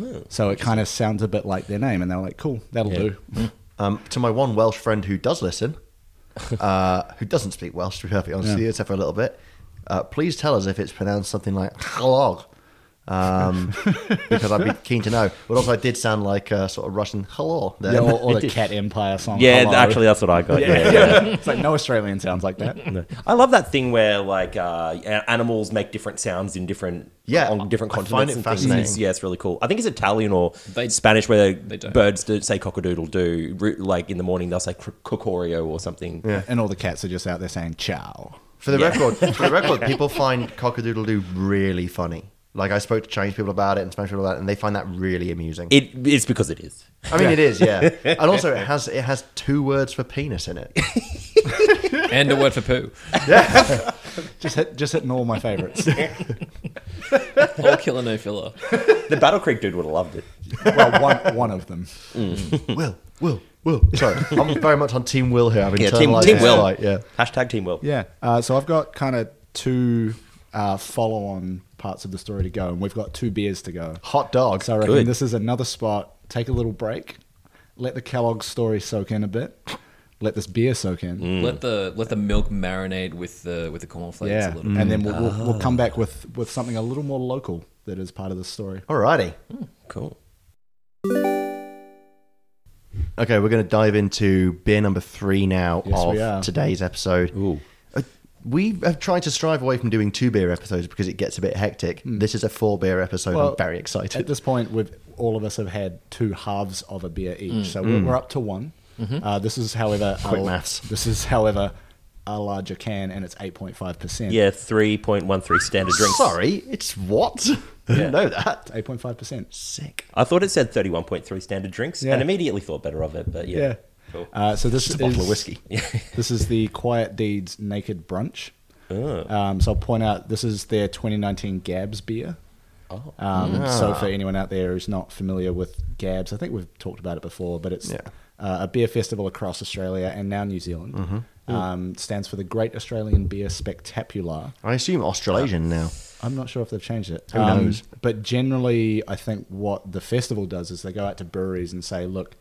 Speaker 3: Oh,
Speaker 5: so it kind of sounds a bit like their name, and they're like, "Cool, that'll do."
Speaker 1: Um, to my one Welsh friend who does listen, uh, who doesn't speak Welsh, to be perfectly honest with you, except for a little bit, uh, please tell us if it's pronounced something like chlog. Um, because I'd be keen to know. But also, I did sound like uh, sort of Russian hello there.
Speaker 5: Yeah, or, or the Cat Empire song.
Speaker 3: Yeah,
Speaker 5: Hello.
Speaker 3: actually, that's what I got. yeah. yeah.
Speaker 5: it's like no Australian sounds like that.
Speaker 3: No. I love that thing where like uh, a- animals make different sounds in different
Speaker 1: Yeah,
Speaker 3: on different
Speaker 1: I find
Speaker 3: continents
Speaker 1: it
Speaker 3: and
Speaker 1: fascinating.
Speaker 3: things. Yeah, it's really cool. I think it's Italian or
Speaker 4: They-
Speaker 3: Spanish where
Speaker 4: don't.
Speaker 3: birds do, say cockadoodle do Ru- like in the morning they'll say cr- cocorio or something.
Speaker 5: And all the cats are just out there saying "Ciao."
Speaker 1: For the record, for the record, people find cockadoodle doo really funny. Like I spoke to Chinese people about it and Spanish people about it, and they find that really amusing.
Speaker 3: It it's because it is.
Speaker 1: I mean, it is, yeah. And also, it has it has two words for penis in it.
Speaker 4: that. and a word for poo.
Speaker 5: Just hit, just hitting all my favorites.
Speaker 4: All killer, no filler.
Speaker 3: The Battle Creek dude would have loved it.
Speaker 5: well, one, one of them.
Speaker 3: Hmm.
Speaker 1: Will, Will, Will. Sorry, I'm very much on Team Will here. I've
Speaker 3: Yeah,
Speaker 1: internalized
Speaker 3: team, team
Speaker 1: this
Speaker 3: will.
Speaker 1: fight, yeah.
Speaker 3: Hashtag team will.
Speaker 5: Yeah. Uh, so I've got kind of two uh, follow-on parts of the story to go, and we've got two beers to go.
Speaker 1: Hot dog.
Speaker 5: So I reckon
Speaker 3: Good.
Speaker 5: this is another spot. Take a little break. Let the Kellogg story soak in a bit. Let this beer soak in.
Speaker 1: Mm.
Speaker 3: Mm.
Speaker 4: Let the let the milk marinate with the with the cornflakes
Speaker 5: Yeah.
Speaker 4: a little bit.
Speaker 5: And then we'll, we'll, we'll come
Speaker 1: Ah.
Speaker 5: back with, with something a little more local that is part of the story.
Speaker 1: Alrighty.
Speaker 5: Mm.
Speaker 3: Cool.
Speaker 1: Okay, we're going to dive into beer number three now
Speaker 5: Yes, we are.
Speaker 1: of today's episode.
Speaker 3: Ooh.
Speaker 1: Uh, We have tried to strive away from doing two beer episodes because it gets a bit hectic. This is a four beer episode.
Speaker 5: Hmm. Well,
Speaker 1: I'm very
Speaker 5: At
Speaker 1: excited.
Speaker 5: this point, we've, all of us have had two halves of a beer each. so we're, we're up to one. Uh, this is, however,
Speaker 1: Mm. Mm-hmm. Quick
Speaker 5: a-
Speaker 1: maths.
Speaker 5: This is, however, a larger can, and it's 8.5%.
Speaker 3: Yeah, three point one three standard drinks.
Speaker 1: Sorry, it's what? I didn't know that.
Speaker 5: 8.5%.
Speaker 1: Sick.
Speaker 3: I thought it said thirty one point three standard drinks,
Speaker 5: Yeah.
Speaker 3: and immediately thought better of it. But yeah,
Speaker 5: Yeah.
Speaker 3: Cool. Oh.
Speaker 5: Uh, so this
Speaker 1: Just a
Speaker 5: is
Speaker 1: bottle of whiskey.
Speaker 5: this is the Quiet Deeds Naked Brunch.
Speaker 1: Oh.
Speaker 5: Um, so I'll point out this is their 2019 Gabs beer.
Speaker 3: Oh.
Speaker 5: Um,
Speaker 1: Ah.
Speaker 5: So for anyone out there who's not familiar with Gabs, I think we've talked about it before, but it's
Speaker 1: Yeah.
Speaker 5: uh, a beer festival across Australia and now New Zealand.
Speaker 1: Mm-hmm.
Speaker 5: Um, stands for the Great Australian Beer Spectacular.
Speaker 1: I assume Australasian now.
Speaker 5: I'm not sure if they've changed it. Um,
Speaker 1: Who knows?
Speaker 5: But generally, I think what the festival does is they go out to breweries and say, look,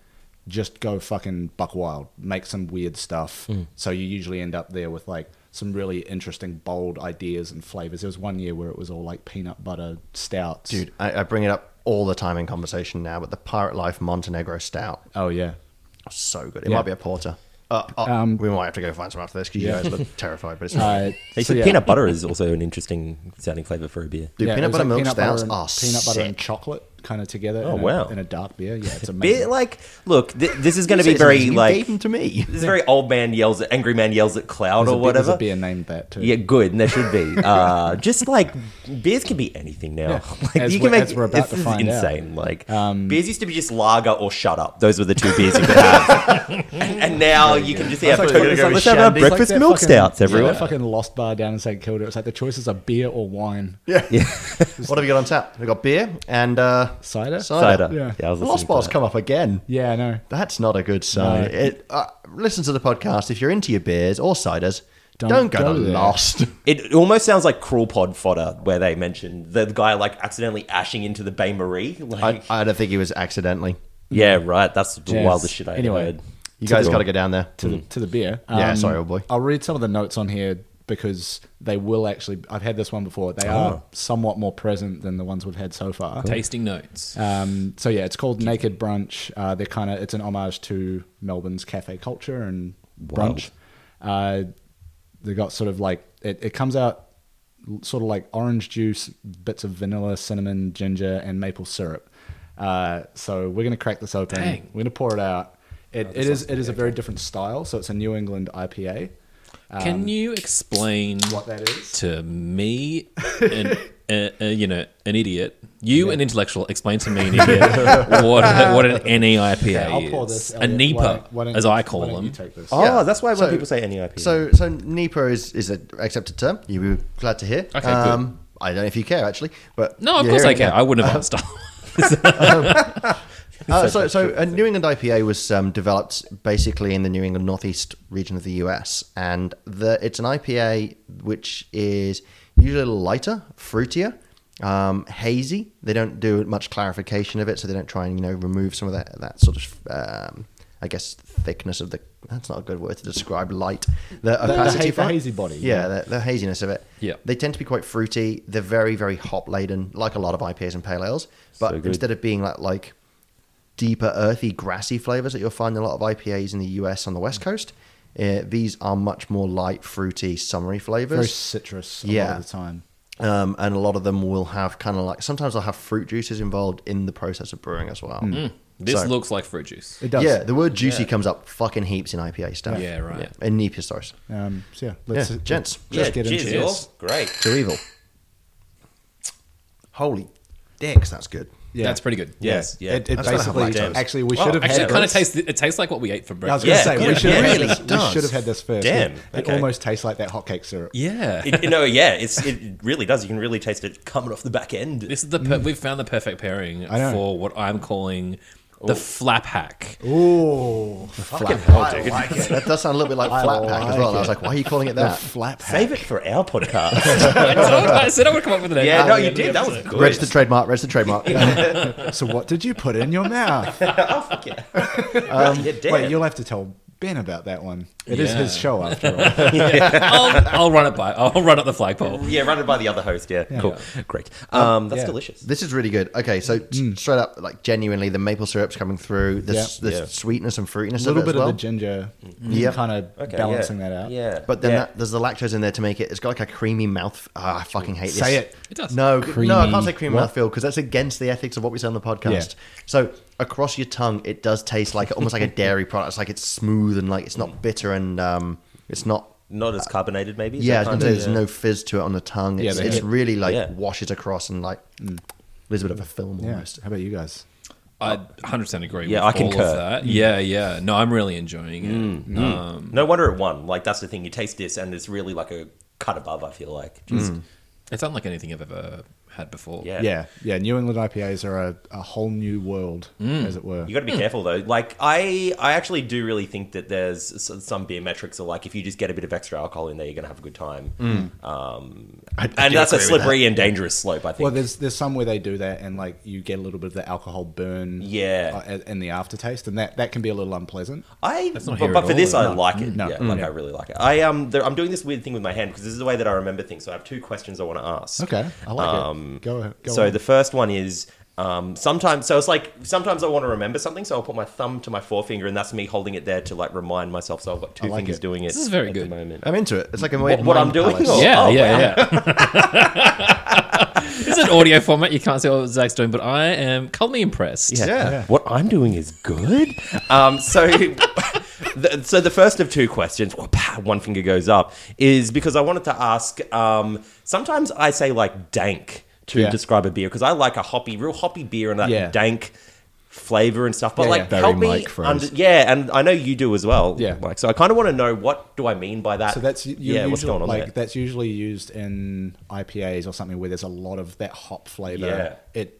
Speaker 5: just go fucking buck wild, make some weird stuff. So you usually end up there with like some really interesting, bold ideas and flavors. There was one year where it was all like peanut butter stouts.
Speaker 1: Dude, I, I bring it up all the time in conversation now, but the Pirate Life Montenegro Stout.
Speaker 5: Oh, yeah.
Speaker 1: So good. It
Speaker 5: Yeah. Um,
Speaker 1: might be a porter. Uh, uh, we might have to go find some after this because
Speaker 5: yeah.
Speaker 1: you guys look terrified. But it's not.
Speaker 5: Uh,
Speaker 3: They
Speaker 5: so,
Speaker 3: said
Speaker 5: yeah.
Speaker 3: peanut butter is also an interesting sounding flavor for a beer.
Speaker 1: Dude,
Speaker 5: Yeah, it
Speaker 1: peanut
Speaker 5: was
Speaker 1: butter
Speaker 5: like
Speaker 1: milk
Speaker 5: peanut butter
Speaker 1: stouts are
Speaker 5: and- peanut butter
Speaker 1: sick.
Speaker 5: and chocolate kind of together.
Speaker 3: Oh,
Speaker 5: in a,
Speaker 3: wow.
Speaker 5: In a dark beer, yeah, it's
Speaker 3: Bit
Speaker 5: amazing.
Speaker 3: like, look, th- this is going to
Speaker 1: You say
Speaker 3: be
Speaker 1: something,
Speaker 3: very
Speaker 1: you
Speaker 3: like
Speaker 1: gave them to me.
Speaker 3: this is very old man yells at angry man yells at cloud
Speaker 5: There's a
Speaker 3: or
Speaker 5: be- there's
Speaker 3: whatever.
Speaker 5: A beer named that too.
Speaker 3: Yeah, good. And there should be. Uh, just like beers can be anything now.
Speaker 5: Yeah.
Speaker 3: Like
Speaker 5: As
Speaker 3: you
Speaker 5: we-
Speaker 3: can make.
Speaker 5: as we're about
Speaker 3: this
Speaker 5: to
Speaker 3: is
Speaker 5: find out. Um,
Speaker 3: insane. Like beers used to be just lager or shut up. Those were the two beers you could have. and, and now you can just yeah.
Speaker 1: That's like
Speaker 3: totally
Speaker 1: totally
Speaker 3: go,
Speaker 1: go
Speaker 3: Let's have our
Speaker 1: shandy. It's
Speaker 5: It's like
Speaker 3: breakfast
Speaker 5: that
Speaker 3: milk
Speaker 5: fucking-
Speaker 3: stouts,
Speaker 5: yeah,
Speaker 3: everyone.
Speaker 5: that fucking lost bar down in St Kilda. It's like the choices are beer or wine.
Speaker 1: What have we got on tap? We've got beer and uh,
Speaker 5: Cider?
Speaker 1: Cider.
Speaker 3: Cider.
Speaker 5: Yeah.
Speaker 3: Yeah, I was
Speaker 1: The
Speaker 3: listening
Speaker 1: Lost
Speaker 3: to
Speaker 1: Bar's
Speaker 3: that.
Speaker 1: come up again.
Speaker 5: Yeah, I know.
Speaker 1: That's not a good sign.
Speaker 5: No.
Speaker 1: It, uh, listen to the podcast if you're into your beers or ciders. Don't,
Speaker 5: Don't
Speaker 1: go,
Speaker 5: go
Speaker 1: to
Speaker 5: there.
Speaker 1: Lost.
Speaker 3: It almost sounds like crawl pod fodder, where they mentioned the guy like accidentally ashing into the Bay Marie.
Speaker 1: I,
Speaker 3: Like,
Speaker 1: I don't think he was accidentally.
Speaker 3: yeah, right. That's the
Speaker 5: Yes.
Speaker 3: wildest shit I
Speaker 5: Anyway.
Speaker 3: heard.
Speaker 1: You guys got to go down there.
Speaker 5: to the, to the beer. Um,
Speaker 1: Yeah, sorry, old boy.
Speaker 5: I'll read some of the notes on here because they will actually. I've had this one before. They are somewhat more present than the ones we've had so far.
Speaker 4: Tasting notes.
Speaker 5: Um, so yeah, it's called Naked Brunch. Uh, they're kind of it's an homage to Melbourne's cafe culture and brunch. Uh, they got sort of like it, it comes out l- sort of like orange juice, bits of vanilla, cinnamon, ginger, and maple syrup. Uh, so we're gonna crack this open.
Speaker 4: Dang. Oh,
Speaker 5: We're gonna pour it out. It, it is it is a very different style. So it's a New England IPA.
Speaker 4: Can you explain
Speaker 5: Um, What that is?
Speaker 4: to me, an, a, a, you know, an idiot, you an intellectual, explain to me, an idiot, what a- what an NEIPA
Speaker 5: I'll
Speaker 4: is,
Speaker 5: pour this,
Speaker 4: a
Speaker 5: Elliot.
Speaker 4: NEPA,
Speaker 5: Why don't- why don't
Speaker 4: as
Speaker 5: you-
Speaker 4: I
Speaker 5: why
Speaker 4: call
Speaker 5: don't you
Speaker 4: them.
Speaker 5: take this.
Speaker 3: Oh,
Speaker 1: Yeah.
Speaker 3: that's why
Speaker 1: So-
Speaker 3: when people say E NEIP.
Speaker 1: Mm. So, so NEPA is is an accepted term. You were glad to hear. Um,
Speaker 4: Okay,
Speaker 1: I don't know if you care actually, but
Speaker 4: No, of
Speaker 1: you're
Speaker 4: course I
Speaker 1: hearing
Speaker 4: can.
Speaker 1: it.
Speaker 4: I wouldn't have asked.
Speaker 1: Uh, so, so a New England IPA was um, developed basically in the New England northeast region of the US, and the, it's an IPA which is usually a little lighter, fruitier, um, hazy. They don't do much clarification of it, so they don't try and you know remove some of that that sort of um, I guess thickness of the. That's not a good word to describe light. The
Speaker 5: the
Speaker 1: opacity
Speaker 5: ha-
Speaker 1: for
Speaker 5: the
Speaker 1: it.
Speaker 5: hazy body,
Speaker 1: Yeah, the, the haziness of it.
Speaker 4: Yeah.
Speaker 1: They tend to be quite fruity. They're very, very hop laden, like a lot of IPAs and pale ales. But
Speaker 3: So good.
Speaker 1: instead of being like like deeper, earthy, grassy flavors that you'll find in a lot of IPAs in the US on the West Coast, uh, these are much more light, fruity, summery
Speaker 5: Very
Speaker 1: flavors.
Speaker 5: citrus a lot
Speaker 1: Yeah.
Speaker 5: of the time.
Speaker 1: Um, and a lot of them will have kind of like sometimes they'll have fruit juices involved in the process of brewing as well.
Speaker 4: This
Speaker 1: So-
Speaker 4: looks like fruit juice.
Speaker 5: It does.
Speaker 1: Yeah, the word juicy comes up fucking heaps in IPA stuff.
Speaker 4: Yeah, right.
Speaker 1: In NEPA, sorry.
Speaker 5: Um, so yeah,
Speaker 1: Yeah,
Speaker 5: let's
Speaker 1: gents.
Speaker 3: yeah,
Speaker 5: Just get
Speaker 3: cheers,
Speaker 5: into
Speaker 3: y'all.
Speaker 5: this.
Speaker 3: Great.
Speaker 1: To evil. Holy dicks, that's good.
Speaker 5: Yeah.
Speaker 4: That's pretty good.
Speaker 3: Yes. Yeah.
Speaker 5: It, it
Speaker 1: That's gonna have
Speaker 5: basically
Speaker 1: lactose.
Speaker 5: actually we
Speaker 3: Wow,
Speaker 5: should have
Speaker 4: Actually,
Speaker 5: had
Speaker 4: it kind of
Speaker 5: this.
Speaker 4: tastes. It tastes like what we ate for
Speaker 5: I was
Speaker 4: breakfast.
Speaker 5: gonna
Speaker 3: Yeah,
Speaker 5: say we
Speaker 3: good.
Speaker 5: should,
Speaker 3: Yeah,
Speaker 5: have
Speaker 3: it
Speaker 5: had
Speaker 3: really
Speaker 5: this. we
Speaker 1: does.
Speaker 5: should have had this first.
Speaker 3: Damn,
Speaker 5: it
Speaker 3: okay.
Speaker 5: almost tastes like that hotcake syrup.
Speaker 4: Yeah.
Speaker 3: It, no, yeah, it's it really does. You can really taste it coming off the back end.
Speaker 4: This is the per- we've found the perfect pairing
Speaker 5: Mm. know.
Speaker 4: for what I'm calling the flap hack.
Speaker 5: Ooh,
Speaker 1: Flap
Speaker 4: Oh,
Speaker 1: pack. That does sound a little bit like flat pack as well. And I was like, why are you calling it that?
Speaker 5: flap hat.
Speaker 3: Save it for our podcast.
Speaker 4: I, told, I said I would come up with an. E
Speaker 3: yeah,
Speaker 4: idea.
Speaker 3: no, you did. That was good.
Speaker 1: Register trademark, register trademark.
Speaker 5: So what did you put in your mouth?
Speaker 3: Oh, fuck yeah. yeah, damn.
Speaker 5: Wait, you'll have to tell Ben about that one. It is
Speaker 4: Yeah.
Speaker 5: his show after all.
Speaker 4: I'll, I'll run it by. I'll run up the flagpole.
Speaker 3: yeah, run it by the other host. Yeah, cool, great. Um, that's
Speaker 5: yeah.
Speaker 3: delicious.
Speaker 1: This is really good. Okay, so t- straight up, like genuinely, the maple syrup's coming through. The, s
Speaker 5: Mm. Yeah.
Speaker 1: the
Speaker 3: Yeah.
Speaker 1: sweetness and fruitiness
Speaker 5: A
Speaker 1: of
Speaker 5: little
Speaker 1: it
Speaker 5: bit
Speaker 1: as well.
Speaker 5: of the ginger,
Speaker 1: Yep.
Speaker 5: kind of
Speaker 3: Okay,
Speaker 5: balancing
Speaker 3: yeah.
Speaker 5: that out.
Speaker 3: Yeah,
Speaker 1: But then
Speaker 3: yeah.
Speaker 1: that, there's the lactose in there to make it. It's got like a creamy mouth. ah I fucking hate this.
Speaker 5: Say it.
Speaker 4: It does.
Speaker 1: No,
Speaker 5: Creamy-
Speaker 1: no, I can't say creamy
Speaker 5: what?
Speaker 1: mouthfeel because that's against the ethics of what we say on the podcast.
Speaker 5: Yeah.
Speaker 1: So across your tongue, it does taste like almost like a dairy product. It's like it's smooth and like it's
Speaker 3: Mm.
Speaker 1: not bitter and um, it's not.
Speaker 3: not as carbonated, maybe.
Speaker 1: Yeah, I was
Speaker 3: That
Speaker 1: gonna
Speaker 3: kind
Speaker 1: say
Speaker 3: of-
Speaker 1: there's no fizz to it on the tongue.
Speaker 5: Yeah,
Speaker 1: It's,
Speaker 5: they- Mm.
Speaker 1: it's really like
Speaker 3: Yeah.
Speaker 1: washes across and like there's a bit of a film
Speaker 5: Yeah.
Speaker 1: almost.
Speaker 5: How about you guys?
Speaker 4: I 100 percent agree.
Speaker 3: Yeah,
Speaker 4: with
Speaker 3: I
Speaker 4: all
Speaker 3: concur. Mm.
Speaker 4: Of that. Yeah, yeah. No, I'm really enjoying it.
Speaker 3: No wonder it won. Like that's the thing. You taste this, and it's really like a cut above. I feel like. Just,
Speaker 4: It's unlike anything I've ever had before.
Speaker 3: Yeah.
Speaker 5: Yeah, yeah. New England IPAs are a, a whole new world,
Speaker 3: Mm.
Speaker 5: as it were.
Speaker 3: You got
Speaker 4: Hmm.
Speaker 3: to be careful though. Like I, I actually do really think that there's s- some beer metrics are like if you just get a bit of extra alcohol in there, you're gonna have a good time. Um, and
Speaker 1: do
Speaker 3: that's
Speaker 1: agree
Speaker 3: a
Speaker 1: with
Speaker 3: slippery and dangerous slope. I think.
Speaker 5: well, there's there's some where they do that, and like you get a little bit of the alcohol burn,
Speaker 3: Yeah.
Speaker 5: uh, in the aftertaste, and that that can be a little unpleasant.
Speaker 3: I,
Speaker 4: not
Speaker 3: but,
Speaker 4: here
Speaker 3: but
Speaker 4: at
Speaker 3: for
Speaker 4: all,
Speaker 3: this, I
Speaker 5: no.
Speaker 3: like it.
Speaker 5: No.
Speaker 3: yeah,
Speaker 5: Mm.
Speaker 3: like
Speaker 5: Yeah.
Speaker 3: I really like it. I um, there, I'm doing this weird thing with my hand because this is the way that I remember things. So I have two questions I want to ask.
Speaker 5: Okay, I like
Speaker 3: Um,
Speaker 5: it. Go, go
Speaker 3: so
Speaker 5: on.
Speaker 3: the first one is um, sometimes. So it's like sometimes I want to remember something, so I'll put my thumb to my forefinger, and that's me holding it there to like remind myself. So I've got two
Speaker 5: like
Speaker 3: fingers
Speaker 5: it.
Speaker 3: doing it.
Speaker 4: This is very
Speaker 3: at
Speaker 4: good.
Speaker 3: The moment.
Speaker 1: I'm into it. It's like a
Speaker 3: What- what I'm
Speaker 1: mind
Speaker 3: doing?
Speaker 1: palace.
Speaker 3: Or-
Speaker 4: Yeah,
Speaker 3: Oh,
Speaker 4: yeah,
Speaker 3: wow.
Speaker 4: yeah. it's an audio format. You can't see what Zach's doing, but I am calmly impressed.
Speaker 1: Yeah.
Speaker 3: What I'm doing is good. Um, so, the, so the first of two questions, whoop, one finger goes up, is because I wanted to ask. Um, sometimes I say like dank to
Speaker 5: Yeah.
Speaker 3: describe a beer because I like a hoppy, real hoppy beer and that
Speaker 5: Yeah.
Speaker 3: dank flavor and stuff. But
Speaker 5: Yeah,
Speaker 3: like,
Speaker 5: yeah. Very
Speaker 3: help me.
Speaker 5: Mike phrase.
Speaker 3: Under, yeah, and I know you do as well.
Speaker 5: Yeah.
Speaker 3: Mike. So I kind of want to know what do I mean by that.
Speaker 5: So that's u-
Speaker 3: yeah,
Speaker 5: you usually,
Speaker 3: what's going on
Speaker 5: like
Speaker 3: there?
Speaker 5: that's usually used in IPAs or something where there's a lot of that hop flavor.
Speaker 3: Yeah.
Speaker 5: It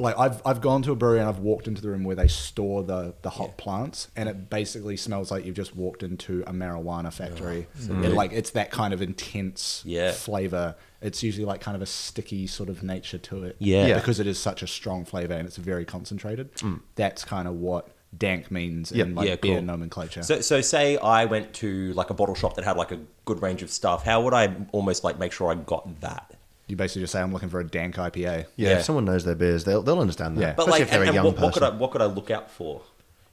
Speaker 5: like I've I've gone to a brewery and I've walked into the room where they store the the hop plants and it basically smells like you've just walked into a marijuana factory. It, like it's that kind of intense
Speaker 3: Oh, Yeah.
Speaker 5: flavor. It's usually like kind of a sticky sort of nature to it.
Speaker 3: Yeah. Yeah.
Speaker 5: Because it is such a strong flavor and it's very concentrated. That's kind of what dank means in
Speaker 1: Yeah.
Speaker 5: like
Speaker 3: Yeah,
Speaker 5: beer
Speaker 3: cool.
Speaker 5: nomenclature.
Speaker 3: So, so say I went to like a bottle shop that had like a good range of stuff. How would I almost like make sure I got that?
Speaker 5: you basically just say I'm looking for a dank IPA.
Speaker 1: Yeah,
Speaker 3: Yeah.
Speaker 1: if someone knows their beers, they'll they'll understand that.
Speaker 5: Yeah.
Speaker 3: But
Speaker 1: Especially
Speaker 3: like,
Speaker 1: if they're
Speaker 3: and,
Speaker 1: a
Speaker 3: and
Speaker 1: young
Speaker 3: what, what could
Speaker 1: person. Uh,
Speaker 3: I what could I look out for?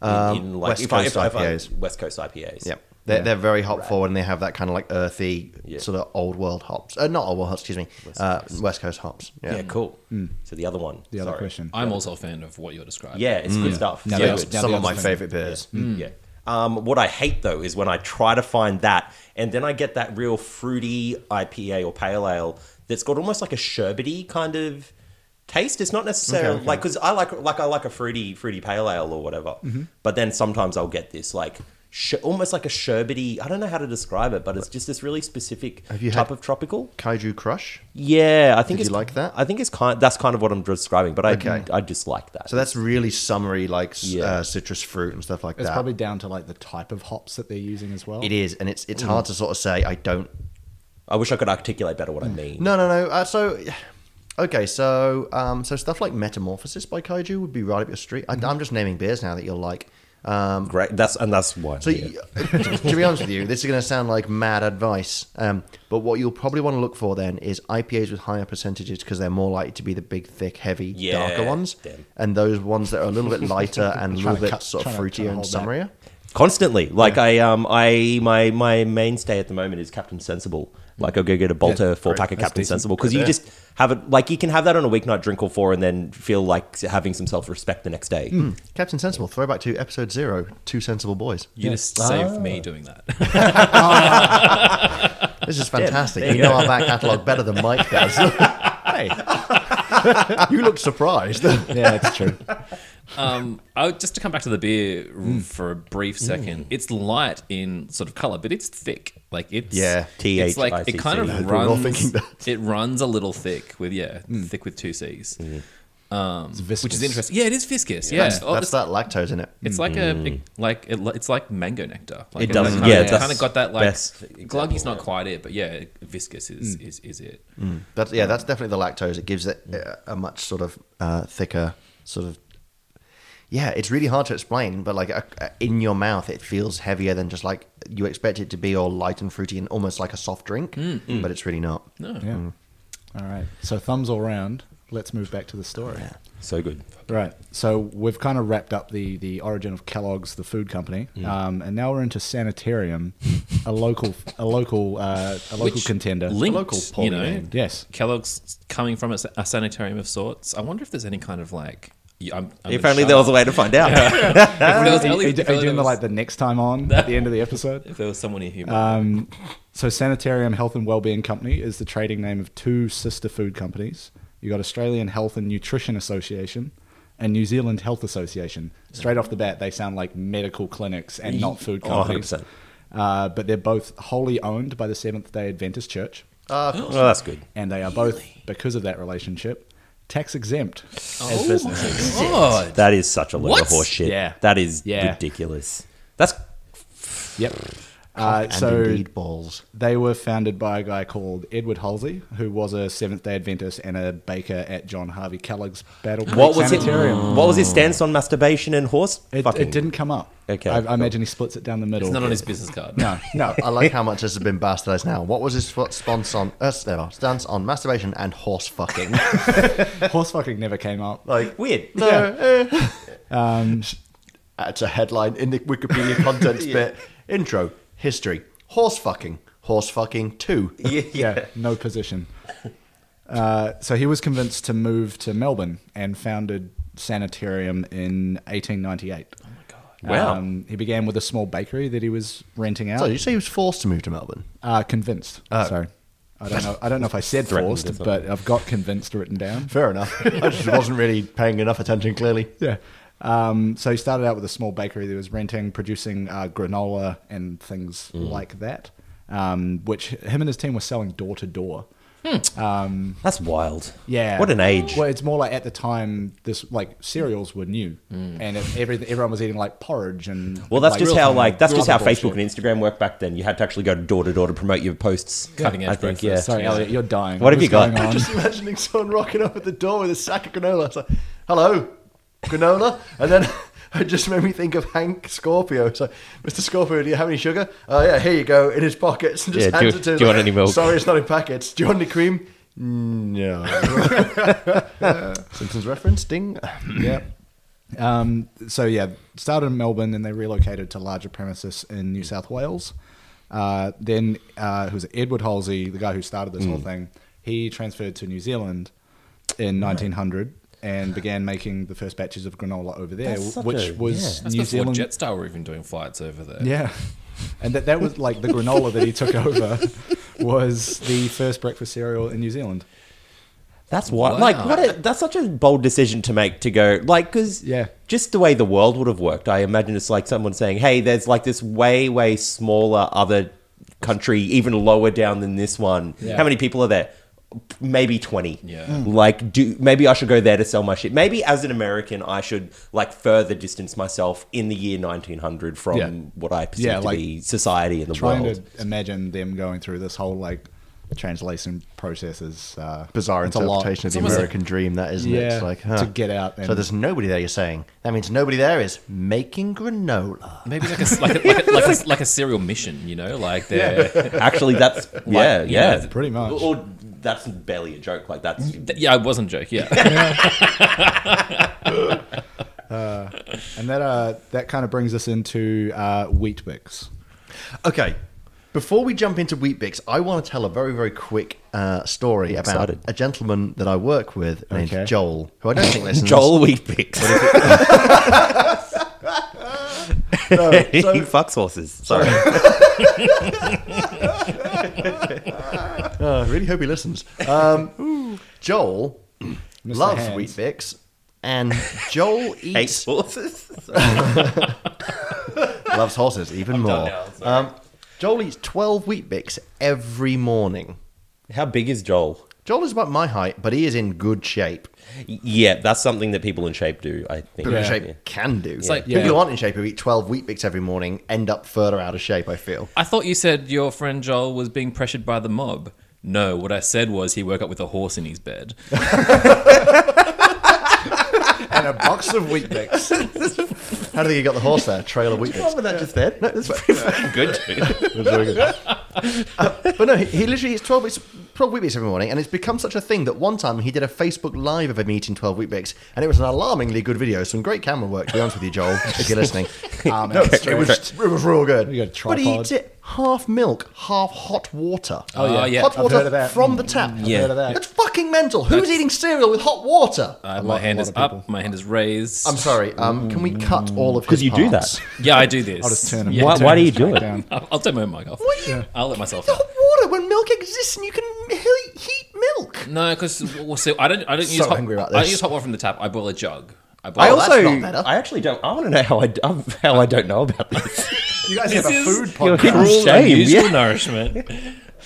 Speaker 3: In, in
Speaker 1: West Coast IPAs.
Speaker 3: West Coast IPAs.
Speaker 1: Yep. They're, they're very hop forward and they have that kind of like earthy,
Speaker 3: Yeah.
Speaker 1: sort of old world hops. Uh, not old world hops, excuse me. uh, West Coast hops.
Speaker 3: Yeah.
Speaker 1: Yeah.
Speaker 3: cool. So the other one.
Speaker 5: Mm. The other
Speaker 3: sorry.
Speaker 5: question.
Speaker 4: I'm also a fan of what you're describing.
Speaker 3: Yeah, it's good stuff.
Speaker 5: No,
Speaker 3: so
Speaker 5: that
Speaker 3: good.
Speaker 5: was- now
Speaker 1: Mm. Some
Speaker 5: the
Speaker 1: of my
Speaker 5: other thing.
Speaker 1: favorite beers.
Speaker 3: Yeah. Um, what I hate though is when I try to find that and then I get that real fruity IPA or pale ale that's got almost like a sherbety kind of taste. It's not necessarily
Speaker 1: Okay, okay.
Speaker 3: like because I like like I like a fruity fruity pale ale or whatever,
Speaker 1: Mm-hmm.
Speaker 3: but then sometimes I'll get this like. Sh- almost like a sherbety. I don't know how to describe it, but it's just this really specific
Speaker 1: Have you
Speaker 3: type
Speaker 1: had-
Speaker 3: of tropical.
Speaker 1: Kaiju Crush.
Speaker 3: Yeah, I think
Speaker 1: Did
Speaker 3: it's
Speaker 1: you like that?
Speaker 3: I think it's kind. That's kind of what I'm describing, but I
Speaker 1: Okay.
Speaker 3: I just like that.
Speaker 1: So that's really summery, like s-
Speaker 3: Yeah.
Speaker 1: uh, citrus fruit and stuff like
Speaker 5: It's
Speaker 1: that.
Speaker 5: probably down to like the type of hops that they're using as well.
Speaker 1: it is, and it's
Speaker 3: Mm.
Speaker 1: it's hard to sort of say. I don't.
Speaker 3: I wish I could articulate better what I mean.
Speaker 1: No, no, no. Uh, so, okay, so um, so stuff like Metamorphosis by Kaiju would be right up your street.
Speaker 3: Mm-hmm.
Speaker 1: I, I'm just naming beers now that you'll like. Um,
Speaker 3: Great. That's and that's why.
Speaker 1: So,
Speaker 3: yeah.
Speaker 1: y- to be honest with you, this is going to sound like mad advice. Um, but what you'll probably want to look for then is IPAs with higher percentages because they're more likely to be the big, thick, heavy,
Speaker 3: Yeah,
Speaker 1: darker ones,
Speaker 3: them.
Speaker 1: and those ones that are a little bit lighter and a little
Speaker 5: to
Speaker 1: bit
Speaker 5: cut-
Speaker 1: sort of
Speaker 5: trying to-
Speaker 1: fruitier and
Speaker 5: trying to hold
Speaker 1: summerier.
Speaker 3: constantly. Like I um I my my mainstay at the moment is Captain Sensible. Like I'll go get a Bolter four pack of
Speaker 5: That's
Speaker 3: Captain
Speaker 5: decent.
Speaker 3: Sensible because you just have it. Like you can have that on a weeknight drink or four, and then feel like having some self respect the next day.
Speaker 5: Hmm.
Speaker 1: Captain Sensible, throwback to episode zero, Two Sensible Boys.
Speaker 4: You just saved
Speaker 3: Ah.
Speaker 4: me doing that.
Speaker 1: This is fantastic.
Speaker 3: there
Speaker 1: you
Speaker 3: you
Speaker 1: know our back catalogue better than Mike does. hey, you look surprised.
Speaker 5: Yeah, it's true.
Speaker 4: um, I, would- just to come back to the beer r-
Speaker 3: Mm.
Speaker 4: for a brief second, it's light in sort of color, but it's thick. Like it's
Speaker 1: Yeah.
Speaker 4: it's like it
Speaker 3: THICC.
Speaker 4: kind
Speaker 3: Yeah,
Speaker 4: of
Speaker 1: we're all
Speaker 4: runs.
Speaker 1: thinking that.
Speaker 4: It runs a little thick with yeah,
Speaker 3: Mm.
Speaker 4: thick with two C's, um, which
Speaker 5: viscous.
Speaker 4: is interesting. Yeah, it is viscous. Yeah,
Speaker 1: That's,
Speaker 4: Oh,
Speaker 1: that's that lactose in it.
Speaker 4: It's like a it- like it, it's like mango nectar. Like
Speaker 3: Mm. It does-
Speaker 4: Kind
Speaker 3: yeah,
Speaker 4: of,
Speaker 3: that's
Speaker 4: kind of got that like
Speaker 3: best example,
Speaker 4: gluggy's not
Speaker 3: yeah. Mm.
Speaker 4: quite it, but yeah, viscous is is, is it.
Speaker 1: That's yeah, that's definitely the lactose. It gives it uh, a much sort of uh, thicker sort of. Yeah, it's really hard to explain, but like uh, uh, in your mouth, it feels heavier than just like you expect it to be, all light and fruity and almost like a soft drink, but it's really not.
Speaker 4: No,
Speaker 5: Yeah. All right. So thumbs all round. Let's move back to the story.
Speaker 3: so good.
Speaker 5: Right. So we've kind of wrapped up the the origin of Kellogg's, the food company,
Speaker 4: Mm.
Speaker 5: um, and now we're into Sanitarium, a local a local uh, a local
Speaker 4: Which
Speaker 5: contender.
Speaker 4: linked,
Speaker 1: local
Speaker 4: you
Speaker 1: poly
Speaker 4: know,
Speaker 1: name.
Speaker 5: Yes.
Speaker 4: Kellogg's coming from a, sa- a sanitarium of sorts. I wonder if there's any kind of like. y- I'm, I'm
Speaker 3: If
Speaker 4: gonna
Speaker 3: only
Speaker 4: shut
Speaker 3: there was
Speaker 4: up.
Speaker 3: a way to find out.
Speaker 4: If there was
Speaker 5: Are you,
Speaker 4: only-
Speaker 5: are you
Speaker 4: if there
Speaker 5: doing the
Speaker 4: was-
Speaker 5: like the Uh, next time on at the end of the episode?
Speaker 4: If there was someone in here,
Speaker 5: So, Sanitarium Health and Wellbeing Company is the trading name of two sister food companies. You got Australian Health and Nutrition Association and New Zealand Health Association. Straight off the bat, they sound like medical clinics and not food
Speaker 3: Oh,
Speaker 5: companies.
Speaker 3: 100%.
Speaker 5: Uh, but they're both wholly owned by the Seventh Day Adventist Church.
Speaker 3: Oh, that's good.
Speaker 5: and they are both because of that relationship tax
Speaker 1: Oh,
Speaker 5: exempt.
Speaker 1: as businesses.
Speaker 4: God.
Speaker 3: That is such a load
Speaker 4: What?
Speaker 3: of horse shit.
Speaker 5: Yeah.
Speaker 3: That is
Speaker 5: Yeah.
Speaker 3: ridiculous. That's
Speaker 5: Yep. Uh,
Speaker 1: and
Speaker 5: so
Speaker 1: indeed balls.
Speaker 5: they were founded by a guy called Edward Halsey, who was a Seventh Day Adventist and a baker at John Harvey Kellogg's Battle Creek
Speaker 3: what was it?
Speaker 5: Sanitarium.
Speaker 3: What was his stance on masturbation and horse
Speaker 5: It,
Speaker 3: fucking?
Speaker 5: it didn't come up.
Speaker 3: Okay,
Speaker 5: I, I
Speaker 3: cool.
Speaker 5: imagine he splits it down the middle.
Speaker 4: It's not on his business card.
Speaker 5: No, no.
Speaker 1: I like how much this has been bastardized now. What was his fo- sponsor on, uh, no, stance on masturbation and horse fucking?
Speaker 5: Horse fucking never came up.
Speaker 1: like,
Speaker 3: Weird.
Speaker 1: that's a headline in the Wikipedia contents bit. Intro, history, horse fucking, horse fucking two.
Speaker 3: yeah.
Speaker 5: yeah, no position. Uh, so he was convinced to move to Melbourne and founded Sanitarium in 1898. Oh my god!
Speaker 3: Wow.
Speaker 5: he began with a small bakery that he was renting out.
Speaker 1: So Oh, you say he was forced to move to Melbourne?
Speaker 5: Uh, convinced. Sorry. I don't know. I don't know if I said
Speaker 3: Oh. Threatened or
Speaker 5: forced,
Speaker 3: something.
Speaker 5: but I've got convinced written down.
Speaker 1: Fair enough. I just wasn't really paying enough attention. Clearly,
Speaker 5: Yeah. Um, so he started out with a small bakery that he was renting, producing uh, granola and things
Speaker 3: Mm.
Speaker 5: like that, um, which him and his team were selling door to door.
Speaker 3: That's wild.
Speaker 5: Yeah.
Speaker 3: What an age.
Speaker 5: Well, it's more like at the time, this like cereals were new, and it, every, everyone was eating like porridge and.
Speaker 3: Mm. Well, that's just how
Speaker 5: and
Speaker 3: like that's just how
Speaker 5: other
Speaker 3: Facebook
Speaker 5: bullshit.
Speaker 3: and Instagram worked back then. You had to actually go door to door to promote your posts.
Speaker 4: Cutting edge
Speaker 3: I think, yeah.
Speaker 4: breakfast.
Speaker 5: Sorry, Elliot, you're dying.
Speaker 3: What have you got?
Speaker 5: going on?
Speaker 1: just imagining someone rocking up at the door with a sack of granola. It's like, hello, granola, and then. It just made me think of Hank Scorpio. So, Mr. Scorpio, do you have any sugar? Oh, yeah, here you go, in his pockets. And just
Speaker 3: Yeah,
Speaker 1: hands
Speaker 3: do-
Speaker 1: it to him.
Speaker 3: do you want any milk?
Speaker 1: Sorry, it's not in packets. Do you want any cream? No. Simpsons reference, ding.
Speaker 5: yeah. Um, so yeah, started in Melbourne, and they relocated to larger premises in New South Wales. Uh, then, uh, who's it, Edward Halsey, the guy who started this
Speaker 3: Mm.
Speaker 5: whole thing? He transferred to New Zealand in 1900 and began making the first batches of granola over there,
Speaker 3: That's such
Speaker 5: which
Speaker 3: a-
Speaker 5: was
Speaker 4: That's
Speaker 5: New
Speaker 4: before
Speaker 5: Zealand.
Speaker 4: Jetstar were even doing flights over there.
Speaker 5: Yeah. And that, that was like the granola that he took over was the first breakfast cereal in New Zealand.
Speaker 3: That's wild. Like
Speaker 4: Wow.
Speaker 3: what? A, that's such a bold decision to make to go like because
Speaker 5: Yeah.
Speaker 3: just the way the world would have worked. I imagine it's like someone saying, "Hey, there's like this way way smaller other country, even lower down than this one.
Speaker 5: Yeah.
Speaker 3: How many people are there?" Maybe twenty.
Speaker 4: Yeah.
Speaker 3: Like, do maybe I should go there to sell my shit. Maybe as an American, I should like further distance myself in the year nineteen hundred from
Speaker 5: Yeah.
Speaker 3: what I perceive
Speaker 5: Yeah,
Speaker 3: to
Speaker 5: like,
Speaker 3: be society and the
Speaker 5: Trying
Speaker 3: world.
Speaker 5: to imagine them going through this whole like translation process is uh,
Speaker 1: Bizarre
Speaker 5: it's a lot.
Speaker 1: interpretation of the
Speaker 4: It's almost
Speaker 1: American dream, that isn't it?
Speaker 5: Yeah,
Speaker 1: It's like,
Speaker 5: to
Speaker 1: huh.
Speaker 5: get out
Speaker 1: So
Speaker 5: and-
Speaker 1: there's nobody there, you're saying. That means nobody there is making granola.
Speaker 4: Maybe like a, like, a, like, a, like, a, like a serial mission, you know? Like they're.
Speaker 3: Actually, that's yeah,
Speaker 4: you
Speaker 3: yeah,
Speaker 4: know,
Speaker 5: pretty much.
Speaker 3: Or that's barely a joke. Like that's
Speaker 4: Th- Yeah, I wasn't joking. Yeah.
Speaker 5: And that uh, that kind of brings us into uh, wheat bix.
Speaker 1: Okay. Before we jump into Wheat Bix, I want to tell a very, very quick uh, story about
Speaker 3: excited.
Speaker 1: a gentleman that I work with named
Speaker 5: Okay.
Speaker 1: Joel, who I don't think listens.
Speaker 3: Joel Wheatpix.
Speaker 1: No,
Speaker 3: he
Speaker 1: so-
Speaker 3: fucks horses. Sorry.
Speaker 1: Uh, I really hope he listens. Um, Joel loves
Speaker 5: Hands.
Speaker 1: Wheat Bix, and Joel
Speaker 3: Hates
Speaker 1: eats
Speaker 3: horses.
Speaker 1: loves horses even more.
Speaker 3: now,
Speaker 1: um, Joel eats twelve Wheat Bix every morning.
Speaker 3: How big is Joel?
Speaker 1: Joel is about my height, but he is in good shape.
Speaker 3: Yeah, that's something that people in shape do. I think.
Speaker 1: People in
Speaker 5: Yeah.
Speaker 1: shape can do.
Speaker 4: like-
Speaker 1: people
Speaker 5: Yeah.
Speaker 1: who aren't in shape who eat twelve Wheat Bix every morning end up further out of shape. I feel.
Speaker 4: I thought you said your friend Joel was being pressured by the mob. No, what I said was he woke up with a horse in his bed. Uh,
Speaker 5: And a box of wheat bix.
Speaker 1: How do you think he got the horse there? Trail of Wheat Bix.
Speaker 3: Remember that just then? good. Dude.
Speaker 1: But no, he, he literally eats 12 weeks, 12 wheat bix every morning, and it's become such a thing that one time he did a Facebook Live of him eating 12 wheat bix, and it was an alarmingly good video. Some great camera work, to be honest with you, Joel, if you're listening.
Speaker 5: Um,
Speaker 1: No,
Speaker 5: it's
Speaker 1: it was, it was real good.
Speaker 5: You got a
Speaker 1: but he
Speaker 5: tripod.
Speaker 1: eats it half milk, half hot water.
Speaker 4: Oh, yeah. Oh, yeah.
Speaker 1: Hot
Speaker 5: I've
Speaker 1: water
Speaker 5: heard of that.
Speaker 1: from
Speaker 5: Mm,
Speaker 1: the tap.
Speaker 5: yeah. heard of that.
Speaker 1: That's fucking mental. Who's eating cereal with hot water?
Speaker 4: Uh,
Speaker 5: lot-
Speaker 4: my
Speaker 5: a
Speaker 4: hand
Speaker 5: lot
Speaker 4: is
Speaker 5: of people.
Speaker 4: up. My hand is raised.
Speaker 1: I'm sorry. Um, can we cut all of his
Speaker 3: Because you do
Speaker 1: parts?
Speaker 3: that.
Speaker 4: Yeah, I do this.
Speaker 5: I'll just turn him.
Speaker 4: Yeah.
Speaker 3: Why-
Speaker 5: turn
Speaker 3: why do
Speaker 5: him
Speaker 3: you do
Speaker 5: straight
Speaker 3: it?
Speaker 5: down.
Speaker 4: I'll, I'll turk my mic off.
Speaker 1: What are you-
Speaker 4: I'll let myself.
Speaker 1: Hot
Speaker 4: Out.
Speaker 1: water when milk exists and you can he- heat milk.
Speaker 4: No, because well, so I don't. I don't
Speaker 1: So
Speaker 4: use. hot,
Speaker 1: angry about
Speaker 4: I
Speaker 1: this.
Speaker 4: use hot water from the tap. I boil a jug. I boil.
Speaker 3: I
Speaker 1: Oh,
Speaker 3: also.
Speaker 1: that's not better.
Speaker 3: I actually don't. I want to know how I d- how I don't know about this.
Speaker 1: You guys
Speaker 4: This
Speaker 1: have a
Speaker 4: is
Speaker 1: food
Speaker 3: You're
Speaker 1: podcast.
Speaker 3: hidden shame,
Speaker 4: unusual
Speaker 3: yeah.
Speaker 4: nourishment.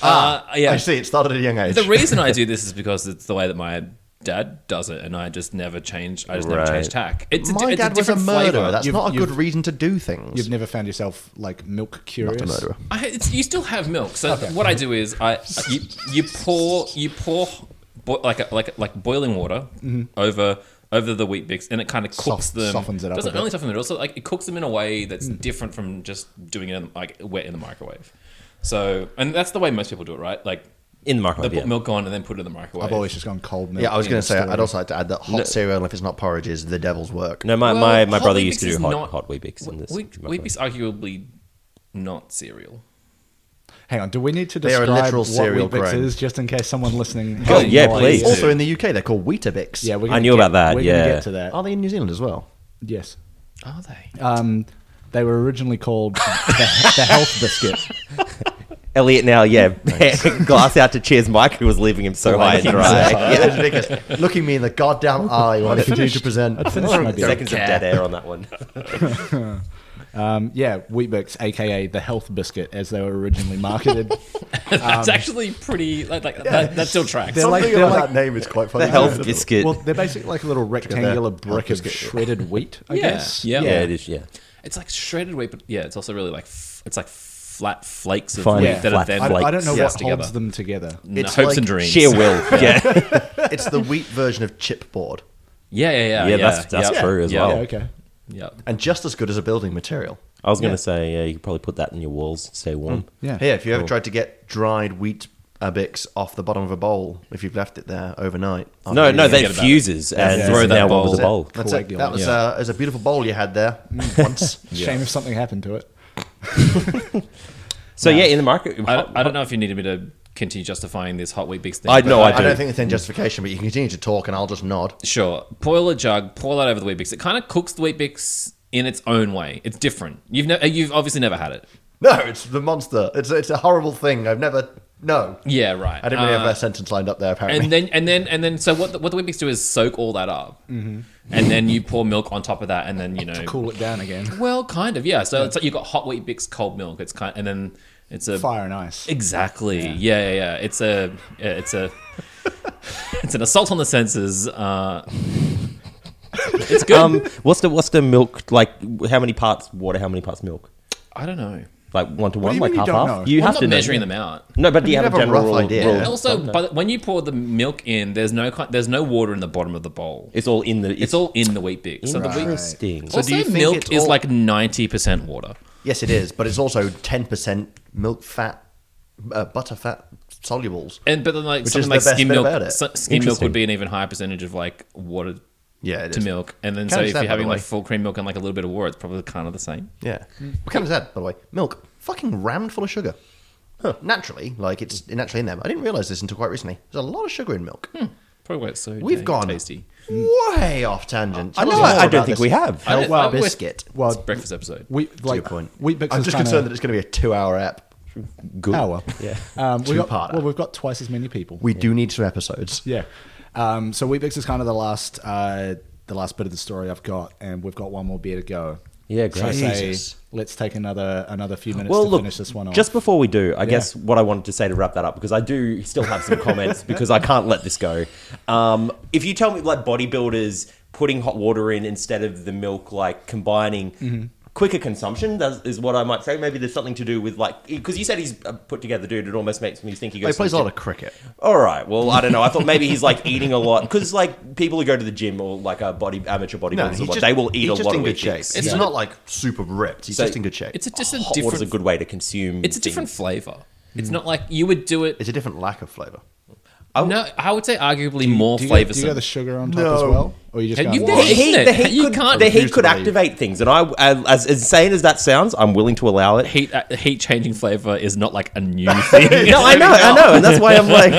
Speaker 4: Uh, yeah.
Speaker 1: I see. It started at a young age.
Speaker 4: The reason I do this is because it's the way that my dad does it, and I just never change. I just never
Speaker 3: Right.
Speaker 4: change tack. It's a,
Speaker 1: My
Speaker 4: di- it's
Speaker 1: dad
Speaker 4: a
Speaker 1: was a
Speaker 4: different
Speaker 1: murderer.
Speaker 4: flavor.
Speaker 1: That's
Speaker 5: You've-
Speaker 1: not a good
Speaker 5: you've-
Speaker 1: reason to do things.
Speaker 5: You've never found yourself like milk curious.
Speaker 1: Not a murderer.
Speaker 4: I, it's, you still have milk. So what I do is I you, you pour you pour bo- like a, like like boiling water over over the wheat bix, and it kind of cooks
Speaker 5: Mm-hmm. Soft-
Speaker 4: them.
Speaker 5: softens it up a
Speaker 4: Doesn't
Speaker 5: bit. Mm.
Speaker 4: only soften it, also like it cooks them in a way that's different from just doing it in, like wet in the microwave. So and that's the way most people do it, right? Like
Speaker 3: in the
Speaker 4: they
Speaker 3: microwave.
Speaker 4: put
Speaker 3: Yeah.
Speaker 4: milk on and then put it in the microwave.
Speaker 5: Oh, I've always just gone cold milk.
Speaker 1: Yeah, I was
Speaker 5: in
Speaker 1: going
Speaker 5: the
Speaker 1: to say.
Speaker 5: story.
Speaker 1: I'd also like to add that hot cereal, and if it's not porridge, is the devil's work.
Speaker 3: No, my,
Speaker 4: Well,
Speaker 3: my, my
Speaker 4: hot
Speaker 3: brother
Speaker 4: Weet
Speaker 3: used to
Speaker 4: Bix
Speaker 3: do
Speaker 4: is
Speaker 3: hot
Speaker 4: not-
Speaker 3: hot wheat bix in this.
Speaker 4: Wheat,
Speaker 3: microwave.
Speaker 4: wheat bix arguably not cereal.
Speaker 5: Hang on. Do we need to
Speaker 1: They are a
Speaker 5: describe
Speaker 1: literal
Speaker 5: what
Speaker 1: cereal
Speaker 5: Weet-Bix
Speaker 1: grain.
Speaker 5: is, just in case someone listening?
Speaker 3: Go-
Speaker 5: has
Speaker 3: Oh, yeah,
Speaker 5: no
Speaker 3: please.
Speaker 5: idea?
Speaker 3: Also-
Speaker 1: Also in the UK, they're called Weetabix.
Speaker 5: Yeah,
Speaker 3: I
Speaker 5: we're gonna
Speaker 3: knew
Speaker 5: get-
Speaker 3: about that,
Speaker 5: We're
Speaker 3: yeah.
Speaker 5: gonna get to that.
Speaker 1: Are they in New Zealand as well?
Speaker 5: Yes.
Speaker 4: Are they?
Speaker 3: Uh,
Speaker 5: Um, they were originally called the, the health biscuit.
Speaker 3: Elliot now, yeah, glass out to cheers Mike, who was leaving him so high and dry.
Speaker 1: Yeah, Weetabix. Looking me in the goddamn eye when I continue to present.
Speaker 5: I'd finished my beer.
Speaker 3: Seconds of dead air on that one.
Speaker 5: Um, yeah, Weet-Bix, aka the health biscuit, as they were originally marketed.
Speaker 4: That's actually pretty. Like, like that, that still tracks.
Speaker 5: Um, They're like-
Speaker 1: Something
Speaker 5: they're
Speaker 1: about
Speaker 5: like-
Speaker 1: that name is quite funny.
Speaker 3: The health biscuit.
Speaker 5: well, they're basically like a little rectangular
Speaker 1: Health
Speaker 5: brick of
Speaker 1: biscuit.
Speaker 5: shredded wheat. I
Speaker 4: Yeah,
Speaker 5: guess.
Speaker 4: yeah.
Speaker 3: yeah, it is. Yeah,
Speaker 4: It's like shredded wheat, but yeah, it's also really like f- it's like flat flakes of
Speaker 3: Fine,
Speaker 4: wheat
Speaker 5: yeah.
Speaker 4: that are
Speaker 3: flat
Speaker 4: then
Speaker 5: I,
Speaker 3: flakes.
Speaker 5: I don't know
Speaker 4: Yes,
Speaker 5: what
Speaker 4: together.
Speaker 5: holds them together.
Speaker 4: n-
Speaker 1: It's
Speaker 4: hopes
Speaker 1: like
Speaker 4: and dreams.
Speaker 3: sheer will. Yeah, yeah,
Speaker 1: It's the wheat version of chipboard,
Speaker 4: Yeah, yeah, yeah.
Speaker 3: that's that's
Speaker 4: yeah,
Speaker 3: true as
Speaker 4: yeah,
Speaker 3: well.
Speaker 5: Yeah, okay.
Speaker 4: Yeah.
Speaker 1: and just as good as a building material.
Speaker 3: I was gonna
Speaker 5: Yeah.
Speaker 3: say, yeah, you could probably put that in your walls, stay warm.
Speaker 5: Yeah.
Speaker 1: Here, if you ever tried to get dried wheat abix off the bottom of a bowl, if you've left it there overnight,
Speaker 3: No,
Speaker 1: after
Speaker 3: no,
Speaker 1: you-
Speaker 3: they
Speaker 4: forget about
Speaker 3: fuses and
Speaker 4: Yeah.
Speaker 3: throw that now bowl.
Speaker 1: That's
Speaker 3: The
Speaker 1: it.
Speaker 3: bowl.
Speaker 1: That's it.
Speaker 5: Coagulate.
Speaker 1: That was, uh, it was a beautiful bowl you had there once.
Speaker 5: Shame if something happened to it.
Speaker 3: So yeah, in the microwave.
Speaker 4: I, don't- I don't know if you needed me to continue justifying this hot wheat bix thing.
Speaker 3: I
Speaker 4: but- uh,
Speaker 3: know. I
Speaker 1: I
Speaker 3: do.
Speaker 1: don't think
Speaker 4: Mm.
Speaker 1: it's any justification, but you can continue to talk, and I'll just nod.
Speaker 4: Sure. Boil a jug, pour that over the wheat bix. It kind of cooks the wheat bix in its own way. It's different. You've ne- you've obviously never had it.
Speaker 1: No, it's the monster. It's it's a horrible thing. I've never no.
Speaker 4: Yeah, right.
Speaker 1: I didn't really
Speaker 4: Uh,
Speaker 1: have that sentence lined up there. Apparently,
Speaker 4: and then and then and then so what the, what the wheat bix do is soak all that up,
Speaker 1: Mm-hmm.
Speaker 4: and then you pour milk on top of that, and then you know
Speaker 5: Cool it down again.
Speaker 4: Well, kind of, yeah. So it's like you've got hot wheat bix, cold milk. It's kind, and then it's a
Speaker 5: Fire and ice.
Speaker 4: Exactly. Yeah, yeah, yeah. It's a, yeah, it's a, it's an assault on the senses. Uh, it's good.
Speaker 3: Um, what's the what's the milk like? How many parts water? How many parts milk?
Speaker 4: I don't know.
Speaker 3: Like one to
Speaker 5: do
Speaker 3: one,
Speaker 5: you
Speaker 3: like
Speaker 5: mean you
Speaker 3: half half.
Speaker 5: don't know?
Speaker 3: You
Speaker 4: I'm
Speaker 3: have
Speaker 4: not
Speaker 3: to know.
Speaker 4: measuring them out.
Speaker 3: No, but do you
Speaker 1: You'd
Speaker 3: have, a
Speaker 1: have a
Speaker 3: general
Speaker 1: rough
Speaker 3: rule-
Speaker 1: idea.
Speaker 3: rule?
Speaker 1: Yeah.
Speaker 4: Also,
Speaker 3: Sometimes.
Speaker 4: by the, when you pour the milk in, there's no ki- there's no water in the bottom of the bowl.
Speaker 3: it's all in the. It's,
Speaker 4: It's all in the wheat bix. So the wheat.
Speaker 3: interesting.
Speaker 4: So
Speaker 1: do you
Speaker 4: also,
Speaker 1: think
Speaker 4: milk
Speaker 1: it's
Speaker 4: is
Speaker 1: all-
Speaker 4: like ninety percent water.
Speaker 1: yes, it is, but it's also ten percent milk fat, uh, butter fat solubles.
Speaker 4: And but then like
Speaker 1: Which is
Speaker 4: something
Speaker 1: the
Speaker 4: like
Speaker 1: best
Speaker 4: skim
Speaker 1: bit
Speaker 4: milk,
Speaker 1: about it.
Speaker 4: so- skim milk
Speaker 3: Interesting.
Speaker 4: would be an even higher percentage of like water
Speaker 1: Yeah, it
Speaker 4: to
Speaker 1: is.
Speaker 4: milk, and then
Speaker 1: Kinda
Speaker 4: so if
Speaker 1: sad, by
Speaker 4: you're
Speaker 1: the
Speaker 4: having like
Speaker 1: way.
Speaker 4: full cream milk and like a little bit of water, it's probably kind of the same.
Speaker 1: Yeah. What kind of that, by the way? Milk, fucking rammed full of sugar. Naturally, like it's naturally in them. I didn't realize this until quite recently. There's a lot of sugar in milk.
Speaker 3: Hmm.
Speaker 4: Probably why it's so
Speaker 1: We've
Speaker 4: dang
Speaker 1: gone
Speaker 4: tasty.
Speaker 1: way off tangent.
Speaker 3: I
Speaker 1: Tell us
Speaker 3: know,
Speaker 1: more
Speaker 3: I don't
Speaker 1: about
Speaker 3: think we have.
Speaker 1: Hell,
Speaker 4: I don't- I
Speaker 1: well,
Speaker 4: would-
Speaker 1: biscuit.
Speaker 4: It's
Speaker 5: Well,
Speaker 4: breakfast episode.
Speaker 5: we like
Speaker 1: your point.
Speaker 5: Weet-Bix
Speaker 1: I'm
Speaker 5: is
Speaker 1: just
Speaker 5: kinda-
Speaker 1: concerned that it's going to be a two-hour app.
Speaker 3: Good.
Speaker 5: Oh well.
Speaker 3: Yeah.
Speaker 5: Um, we got,
Speaker 1: Two-parter.
Speaker 5: well, we've got twice as many people.
Speaker 1: We do need some episodes.
Speaker 5: yeah. Um, so Weet-Bix is kind of the last, uh, the last bit of the story I've got, and we've got one more beer to go.
Speaker 3: Yeah,
Speaker 5: So I
Speaker 3: great.
Speaker 5: say,
Speaker 1: Jesus.
Speaker 5: let's take another another few minutes
Speaker 3: Well,
Speaker 5: to
Speaker 3: look,
Speaker 5: finish this one off.
Speaker 3: just before we do, I guess what I wanted to say to wrap that up because I do still have some comments because I can't let this go. Um, if you tell me like bodybuilders putting hot water in instead of the milk, like combining. Quicker consumption that is what I might say. Maybe there's something to do with like because you said he's a put together dude. It almost makes me think he
Speaker 1: He
Speaker 3: goes. to
Speaker 1: plays a
Speaker 3: the
Speaker 1: lot
Speaker 3: gym.
Speaker 1: of cricket.
Speaker 3: All right. Well, I don't know. I thought maybe he's like eating a lot because like people who go to the gym or like a body amateur bodybuilders, or
Speaker 1: he's
Speaker 3: what,
Speaker 1: just-
Speaker 3: they will
Speaker 1: he's
Speaker 3: eat a
Speaker 1: just
Speaker 3: lot
Speaker 1: in
Speaker 3: of
Speaker 1: good
Speaker 3: wheat
Speaker 1: shape.
Speaker 3: bix.
Speaker 1: It's not like super ripped. He's
Speaker 3: So-
Speaker 1: just in good shape.
Speaker 4: It's
Speaker 1: It's
Speaker 4: a just a
Speaker 3: Hot water's
Speaker 4: different.
Speaker 3: a good way to consume.
Speaker 4: it's a different
Speaker 3: things.
Speaker 4: flavor. It's not like you would do it.
Speaker 1: a different lack of flavor.
Speaker 4: no, I would say arguably more
Speaker 5: do you, go- do you
Speaker 4: flavoursome.
Speaker 5: go the sugar on top
Speaker 1: No.
Speaker 5: as well, or you just
Speaker 4: Hey,
Speaker 5: go
Speaker 4: you
Speaker 5: "Whoa."
Speaker 4: did it.
Speaker 3: The heat,
Speaker 4: Isn't
Speaker 3: the heat
Speaker 4: You
Speaker 3: could,
Speaker 4: can't
Speaker 3: the heat
Speaker 1: refuse
Speaker 3: could
Speaker 1: to believe.
Speaker 3: activate things, and I, as insane as that sounds, I'm willing to allow it.
Speaker 4: heat uh, heat changing flavor is not like a new thing.
Speaker 3: No, I know, I know, and that's why I'm like,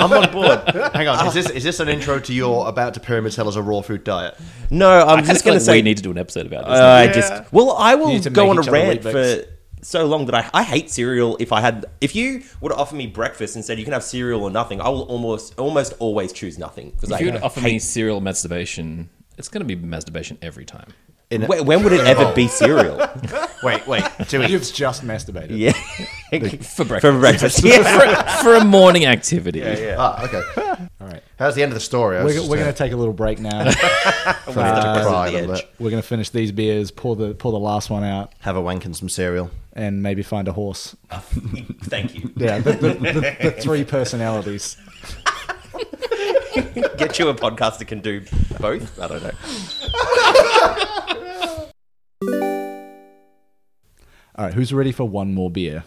Speaker 3: I'm on board.
Speaker 1: Hang on, is this is this an intro to your about to pyramid sell as a raw food diet?
Speaker 3: No, I'm
Speaker 4: I kind of
Speaker 3: just
Speaker 4: feel
Speaker 3: gonna
Speaker 4: like
Speaker 3: say Uh,
Speaker 4: we need to do an episode about this.
Speaker 3: I
Speaker 1: Yeah.
Speaker 3: just well, I will
Speaker 5: need to
Speaker 3: go
Speaker 5: make
Speaker 3: on a
Speaker 5: each other
Speaker 3: rant
Speaker 5: Weet-Bix.
Speaker 3: for so long that I, I hate cereal. If I had, if you would offer me breakfast and said you can have cereal or nothing, I will almost almost always choose nothing because
Speaker 4: if
Speaker 3: I
Speaker 4: you would offer
Speaker 3: hate.
Speaker 4: me cereal masturbation, it's going to be masturbation every time.
Speaker 1: In
Speaker 3: When, when would it ever be cereal?
Speaker 1: wait, wait, to eat.
Speaker 5: You've just masturbated.
Speaker 3: yeah,
Speaker 4: for breakfast.
Speaker 3: for breakfast. yeah.
Speaker 4: For, for a morning activity.
Speaker 1: Ah, okay.
Speaker 5: All right.
Speaker 1: How's the end of the story? I was
Speaker 5: We're,
Speaker 1: just,
Speaker 5: we're going
Speaker 1: uh,
Speaker 5: to take a little break now.
Speaker 1: to cry a
Speaker 3: the
Speaker 1: little
Speaker 3: edge.
Speaker 1: bit.
Speaker 5: we're going to finish these beers, pour the pour the last one out,
Speaker 1: Have a wank and some cereal.
Speaker 5: and maybe find a horse.
Speaker 2: Thank you.
Speaker 5: Yeah, the, the, the, the three personalities.
Speaker 3: Get you a podcast that can do both. I don't know.
Speaker 5: All right, who's ready for one more beer?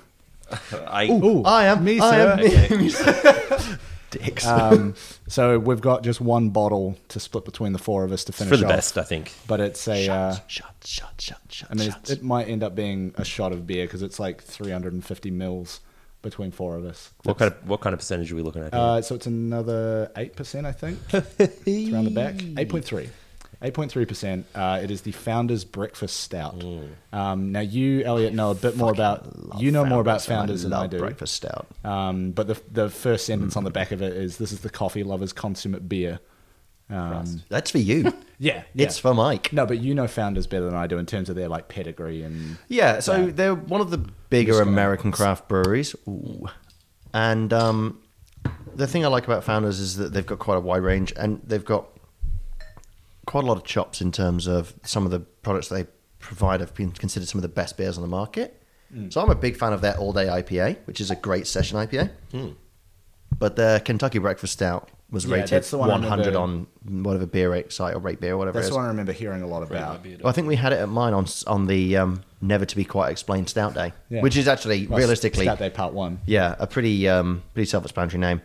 Speaker 3: I
Speaker 5: Ooh,
Speaker 1: I am
Speaker 5: me,
Speaker 1: I
Speaker 5: sir.
Speaker 1: am me. Dicks.
Speaker 5: Um, so we've got just one bottle to split between the four of us to finish
Speaker 3: for the
Speaker 5: off,
Speaker 3: best, I think.
Speaker 5: But it's a. Uh,
Speaker 1: shut, shut, shut, shut.
Speaker 5: I mean, it's, it might end up being a shot of beer because it's like 350 mils between four of us.
Speaker 3: What kind of what kind of percentage are we looking at? Here?
Speaker 5: Uh, so it's another 8%, I think. it's around the back. 8.3. 8.3%. Uh, it is the Founders Breakfast Stout.
Speaker 3: Mm.
Speaker 5: Um, now, you, Elliot, know a bit more about, you know more about Founders than I do.
Speaker 1: Breakfast stout.
Speaker 5: Um, but the, the first
Speaker 3: Mm.
Speaker 5: sentence on the back of it is, this is the coffee lover's consummate beer. Um,
Speaker 1: That's for you.
Speaker 5: yeah,
Speaker 1: It's for Mike.
Speaker 5: No, but you know Founders better than I do in terms of their like pedigree and
Speaker 1: Yeah, so
Speaker 5: Yeah.
Speaker 1: they're one of the bigger American craft breweries. Ooh. And um, the thing I like about Founders is that they've got quite a wide range and they've got quite a lot of chops in terms of some of the products they provide have been considered some of the best beers on the market.
Speaker 5: Hmm.
Speaker 1: So I'm a big fan of their all day IPA, which is a great session IPA. But their Kentucky Breakfast Stout was
Speaker 5: Hmm. Yeah,
Speaker 1: rated
Speaker 5: that's the one I
Speaker 1: 100
Speaker 5: remember.
Speaker 1: on whatever beer rate site or rate beer, whatever
Speaker 5: that's
Speaker 1: it is.
Speaker 5: what I remember hearing a lot about.
Speaker 1: Well, I think we had it at mine on on the um, never to be quite explained Stout Day,
Speaker 5: Yeah.
Speaker 1: which is actually
Speaker 5: Well,
Speaker 1: realistically,
Speaker 5: Stout Day Part One.
Speaker 1: yeah, a pretty um, pretty self explanatory name.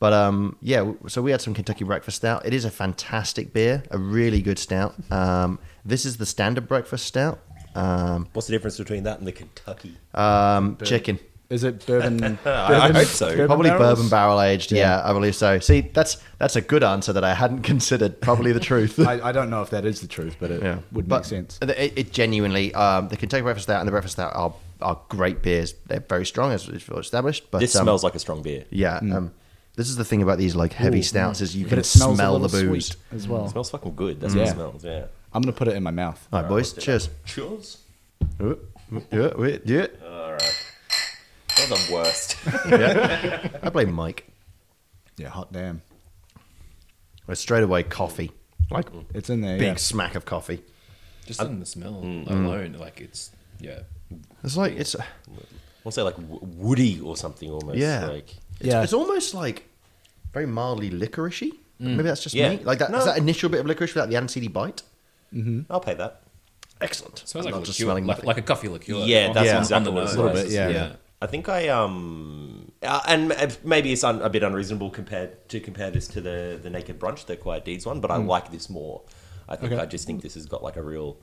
Speaker 1: But um, yeah, w- so we had some Kentucky Breakfast Stout. It is a fantastic beer, a really good stout. Um, this is the standard breakfast stout. Um,
Speaker 3: What's the difference between that and the Kentucky?
Speaker 5: Oh,
Speaker 1: um, chicken,
Speaker 5: Is it bourbon? bourbon
Speaker 3: I hope so.
Speaker 1: probably
Speaker 5: barrels?
Speaker 1: bourbon barrel aged. Yeah. I believe so. See, that's that's a good answer that I hadn't considered. Probably the truth.
Speaker 5: I, I don't know if that is the truth, but it would
Speaker 1: But
Speaker 5: make sense.
Speaker 1: It, it genuinely, um, the Kentucky Breakfast Stout and the Breakfast Stout are, are great beers. They're very strong, as we've established. But
Speaker 3: This
Speaker 1: um,
Speaker 3: smells like a strong beer.
Speaker 1: yeah. Um, this is the thing about these like heavy
Speaker 5: Mm. Ooh.
Speaker 1: stouts is you
Speaker 5: But
Speaker 1: can
Speaker 5: it smells a
Speaker 1: smell the
Speaker 5: little
Speaker 1: booze.
Speaker 5: sweet as
Speaker 3: It
Speaker 5: well.
Speaker 3: smells fucking good. That's
Speaker 5: Yeah.
Speaker 3: what it smells. Yeah.
Speaker 5: I'm gonna put it in my mouth.
Speaker 1: All right, boys, cheers.
Speaker 3: Cheers.
Speaker 1: Ooh, ooh, Yeah, wait, yeah.
Speaker 3: That was the worst.
Speaker 1: I blame Mike.
Speaker 5: Yeah, hot damn,
Speaker 1: Well, straight away, coffee, like
Speaker 5: it's in there.
Speaker 1: big
Speaker 5: Yeah.
Speaker 1: smack of coffee.
Speaker 4: Just in the smell
Speaker 3: Mm.
Speaker 4: alone, like it's yeah.
Speaker 1: It's like it's
Speaker 3: I'll say like w- woody or something almost.
Speaker 1: yeah,
Speaker 3: Like,
Speaker 1: it's,
Speaker 5: Yeah.
Speaker 1: it's almost like very mildly licoricey. Maybe that's just
Speaker 3: Yeah.
Speaker 1: me. Like that,
Speaker 3: No.
Speaker 1: is that initial bit of licorice without the anti bite.
Speaker 3: I'll pay that.
Speaker 1: Excellent.
Speaker 4: Smells
Speaker 1: I'm
Speaker 4: like
Speaker 1: not just
Speaker 4: liqueur,
Speaker 1: smelling
Speaker 4: like,
Speaker 1: nothing.
Speaker 4: like a coffee liqueur.
Speaker 3: Yeah, that's
Speaker 4: on- on
Speaker 3: exactly
Speaker 4: the
Speaker 3: what it
Speaker 4: nose.
Speaker 3: was.
Speaker 5: A little bit, yeah.
Speaker 4: yeah.
Speaker 3: I think I um uh, and m- maybe it's un- a bit unreasonable compared to compare this to the the Naked Brunch, the Quiet Deeds one,
Speaker 5: Hmm.
Speaker 3: but I like this more. I think
Speaker 5: Okay.
Speaker 3: I just think this has got like a real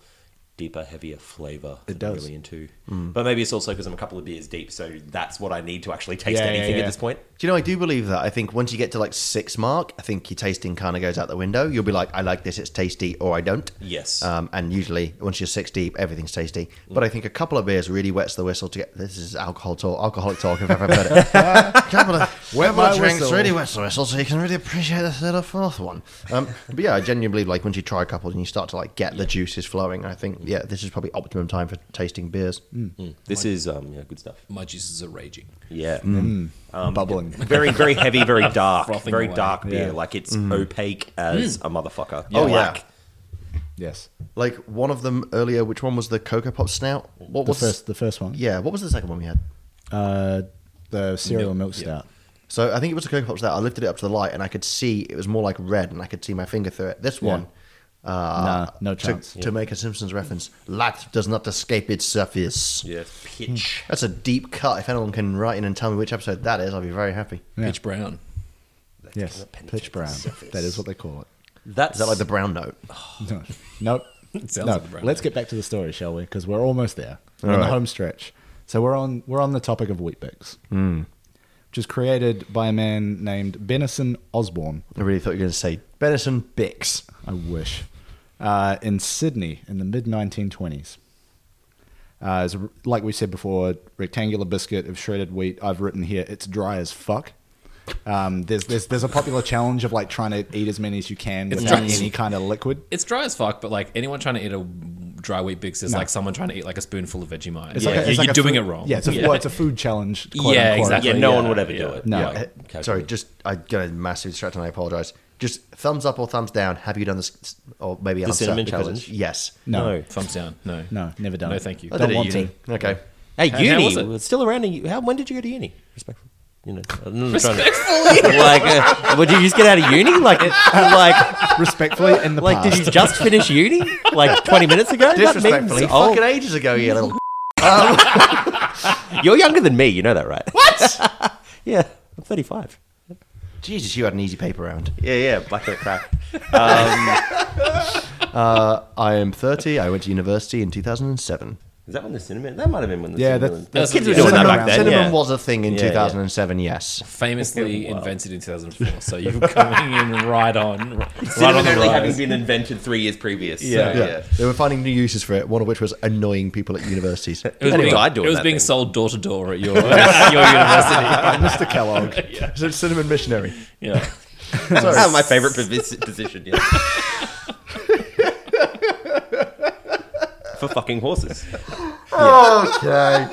Speaker 3: deeper, heavier flavour.
Speaker 5: It
Speaker 3: that I'm
Speaker 5: does. Hmm.
Speaker 3: really into, but maybe it's also because I'm a couple of beers deep, so that's what I need to actually taste
Speaker 5: Yeah, yeah,
Speaker 3: anything
Speaker 5: yeah.
Speaker 3: at this point.
Speaker 1: Do you know, I do believe that. I think once you get to like six mark, I think your tasting kind of goes out the window. You'll be like, I like this, it's tasty, or I don't.
Speaker 3: Yes.
Speaker 1: Um, and usually, once you're six deep, everything's tasty. But I think a couple of beers really wets the whistle to get. This is alcohol talk, alcoholic talk, if I've ever heard it. couple of, couple
Speaker 5: my
Speaker 1: of drinks
Speaker 5: whistle.
Speaker 1: really wets the whistle, so you can really appreciate the third or fourth one. Um, but yeah, I genuinely believe like once you try a couple and you start to like get the juices flowing, I think, yeah, this is probably optimum time for tasting beers.
Speaker 5: Hmm.
Speaker 3: this is um yeah, good stuff.
Speaker 4: My juices are raging.
Speaker 3: Yeah.
Speaker 5: bubbling.
Speaker 3: Very, very heavy, very dark,
Speaker 4: Frothing
Speaker 3: very
Speaker 4: away.
Speaker 3: dark beer.
Speaker 5: Yeah.
Speaker 3: Like it's opaque as a motherfucker.
Speaker 1: Oh, yeah.
Speaker 3: Black.
Speaker 5: Yes,
Speaker 1: Like one of them earlier, which one was the Cocoa Pop Snout? What
Speaker 5: the
Speaker 1: was
Speaker 5: first, the first one.
Speaker 1: Yeah, what was the second one we had?
Speaker 5: Uh, the cereal milk,
Speaker 4: Milk, yeah.
Speaker 5: stout.
Speaker 1: So I think it was a Cocoa Pop Stout. I lifted it up to the light and I could see it was more like red and I could see my finger through it. This one. Uh,
Speaker 5: Nah, no
Speaker 1: to,
Speaker 5: chance.
Speaker 1: To make a Simpsons reference, light does not escape its surface.
Speaker 3: Yeah. Pitch.
Speaker 1: That's a deep cut. If anyone can write in and tell me which episode that is, I'll be very happy.
Speaker 5: Yeah.
Speaker 4: Pitch brown.
Speaker 5: Yes, pitch brown. That is what they call it.
Speaker 3: That's
Speaker 1: Is that like the brown note?
Speaker 5: No, nope.
Speaker 4: sounds
Speaker 5: no.
Speaker 4: like a brown
Speaker 5: Let's
Speaker 4: ale.
Speaker 5: get back to the story, shall we? Because we're almost there. We're in
Speaker 1: right.
Speaker 5: the home stretch. So we're on we're on the topic of wheat bix, which is created by a man named Benison Osborne.
Speaker 1: I really thought you were going to say Benison Bix.
Speaker 5: I wish. Uh, in Sydney in the mid 1920s. Uh, it's a- like we said before, rectangular biscuit of shredded wheat. I've written here, it's dry as fuck. Um, there's, there's, there's a popular challenge of like trying to eat as many as you can
Speaker 4: It's
Speaker 5: without
Speaker 4: dry as-
Speaker 5: any kind of liquid.
Speaker 4: It's dry as fuck, but like anyone trying to eat a dry wheat bix is like someone trying to eat like a spoonful of Vegemite.
Speaker 5: It's
Speaker 4: yeah,
Speaker 5: like a-
Speaker 4: you-
Speaker 5: it's
Speaker 4: you're,
Speaker 5: like a
Speaker 4: doing
Speaker 5: food-
Speaker 4: it wrong.
Speaker 5: Yeah, it's a, well, it's a food challenge. quote
Speaker 4: Yeah,
Speaker 5: unquote.
Speaker 4: exactly.
Speaker 3: Yeah, no
Speaker 4: Yeah,
Speaker 3: one would ever do
Speaker 4: yeah.
Speaker 3: it.
Speaker 5: No.
Speaker 3: Yeah.
Speaker 1: Uh, Sorry, just I got a massive distraction. I apologize. Just thumbs up or thumbs down. Have you done this? Or maybe the
Speaker 3: cinnamon challenge?
Speaker 1: Yes.
Speaker 5: No.
Speaker 3: No.
Speaker 4: Thumbs down. No.
Speaker 5: No, never done
Speaker 4: No,
Speaker 5: it.
Speaker 4: thank you.
Speaker 1: I
Speaker 5: Don't
Speaker 1: did it at
Speaker 5: want
Speaker 1: uni. Okay.
Speaker 3: Hey,
Speaker 4: How- how
Speaker 3: uni
Speaker 4: was it?
Speaker 3: was still around. in- How when did you go to uni? Respectfully, you know, respectfully. like, uh, well, did you just get out of uni? Like, it, like,
Speaker 5: Respectfully, in the
Speaker 3: like,
Speaker 5: past.
Speaker 3: did you just finish uni? Like twenty minutes ago? That means-
Speaker 1: Disrespectfully,
Speaker 3: oh,
Speaker 1: fucking ages ago, you little.
Speaker 3: you're younger than me. You know that, right?
Speaker 1: What?
Speaker 3: Yeah, I'm 35.
Speaker 1: Jesus, you had an easy paper round.
Speaker 3: Yeah, yeah, black belt crack.
Speaker 1: I am 30. I went to university in 2007.
Speaker 3: Is that when the cinnamon? That might have been when the
Speaker 5: Yeah,
Speaker 3: cinnamon.
Speaker 5: that's-
Speaker 3: the kids were
Speaker 4: that's-
Speaker 3: doing that
Speaker 1: Cinnamon,
Speaker 3: back then.
Speaker 1: cinnamon
Speaker 3: yeah.
Speaker 1: was a thing in
Speaker 3: Yeah, yeah.
Speaker 1: 2007. Yes.
Speaker 4: Famously invented in 2004, so you're coming in right on. Right
Speaker 3: Cinnamon
Speaker 4: on the
Speaker 3: only
Speaker 4: rise.
Speaker 3: having been invented three years previous.
Speaker 4: Yeah.
Speaker 3: so,
Speaker 4: Yeah.
Speaker 1: They were finding new uses for it. One of which was annoying people at universities.
Speaker 4: It was
Speaker 3: Anyway,
Speaker 4: being,
Speaker 3: I do
Speaker 4: it was
Speaker 3: that
Speaker 4: being
Speaker 3: thing.
Speaker 4: sold door to door at your, your university.
Speaker 1: Mr. Kellogg, It's a cinnamon missionary.
Speaker 4: Yeah.
Speaker 3: That's my favorite posi- position. Yeah. For fucking horses.
Speaker 1: Okay.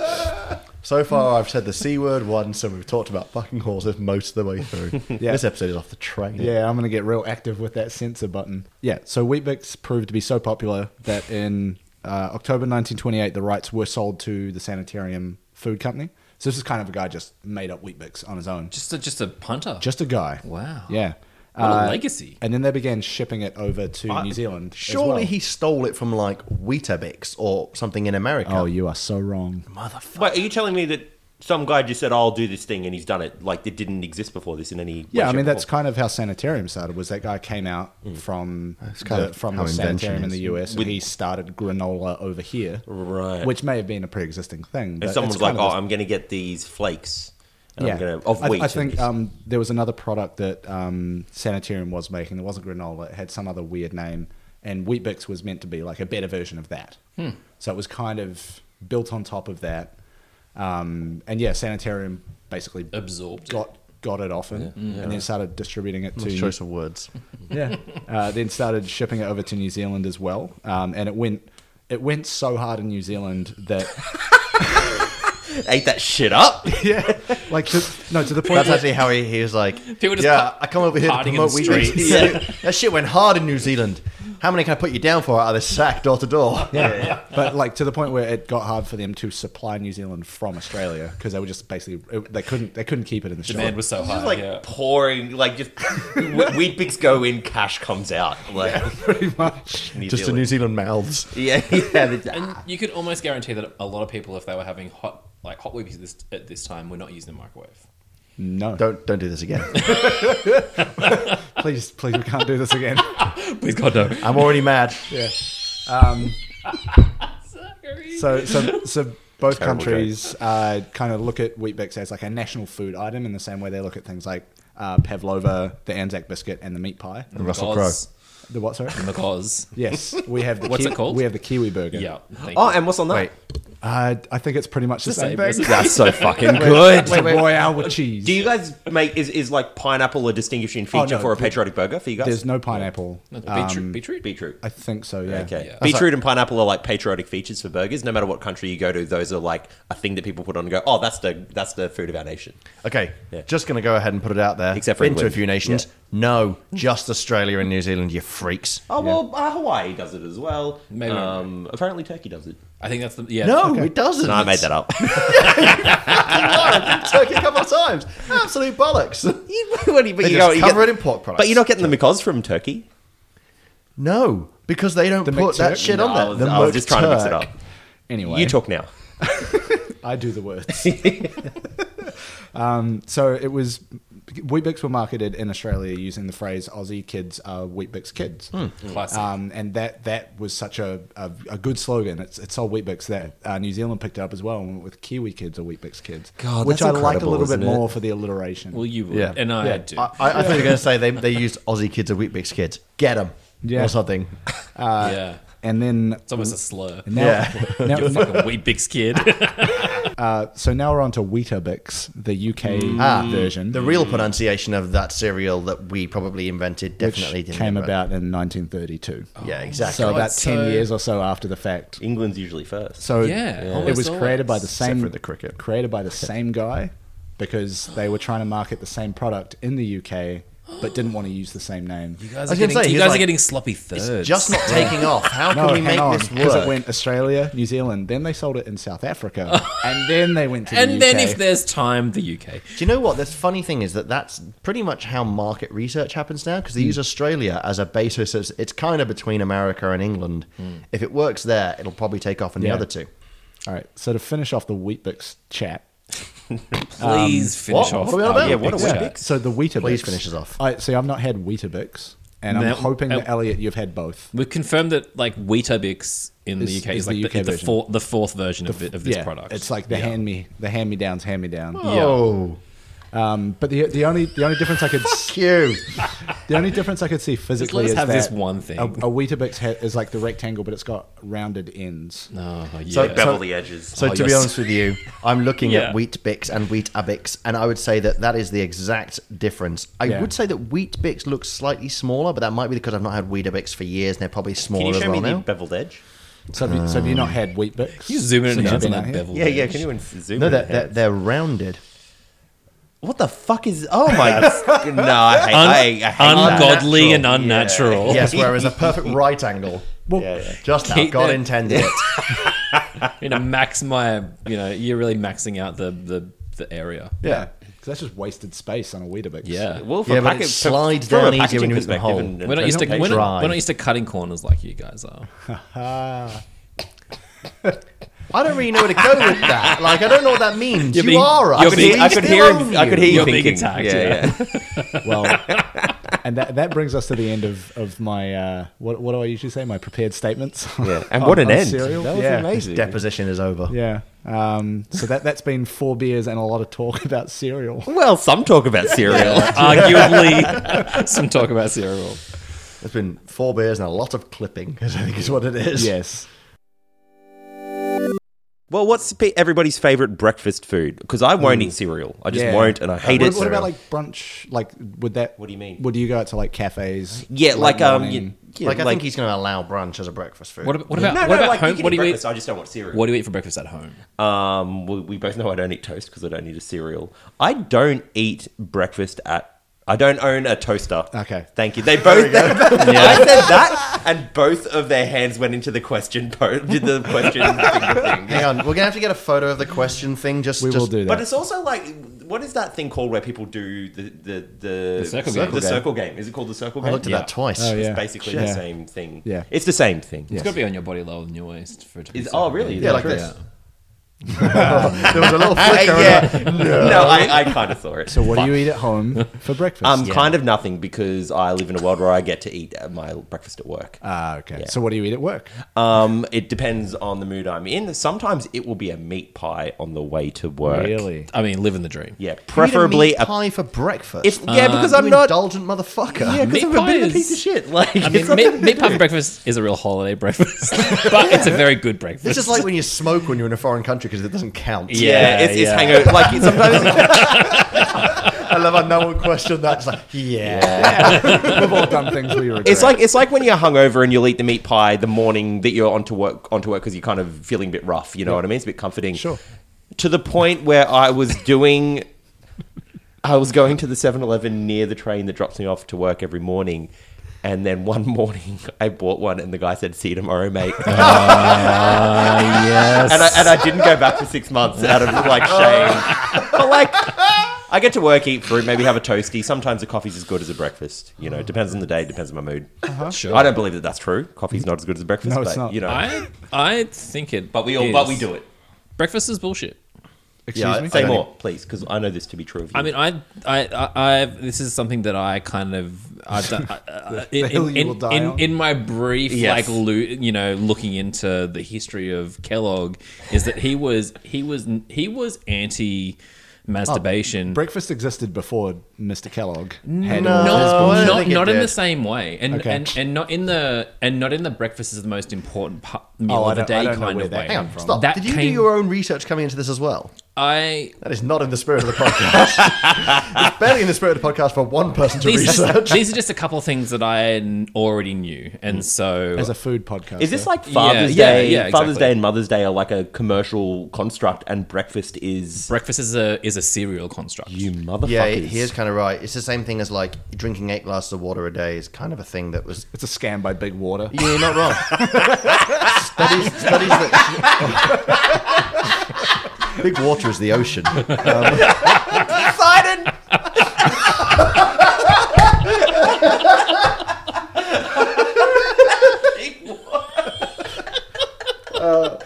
Speaker 1: So far, I've said the C word once, and we've talked about fucking horses most of the way through. This episode is off the train.
Speaker 5: Yeah, I'm going to get real active with that censor button. Yeah, so Weet-Bix proved to be so popular that in uh, October 1928, the rights were sold to the Sanitarium Food Company. So this is kind of a guy just made up Weet-Bix on his own. Just,
Speaker 4: Just a, just a punter.
Speaker 5: a guy.
Speaker 4: Wow.
Speaker 5: Yeah. Uh,
Speaker 4: What a legacy.
Speaker 5: And then they began shipping it over to New Zealand. as
Speaker 1: Surely
Speaker 5: well.
Speaker 1: he stole it from like Weetabix or something in America.
Speaker 5: Oh, you are so wrong.
Speaker 3: Wait, are you telling me that some guy just said, "I'll do this thing," and he's done it? Like it didn't exist before this in any.
Speaker 5: Yeah,
Speaker 3: way,
Speaker 5: I mean
Speaker 3: shape,
Speaker 5: that's
Speaker 3: or
Speaker 5: kind of how Sanitarium started. Was that guy came out
Speaker 3: Mm.
Speaker 5: from
Speaker 1: kind
Speaker 5: the,
Speaker 1: of
Speaker 5: from
Speaker 1: how
Speaker 5: the
Speaker 1: invention
Speaker 5: Sanitarium in the
Speaker 1: is.
Speaker 5: US, and he started granola over here,
Speaker 3: Right.
Speaker 5: Which may have been a pre-existing thing. But
Speaker 3: form.
Speaker 5: it's
Speaker 3: And someone's like,
Speaker 5: kind
Speaker 3: "Oh,
Speaker 5: of
Speaker 3: I'm going to get these flakes." And I'm gonna,
Speaker 5: I-
Speaker 3: of wheat.
Speaker 5: I,
Speaker 3: and
Speaker 5: think
Speaker 3: this."
Speaker 5: um, there was another product that um, Sanitarium was making. It wasn't granola. It had some other weird name, and Weet-Bix was meant to be like a better version of that.
Speaker 1: Hmm.
Speaker 5: So it was kind of built on top of that. Um, and yeah, Sanitarium basically
Speaker 4: Absorbed it.
Speaker 5: got got it often, and then started distributing it to
Speaker 1: Nice Mm. choice of words.
Speaker 5: yeah. Uh, then started shipping it over to New Zealand as well, um, and it went it went so hard in New Zealand that
Speaker 3: ate that shit up.
Speaker 5: yeah, like to, no to the point
Speaker 1: That's
Speaker 5: that,
Speaker 1: actually how he, he was like,
Speaker 4: People just
Speaker 1: yeah,
Speaker 4: pa-
Speaker 1: I come over here to
Speaker 4: partying in
Speaker 1: promote
Speaker 4: the
Speaker 1: Weetabix.
Speaker 4: streets.
Speaker 1: Yeah. that shit went hard in New Zealand. How many can I put you down for out of this sack door to door?
Speaker 5: yeah, but like to the point where it got hard for them to supply New Zealand from Australia because they were just basically it, they couldn't they couldn't keep it in the
Speaker 4: Demand
Speaker 5: shop.
Speaker 4: was so
Speaker 3: It's
Speaker 4: high.
Speaker 3: just like
Speaker 4: yeah.
Speaker 3: pouring, like just wheat bix go in, cash comes out. Like
Speaker 5: pretty much.
Speaker 3: New
Speaker 1: Just to
Speaker 3: Zealand.
Speaker 1: New Zealand mouths.
Speaker 3: Yeah, yeah. the-
Speaker 4: And you could almost guarantee that a lot of people, if they were having hot like hot wheaties this, at this time, were not using the microwave.
Speaker 5: No,
Speaker 1: Don't don't do this again.
Speaker 5: please, please, we can't do this again.
Speaker 4: Please God no.
Speaker 1: I'm already mad.
Speaker 5: Yeah. Um, so, so, so
Speaker 3: Terrible
Speaker 5: both countries uh, kind of look at Weet-Bix as like a national food item in the same way they look at things like uh, pavlova, the Anzac biscuit, and the meat pie.
Speaker 1: Russell
Speaker 4: Because-
Speaker 5: The what? Sorry.
Speaker 4: Because
Speaker 5: Yes, we have the
Speaker 4: What's
Speaker 5: ki-
Speaker 4: it called?
Speaker 5: We have the kiwi burger.
Speaker 4: yeah. thank
Speaker 3: oh,
Speaker 4: you.
Speaker 3: and what's on that?
Speaker 1: Wait.
Speaker 5: Uh, I think it's pretty much the,
Speaker 4: It's
Speaker 5: same,
Speaker 4: the same,
Speaker 5: thing.
Speaker 4: isn't it?
Speaker 3: That's so fucking good.
Speaker 5: It's a royale with cheese.
Speaker 3: Do you guys make is, is like pineapple a distinguishing feature
Speaker 5: Oh, no,
Speaker 3: for a
Speaker 5: there-
Speaker 3: patriotic burger for you guys?
Speaker 5: There's no pineapple.
Speaker 4: No,
Speaker 5: Um,
Speaker 4: beetroot, beetroot.
Speaker 3: beetroot.
Speaker 5: I think so. Yeah.
Speaker 3: Okay,
Speaker 4: Yeah.
Speaker 3: beetroot and pineapple are like patriotic features for burgers. No matter what country you go to, those are like a thing that people put on and go, "Oh, that's the that's the food of our nation."
Speaker 1: Okay,
Speaker 3: Yeah.
Speaker 1: just going to go ahead and put it out there.
Speaker 3: Except for
Speaker 1: into a
Speaker 3: England.
Speaker 1: few nations. No, just Australia and New Zealand. You freaks.
Speaker 3: Oh well, uh, Hawaii does it as well.
Speaker 4: Maybe.
Speaker 3: Um, apparently, Turkey does it.
Speaker 4: I think that's the yeah.
Speaker 1: No, it doesn't.
Speaker 3: No, I made that up.
Speaker 1: Turkey a couple of times. Absolute bollocks.
Speaker 3: you, what do you- but
Speaker 1: They just
Speaker 3: you go- you
Speaker 1: cover
Speaker 3: get-
Speaker 1: it in pork products.
Speaker 3: But you're not getting the mikoz from Turkey.
Speaker 1: No, because they don't
Speaker 5: The
Speaker 1: put that
Speaker 5: McTurk?
Speaker 1: shit on
Speaker 3: No,
Speaker 1: there.
Speaker 3: I was,
Speaker 1: The
Speaker 3: I was just trying to mix it
Speaker 1: McTurk.
Speaker 3: up.
Speaker 5: Anyway,
Speaker 3: You talk now.
Speaker 5: I do the words. um, so it was Weet-Bix were marketed in Australia using the phrase "Aussie kids are Weet-Bix kids,"
Speaker 4: Classic.
Speaker 5: um, and that that was such a, a, a good slogan. It's, it sold Weet-Bix that uh, New Zealand picked it up as well and went with Kiwi kids or Weet-Bix kids,
Speaker 3: God,
Speaker 5: which I
Speaker 3: that's
Speaker 5: liked a
Speaker 3: incredible,
Speaker 5: little
Speaker 3: isn't
Speaker 5: bit
Speaker 3: it?
Speaker 5: more for the alliteration.
Speaker 4: well, you would,
Speaker 1: Yeah. Uh,
Speaker 4: and I
Speaker 5: Yeah.
Speaker 4: do.
Speaker 1: I, I, I thought you were going to say they, they used Aussie kids or Weet-Bix kids. Get them.
Speaker 5: Yeah.
Speaker 1: Or something.
Speaker 4: yeah,
Speaker 1: uh,
Speaker 5: and then
Speaker 4: it's almost a slur.
Speaker 5: now, now-
Speaker 4: You're a fucking wheat bix kid.
Speaker 5: Uh, so now we're on to Weetabix, the UK
Speaker 1: Ah,
Speaker 5: version.
Speaker 1: The
Speaker 4: Mm.
Speaker 1: real pronunciation of that cereal that we probably invented
Speaker 5: which
Speaker 1: definitely didn't
Speaker 5: came
Speaker 1: invent.
Speaker 5: about in 1932.
Speaker 1: Yeah, exactly.
Speaker 5: so
Speaker 4: God,
Speaker 5: about 10
Speaker 4: Oh, so-
Speaker 5: years or so after the fact.
Speaker 3: England's usually first.
Speaker 5: So
Speaker 4: Yeah, Yeah.
Speaker 5: it
Speaker 4: almost
Speaker 5: was created by
Speaker 4: always.
Speaker 5: the
Speaker 1: Except
Speaker 5: same
Speaker 1: for the cricket.
Speaker 5: created by the same guy because they were trying to market the same product in the UK but didn't want to use the same name.
Speaker 4: You guys,
Speaker 1: I
Speaker 4: are
Speaker 1: was gonna
Speaker 4: getting,
Speaker 1: say,
Speaker 4: you
Speaker 1: he's
Speaker 4: guys
Speaker 1: like-
Speaker 4: are getting sloppy thirds.
Speaker 1: it's just not taking off. How can we make this
Speaker 5: because
Speaker 1: work?
Speaker 5: it went Australia, New Zealand, then they sold it in South Africa, and then they went to the
Speaker 4: and then
Speaker 5: UK.
Speaker 4: if there's time, the UK.
Speaker 1: Do you know what? The funny thing is that that's pretty much how market research happens now
Speaker 5: Mm.
Speaker 1: because they use Australia as a basis. As it's kind of between America and England.
Speaker 4: Mm.
Speaker 1: If it works there, it'll probably take off in
Speaker 5: Yeah.
Speaker 1: the other two.
Speaker 5: All right, so to finish off the Wheatbix chat,
Speaker 4: Please finish
Speaker 1: Um, what?
Speaker 4: off.
Speaker 1: What are we on
Speaker 4: our
Speaker 1: about?
Speaker 4: Weetabix
Speaker 1: Yeah, what are
Speaker 4: chat.
Speaker 3: Weetabix?
Speaker 5: so the Weetabix
Speaker 1: Please finish us off.
Speaker 5: I see. I've not had Weetabix, and I'm
Speaker 4: Now-
Speaker 5: hoping that
Speaker 4: uh,
Speaker 5: Elliot, you've had both.
Speaker 4: We've confirmed that like Weetabix in
Speaker 5: Is-
Speaker 4: the UK
Speaker 5: is
Speaker 4: is,
Speaker 5: the
Speaker 4: like the,
Speaker 5: UK
Speaker 4: is the,
Speaker 5: version.
Speaker 4: four, the fourth version of, thi- of this
Speaker 5: yeah,
Speaker 4: product.
Speaker 5: It's like the
Speaker 4: Yeah.
Speaker 5: hand me, the hand me downs, hand me down.
Speaker 1: Oh,
Speaker 5: Um, but the the only the only difference I could
Speaker 1: cute.
Speaker 5: the only difference I could see physically
Speaker 4: let us
Speaker 5: is
Speaker 4: have
Speaker 5: that
Speaker 4: this one thing.
Speaker 5: A, a Weetabix ha- is like the rectangle, but it's got rounded ends.
Speaker 4: Oh, yeah.
Speaker 1: So-
Speaker 3: They bevel the edges.
Speaker 1: So
Speaker 4: Oh,
Speaker 1: to be
Speaker 4: yes.
Speaker 1: honest with you, I'm looking
Speaker 4: Yeah.
Speaker 1: at Wheat Bix and Wheat Abix, and I would say that that is the exact difference. I
Speaker 5: Yeah.
Speaker 1: would say that Wheat Bix looks slightly smaller, but that might be because I've not had Wheat Abix for years, and they're probably
Speaker 3: Can
Speaker 1: smaller
Speaker 3: you
Speaker 1: as
Speaker 3: show
Speaker 1: well
Speaker 3: me the
Speaker 1: now.
Speaker 3: beveled edge?
Speaker 5: So have you, so have you not had Wheatbix?
Speaker 4: you zoom in and
Speaker 5: since you've
Speaker 4: out on
Speaker 5: been
Speaker 4: that
Speaker 5: out here?
Speaker 4: bevel.
Speaker 3: Yeah, yeah.
Speaker 4: edge.
Speaker 3: Can you ins- zoom
Speaker 1: No,
Speaker 3: in?
Speaker 1: they're,
Speaker 3: and
Speaker 1: they're,
Speaker 3: have-
Speaker 1: they're rounded.
Speaker 3: What the fuck is? Oh my! no, I hate, I, hate- I hate that.
Speaker 4: Ungodly
Speaker 1: Unnatural.
Speaker 4: and unnatural.
Speaker 3: Oh.
Speaker 1: Yes, whereas a perfect right angle.
Speaker 3: Yeah, yeah.
Speaker 1: Just how
Speaker 4: Keep
Speaker 1: God
Speaker 4: them-
Speaker 1: intended it.
Speaker 4: You know, max my. You know, you're really maxing out the the, the area.
Speaker 5: Yeah, because that's just wasted space on a Weetabix.
Speaker 4: Yeah.
Speaker 3: Well,
Speaker 1: Yeah, but it slides down easier when you eat them whole.
Speaker 4: We're not, used to, we're,
Speaker 1: dry.
Speaker 4: not, we're not used to cutting corners like you guys are.
Speaker 1: I don't really know where to go with that. Like, I don't know what that means.
Speaker 4: You're
Speaker 1: you
Speaker 4: being-
Speaker 1: are us.
Speaker 4: you're
Speaker 1: We
Speaker 3: I could hear, I could
Speaker 1: still
Speaker 3: hear,
Speaker 1: own
Speaker 3: him, I could hear you
Speaker 4: You're being
Speaker 3: thinking.
Speaker 4: attacked,
Speaker 3: yeah,
Speaker 4: yeah.
Speaker 3: yeah.
Speaker 5: Well, and that, that brings us to the end of, of my uh, what what do I usually say? My prepared statements.
Speaker 3: Yeah, and what an end.
Speaker 5: cereal.
Speaker 3: That was
Speaker 5: yeah.
Speaker 3: amazing.
Speaker 1: Deposition is over.
Speaker 5: Yeah. Um, so that that's been four beers and a lot of talk about cereal.
Speaker 3: Well, some talk about cereal.
Speaker 4: Arguably, some talk about cereal.
Speaker 1: There's been four beers and a lot of clipping, I think is what it is.
Speaker 5: yes.
Speaker 3: well, what's pe- everybody's favorite breakfast food? Because I won't eat cereal. I just
Speaker 5: Yeah.
Speaker 3: won't, and I hate
Speaker 5: Uh, What,
Speaker 3: it.
Speaker 5: what about like brunch? Like, would that?
Speaker 3: What do you mean?
Speaker 5: Would you go out to like cafes?
Speaker 3: yeah, like um,
Speaker 5: morning?
Speaker 3: you, yeah,
Speaker 1: like, I think he's going to allow brunch as a breakfast food.
Speaker 4: What, ab- what about
Speaker 3: no,
Speaker 4: what
Speaker 3: no,
Speaker 4: about
Speaker 3: like
Speaker 4: home?
Speaker 3: You
Speaker 4: What do you eat?
Speaker 3: breakfast, I just don't want cereal.
Speaker 4: What do you eat for breakfast at home?
Speaker 3: Um, we, we both know I don't eat toast because I don't eat a cereal. I don't eat breakfast at. I don't own a toaster.
Speaker 5: Okay.
Speaker 3: Thank you. They both. I said that, and both of their hands went into the question. Po- did the question finger thing.
Speaker 1: Hang on, we're going to have to get a photo of the question thing. Just,
Speaker 5: We
Speaker 1: just
Speaker 5: will do that.
Speaker 3: But it's also like, what is that thing called where people do the the the,
Speaker 4: The circle game.
Speaker 3: The circle game. Is it called the circle game?
Speaker 1: I looked at that twice.
Speaker 5: Oh,
Speaker 3: It's
Speaker 5: yeah.
Speaker 3: basically
Speaker 5: Yeah.
Speaker 3: the same thing.
Speaker 5: Yeah.
Speaker 3: it's the same thing.
Speaker 5: Yeah.
Speaker 4: It's got to be on your body level and your waist for it to be
Speaker 3: Is-
Speaker 4: so
Speaker 3: oh,
Speaker 4: good.
Speaker 3: really?
Speaker 1: Yeah, like
Speaker 3: Chris?
Speaker 1: this. there was a little flicker.
Speaker 3: yeah. No, I, I kind of saw it.
Speaker 5: So what do you eat at home for breakfast?
Speaker 3: Um, kind of nothing because I live in a world where I get to eat uh, my breakfast at work.
Speaker 5: Ah, okay.
Speaker 3: Yeah.
Speaker 5: So what do you eat at work?
Speaker 3: Um, it depends on the mood I'm in. Sometimes it will be a meat pie on the way to work.
Speaker 5: Really?
Speaker 4: I mean, living the dream.
Speaker 3: Yeah,
Speaker 1: Preferably
Speaker 3: preferably
Speaker 1: a meat
Speaker 3: a.
Speaker 1: pie for breakfast.
Speaker 3: If,
Speaker 5: Uh,
Speaker 3: yeah, because
Speaker 1: You
Speaker 3: I'm not.
Speaker 1: indulgent motherfucker.
Speaker 3: Yeah, because
Speaker 4: Meat
Speaker 3: I'm a
Speaker 4: pie
Speaker 3: bit of a
Speaker 4: is-
Speaker 3: piece of shit. Like,
Speaker 4: I
Speaker 3: it's
Speaker 4: mean,
Speaker 3: not
Speaker 4: meat,
Speaker 3: something
Speaker 4: meat
Speaker 3: to
Speaker 4: pie
Speaker 3: do.
Speaker 4: for breakfast is a real holiday breakfast, but it's a very good breakfast.
Speaker 1: This is like when you smoke when you're in a foreign country because it doesn't count.
Speaker 3: Yeah, it's, it's
Speaker 4: yeah.
Speaker 3: hangover. Like it's sometimes
Speaker 1: I love how no one questioned that. It's like, yeah.
Speaker 5: We've all done things we regret.
Speaker 3: it's like it's like when you're hungover and you'll eat the meat pie the morning that you're onto work onto work because you're kind of feeling a bit rough. You know what I mean? It's a bit comforting.
Speaker 5: Sure.
Speaker 3: To the point where I was doing, I was going to the 7-Eleven near the train that drops me off to work every morning. And then one morning, I bought one, and the guy said, "See you tomorrow, mate."
Speaker 4: yes.
Speaker 3: and I, and I didn't go back for six months out of like shame. but like, I get to work, eat fruit, maybe have a toasty. Sometimes a coffee's as good as a breakfast. You know, it depends on the day, depends on my mood.
Speaker 4: Sure.
Speaker 3: I don't believe that that's true. Coffee's not as good as a breakfast.
Speaker 5: Uh-huh. No,
Speaker 3: but,
Speaker 5: it's not.
Speaker 3: You know,
Speaker 4: I, I think it.
Speaker 3: but we all, but we do it.
Speaker 4: Breakfast is bullshit.
Speaker 5: Excuse
Speaker 1: Yeah,
Speaker 5: me.
Speaker 1: I
Speaker 3: Say
Speaker 1: don't
Speaker 3: more, please, because I know this to be true of you.
Speaker 4: I mean, I, I, I, I this is something that I kind of, I've done, I- I- in,
Speaker 5: hill
Speaker 4: in,
Speaker 5: you will
Speaker 4: in-
Speaker 5: die
Speaker 4: in-
Speaker 5: on.
Speaker 4: in my brief,
Speaker 3: Yes.
Speaker 4: like, lo- you know, looking into the history of Kellogg, is that he was, he was, he was anti. masturbation.
Speaker 5: Breakfast existed before Mr. Kellogg had
Speaker 1: No.
Speaker 5: all his
Speaker 1: Oh, I
Speaker 4: not
Speaker 1: don't
Speaker 5: bullshit.
Speaker 4: not,
Speaker 1: think it
Speaker 4: not in
Speaker 1: did.
Speaker 4: the same way, and,
Speaker 5: Okay.
Speaker 4: and and not in the and not in the breakfast is the most important part, meal
Speaker 5: Oh, I
Speaker 4: of the
Speaker 5: don't- I
Speaker 4: day
Speaker 5: don't know
Speaker 4: kind
Speaker 5: where
Speaker 4: of
Speaker 5: that
Speaker 4: way.
Speaker 5: came
Speaker 1: Hang on, stop.
Speaker 4: That
Speaker 1: Did you do
Speaker 4: came-
Speaker 1: your own research coming into this as well?
Speaker 4: I
Speaker 1: That is not in the spirit of the podcast. it's barely in the spirit of the podcast for one person to
Speaker 4: these,
Speaker 1: research.
Speaker 4: these are just a couple of things that I n- already knew, and so
Speaker 5: Mm. As a food podcast.
Speaker 3: Is this like Father's
Speaker 4: yeah,
Speaker 3: Day?
Speaker 4: yeah,
Speaker 3: Father's
Speaker 4: exactly.
Speaker 3: Day and Mother's Day are like a commercial construct, and breakfast is
Speaker 4: breakfast is a is a cereal construct.
Speaker 3: you motherfuckers.
Speaker 1: Yeah, he is kind of right. It's the same thing as like drinking eight glasses of water a day is kind of a thing that was.
Speaker 5: It's a scam by Big Water.
Speaker 1: You're not wrong. studies, studies that. Big water is the ocean. Um,
Speaker 3: Poseidon. Uh,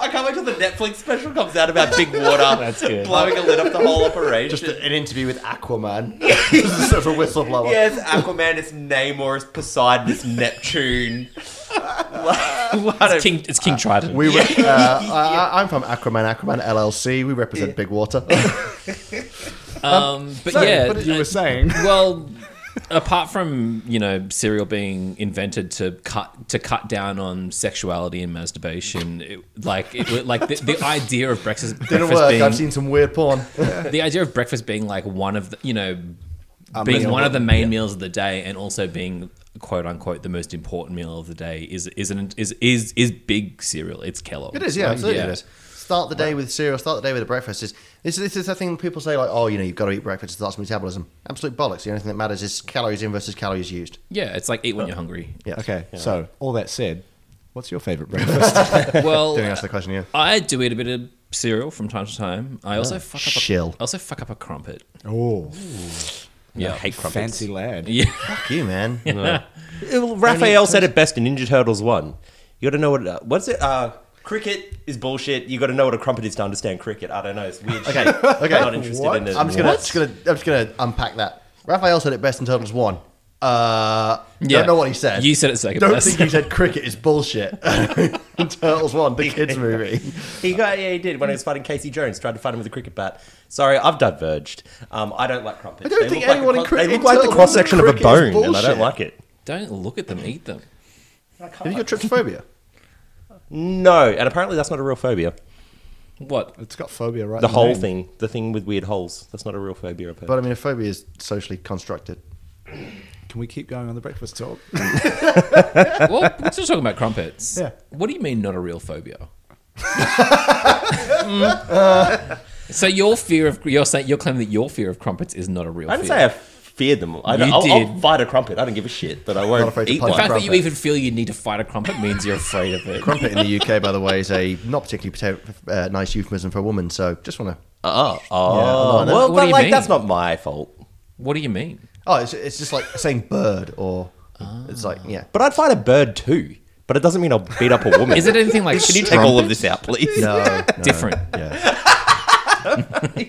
Speaker 3: I can't wait till the Netflix special comes out about Big Water That's
Speaker 4: good.
Speaker 3: blowing a lid up the whole operation.
Speaker 1: Just an interview with Aquaman. this is such a whistleblower.
Speaker 3: Yes, Aquaman is Namor, it's Poseidon, it's Neptune. what a-
Speaker 4: It's King, it's King Triton.
Speaker 1: We re- uh, I, I- I'm from Aquaman, Aquaman LLC. We represent Big Water.
Speaker 5: uh,
Speaker 4: um, but
Speaker 5: So,
Speaker 4: yeah,
Speaker 5: what you were saying.
Speaker 4: well apart from you know cereal being invented to cut to cut down on sexuality and masturbation it, like it, like the, the idea of breakfast,
Speaker 1: Didn't
Speaker 4: breakfast
Speaker 1: work.
Speaker 4: being
Speaker 1: I've seen some weird porn.
Speaker 4: the idea of breakfast being like one of the you know
Speaker 5: Our
Speaker 4: being
Speaker 5: meal.
Speaker 4: one of the main meals of the day and also being quote unquote the most important meal of the day is is an, is is is big cereal it's Kellogg's
Speaker 1: It is, yeah,
Speaker 4: right?
Speaker 1: absolutely. It is. Start the day with cereal. Start the day with a breakfast. Is this, this is the thing people say like, oh, you know, you've got to eat breakfast. It starts metabolism. Absolute bollocks. The only thing that matters is calories in versus calories used.
Speaker 4: yeah it's like eat when you're hungry
Speaker 1: Uh, Yeah.
Speaker 5: Okay, so all that said, what's your favorite breakfast?
Speaker 4: well
Speaker 1: Didn't answer the question. Yeah.
Speaker 4: I do eat a bit of cereal from time to time
Speaker 1: Uh,
Speaker 4: I also fuck up a,
Speaker 1: Shill.
Speaker 4: I also fuck up a crumpet
Speaker 5: oh,
Speaker 4: yeah
Speaker 3: I hate crumpets.
Speaker 5: fancy lad.
Speaker 4: Yeah.
Speaker 1: Fuck you, man.
Speaker 3: Well, Raphael said it best in Ninja Turtles one. You got to know what uh, what's it? Uh, cricket is bullshit. You got to know what a crumpet is to understand cricket. I don't know. It's weird.
Speaker 1: Okay.
Speaker 3: shit.
Speaker 1: Okay.
Speaker 3: I'm not interested
Speaker 5: What?
Speaker 3: in it.
Speaker 1: I'm just gonna, just gonna, I'm just gonna unpack that. Raphael said it best in Turtles One. Uh,
Speaker 4: Yeah.
Speaker 1: Don't know what he said.
Speaker 4: You said it second
Speaker 1: Don't
Speaker 4: best.
Speaker 1: think you said cricket is bullshit. in Turtles One, the kids movie.
Speaker 3: He got yeah he did when he was fighting Casey Jones. Tried to fight him with a cricket bat. Sorry, I've diverged. Um, I don't like crumpets.
Speaker 1: I don't
Speaker 3: They
Speaker 1: think
Speaker 3: look like
Speaker 1: anyone
Speaker 3: the
Speaker 1: in
Speaker 3: cro-
Speaker 1: cricket-
Speaker 3: They
Speaker 1: in
Speaker 3: look like the
Speaker 1: Turtles
Speaker 3: cross section of a
Speaker 1: cricket is
Speaker 3: bone, and I
Speaker 1: bullshit.
Speaker 3: don't like it.
Speaker 4: Don't look at them, eat them.
Speaker 1: Have you got tryptophobia?
Speaker 3: No, and apparently that's not a real phobia.
Speaker 4: What?
Speaker 5: It's got phobia right.
Speaker 3: The
Speaker 5: in
Speaker 3: whole
Speaker 5: name.
Speaker 3: thing, the thing with weird holes, that's not a real phobia. I've heard.
Speaker 1: But I mean, a phobia is socially constructed.
Speaker 5: Can we keep going on the breakfast talk?
Speaker 4: Well, we're still talking about crumpets.
Speaker 5: Yeah.
Speaker 4: What do you mean not a real phobia? so your fear of you're saying you're claiming that your fear of crumpets is not a real
Speaker 3: I
Speaker 4: fear.
Speaker 3: didn't say I feared them. I
Speaker 4: You
Speaker 3: don't, I'll, I'll
Speaker 4: did.
Speaker 3: fight a crumpet. I don't give a shit, but I won't
Speaker 1: afraid to
Speaker 3: eat
Speaker 1: punch
Speaker 4: the
Speaker 3: one.
Speaker 4: fact that you
Speaker 1: crumpet.
Speaker 4: even feel you need to fight a crumpet means you're afraid of it.
Speaker 1: Crumpet in the UK, by the way, is a not particularly potato, uh, nice euphemism for a woman. So just want to.
Speaker 3: Oh, oh.
Speaker 1: I know.
Speaker 3: well,
Speaker 4: Uh-uh. What do
Speaker 3: but
Speaker 4: you
Speaker 3: like
Speaker 4: mean?
Speaker 3: that's not my fault.
Speaker 4: What do you mean?
Speaker 1: Oh, it's, it's just like saying bird or. It's like yeah.
Speaker 4: Ah.
Speaker 3: But I'd fight a bird too. But it doesn't mean I'll beat up a woman.
Speaker 4: Is it anything like
Speaker 3: Can you take all of this out, please?
Speaker 1: No, no.
Speaker 4: Different.
Speaker 1: Yeah.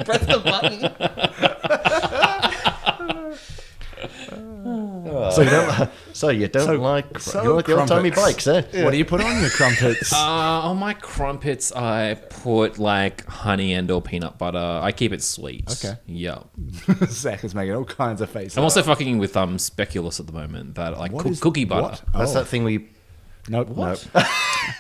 Speaker 3: Press the button.
Speaker 1: So you don't. So you don't like. cr-
Speaker 5: so
Speaker 1: you don't like the old timey
Speaker 5: crumpets.
Speaker 1: bikes, eh?
Speaker 5: What do you put on your crumpets?
Speaker 4: Uh, on my crumpets, I put like honey and or peanut butter. I keep it sweet.
Speaker 5: Okay.
Speaker 4: Yeah.
Speaker 5: Zach is making all kinds of faces.
Speaker 4: I'm also fucking with um speculus at the moment. That like
Speaker 5: What
Speaker 4: coo-
Speaker 5: is-
Speaker 4: cookie butter.
Speaker 5: what?
Speaker 1: That's
Speaker 5: Oh.
Speaker 1: that thing we.
Speaker 5: Nope.
Speaker 1: What?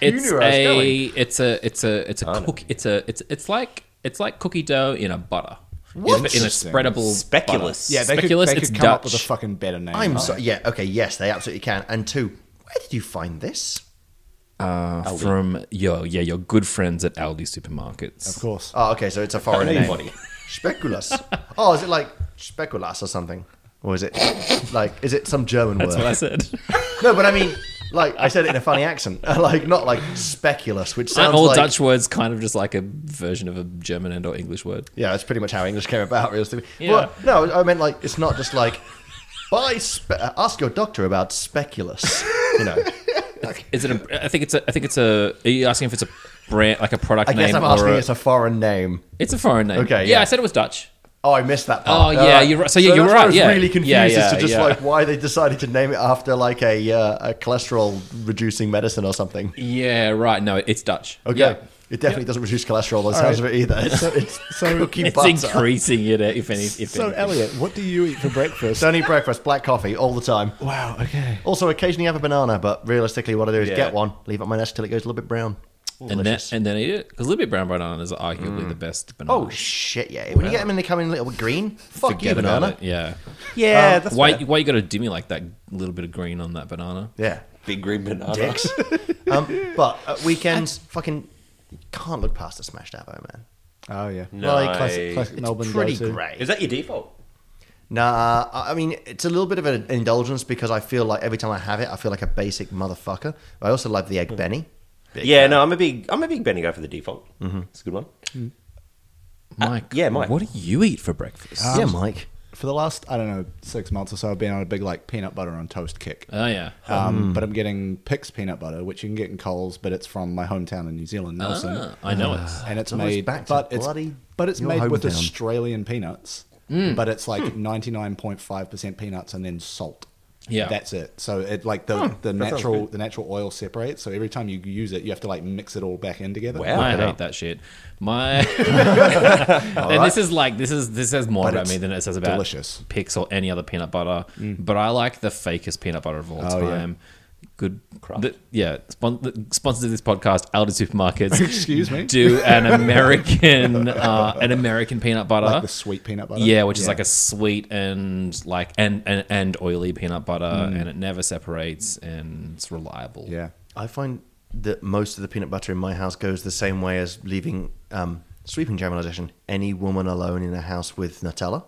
Speaker 4: it's
Speaker 1: knew where I was
Speaker 4: a
Speaker 1: going.
Speaker 4: it's a it's a it's a cook it's a it's it's like it's like cookie dough in a butter. What? In, a
Speaker 5: Interesting.
Speaker 4: spreadable
Speaker 3: Speculous.
Speaker 4: butter.
Speaker 5: Yeah, they could,
Speaker 4: Speculous,
Speaker 5: they could
Speaker 4: it's
Speaker 5: come up with a
Speaker 4: Dutch.
Speaker 5: fucking better name. Oh,
Speaker 1: I'm sorry. Yeah. Okay. Yes, they absolutely can. And two, where did you find this?
Speaker 4: uh, from your yeah your good friends at Aldi supermarkets.
Speaker 5: Of course.
Speaker 1: Oh, okay. So it's a foreign name.
Speaker 3: Anybody.
Speaker 1: Speculus. Oh, is it like speculas or something? Or is it like is it some German
Speaker 4: That's
Speaker 1: word?
Speaker 4: what I said.
Speaker 1: No, but I mean, like I said it in a funny accent, like not like speculus, which sounds
Speaker 4: Aren't all
Speaker 1: like
Speaker 4: Dutch words kind of just like a version of a German and or English word?
Speaker 1: Yeah, that's pretty much how English came about, realistically.
Speaker 4: Yeah.
Speaker 1: But no, I meant like it's not just like buy spe- uh, ask your doctor about speculus, you know.
Speaker 4: Is it? A, I think it's a. I think it's a. Are you asking if it's a brand like a product
Speaker 1: I
Speaker 4: name
Speaker 1: guess I'm
Speaker 4: or
Speaker 1: asking
Speaker 4: a,
Speaker 1: it's a foreign name.
Speaker 4: it's a foreign name?
Speaker 1: Okay,
Speaker 4: Yeah,
Speaker 1: yeah.
Speaker 4: I said it was Dutch.
Speaker 1: Oh, I missed that
Speaker 4: Oh,
Speaker 1: part. Uh,
Speaker 4: yeah, you're right. So, yeah, you're
Speaker 1: that's
Speaker 4: right,
Speaker 1: why I was
Speaker 4: yeah.
Speaker 1: really confused
Speaker 4: Yeah,
Speaker 1: as to
Speaker 4: yeah,
Speaker 1: just
Speaker 4: yeah.
Speaker 1: like why they decided to name it after like a uh, a cholesterol reducing medicine or something.
Speaker 4: Yeah, right. No, it's Dutch.
Speaker 1: Okay.
Speaker 4: Yeah.
Speaker 1: It definitely doesn't reduce cholesterol on the sounds of it either. It's, it's
Speaker 5: So,
Speaker 1: cookie
Speaker 4: It's
Speaker 1: butter.
Speaker 4: increasing it, if any. If
Speaker 6: So,
Speaker 4: anything.
Speaker 6: Elliot, what do you eat for breakfast?
Speaker 1: Don't eat breakfast, black coffee all the time.
Speaker 6: wow. Okay.
Speaker 1: Also, occasionally have a banana, but realistically, what I do is
Speaker 3: Yeah.
Speaker 1: get one, leave it on my desk till it goes a little bit brown.
Speaker 4: and then,
Speaker 1: Delicious.
Speaker 4: and then eat it. Because Little Bit Brown Banana is arguably
Speaker 3: Mm.
Speaker 4: the best banana.
Speaker 1: oh shit, yeah! When you get them and they come in little green, fuck
Speaker 4: Forget
Speaker 1: you,
Speaker 4: about
Speaker 1: banana.
Speaker 4: it. Yeah.
Speaker 3: Yeah, that's
Speaker 4: Why,
Speaker 3: fair.
Speaker 4: why you got to dimmy like that little bit of green on that banana?
Speaker 1: Yeah,
Speaker 3: big green banana.
Speaker 1: dicks. um, but at weekends, fucking can't look past a smashed avo, man.
Speaker 5: oh yeah,
Speaker 3: No,
Speaker 1: Like,
Speaker 3: I-
Speaker 5: classic, classic
Speaker 1: It's
Speaker 5: Melbourne
Speaker 1: pretty
Speaker 5: go-to.
Speaker 1: great.
Speaker 3: Is that your default?
Speaker 1: Nah, I I mean it's a little bit of an indulgence because I feel like every time I have it, I feel like a basic motherfucker. But I also love the egg benny. Big
Speaker 3: Hmm. yeah,
Speaker 1: fan.
Speaker 3: no, I'm a big, I'm a big Benny guy for the default.
Speaker 1: Mm-hmm.
Speaker 3: It's a good one.
Speaker 4: Mike.
Speaker 3: yeah, Mike.
Speaker 4: What do you eat for breakfast?
Speaker 1: yeah, Mike.
Speaker 5: For the last I don't know six months or so, I've been on a big like peanut butter on toast kick.
Speaker 4: Oh, yeah.
Speaker 1: Hmm.
Speaker 5: Um, But I'm getting Pix peanut butter, which you can get in Coles, but it's from my hometown in New Zealand, Nelson.
Speaker 4: Ah, I know it.
Speaker 5: and it's
Speaker 1: It's always
Speaker 5: made
Speaker 1: back to
Speaker 5: but it's
Speaker 1: bloody
Speaker 5: but it's
Speaker 1: your
Speaker 5: made with
Speaker 1: hometown.
Speaker 5: Australian peanuts.
Speaker 4: Hmm.
Speaker 5: But it's like ninety nine point five percent peanuts and then salt.
Speaker 4: Yeah.
Speaker 5: that's it. So it like the, the natural the natural oil separates. So every time you use it, you have to like mix it all back in together.
Speaker 3: Wow.
Speaker 4: I
Speaker 3: Look it
Speaker 4: hate
Speaker 3: up.
Speaker 4: that shit. My and this is like this is this says more
Speaker 5: But
Speaker 4: about
Speaker 5: it's
Speaker 4: me than it says about
Speaker 5: delicious. Mm.
Speaker 4: Pix or any other peanut butter. But I like the fakest peanut butter of all
Speaker 5: Oh, yeah.
Speaker 4: time. Good craft. yeah, spon- the sponsors of this podcast, Aldi Supermarkets.
Speaker 5: Excuse me?
Speaker 4: Do an American uh, an American peanut butter.
Speaker 5: Like the sweet peanut butter.
Speaker 4: Yeah, which is like a sweet and like and and, and oily peanut butter, and it never separates and it's reliable.
Speaker 5: Mm. yeah.
Speaker 1: I find that most of the peanut butter in my house goes the same way as leaving um, sweeping generalization any woman alone in a house with Nutella.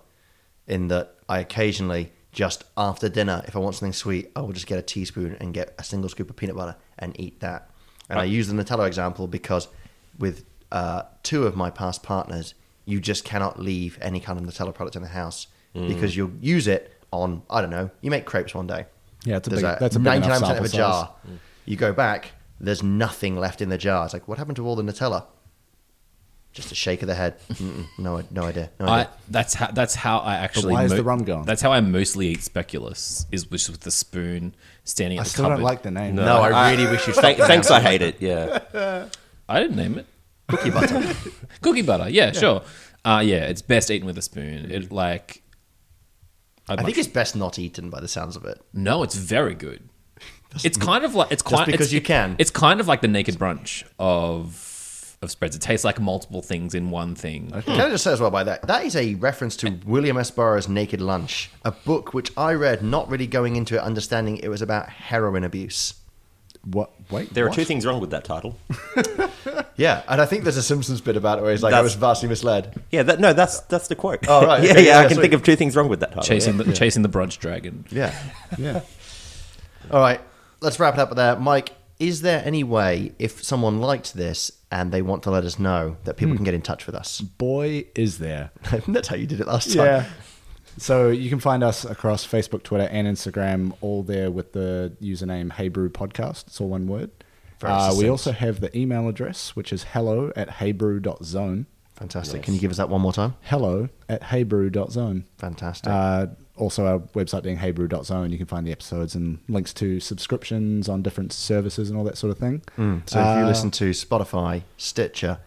Speaker 1: In that I occasionally just after dinner, if I want something sweet, I will just get a teaspoon and get a single scoop of peanut butter and eat that. And I use the Nutella example because with uh, two of my past partners, you just cannot leave any kind of Nutella product in the house because you'll use it on I don't know. You make crepes one day.
Speaker 5: Yeah, it's a
Speaker 1: There's
Speaker 5: big- that's a big enough
Speaker 1: 99% of
Speaker 5: sample
Speaker 1: a
Speaker 5: size.
Speaker 1: jar. You go back, there's nothing left in the jar. It's like, what happened to all the Nutella? Just a shake of the head. Mm-mm, no, no idea. No
Speaker 4: I,
Speaker 1: idea.
Speaker 4: that's how that's how I actually.
Speaker 5: why is the rum gone?
Speaker 4: That's how I mostly eat speculus is with, with the spoon standing. At
Speaker 5: I
Speaker 4: the
Speaker 5: still
Speaker 4: cupboard.
Speaker 5: don't like the name.
Speaker 1: no, I, really wish you
Speaker 3: Thank, thanks, I hate it. Yeah,
Speaker 4: I didn't name it. Cookie butter. Cookie butter. Yeah, sure. Uh, yeah, it's best eaten with a spoon. It like. I'd
Speaker 1: I
Speaker 4: much-
Speaker 1: think it's best not eaten by the sounds of it.
Speaker 4: no, it's very good. It's kind of like it's kind
Speaker 1: because
Speaker 4: it's,
Speaker 1: you can.
Speaker 4: It's kind of like the naked brunch of of spreads. It tastes like multiple things in one thing.
Speaker 1: Can I just say as well by that? That is a reference to William S. Burroughs' Naked Lunch, a book which I read not really going into it understanding it was about heroin abuse.
Speaker 5: What? Wait.
Speaker 3: there are
Speaker 5: what?
Speaker 3: two things wrong with that title.
Speaker 1: Yeah, and I think there's a Simpsons bit about it where he's like, I
Speaker 3: That's-
Speaker 1: was vastly misled.
Speaker 3: Yeah, that, no, that's that's the quote.
Speaker 1: Oh, right.
Speaker 3: yeah,
Speaker 1: Okay,
Speaker 3: yeah,
Speaker 1: yeah,
Speaker 3: I can
Speaker 1: sweet.
Speaker 3: think of two things wrong with that title.
Speaker 4: Chasing the chasing the brunch dragon.
Speaker 1: Yeah.
Speaker 5: Yeah.
Speaker 1: All right, let's wrap it up there. Mike, is there any way, if someone liked this and they want to let us know, that
Speaker 5: Hmm.
Speaker 1: people can get in touch with us?
Speaker 5: Boy, is there.
Speaker 1: That's how you did it last time.
Speaker 5: Yeah. So you can find us across Facebook, Twitter, and Instagram, all there with the username Heybrew Podcast. It's all one word.
Speaker 1: Very
Speaker 5: Uh, we
Speaker 1: succinct.
Speaker 5: also have the email address, which is hello at heybrew.zone.
Speaker 1: Fantastic. Can you give us that one more time?
Speaker 5: Hello at heybrew.zone.
Speaker 1: Fantastic.
Speaker 5: Uh, also, our website being heybrew.zone. You can find the episodes and links to subscriptions on different services and all that sort of thing.
Speaker 1: Mm,
Speaker 5: Uh,
Speaker 1: so if you listen to Spotify, Stitcher,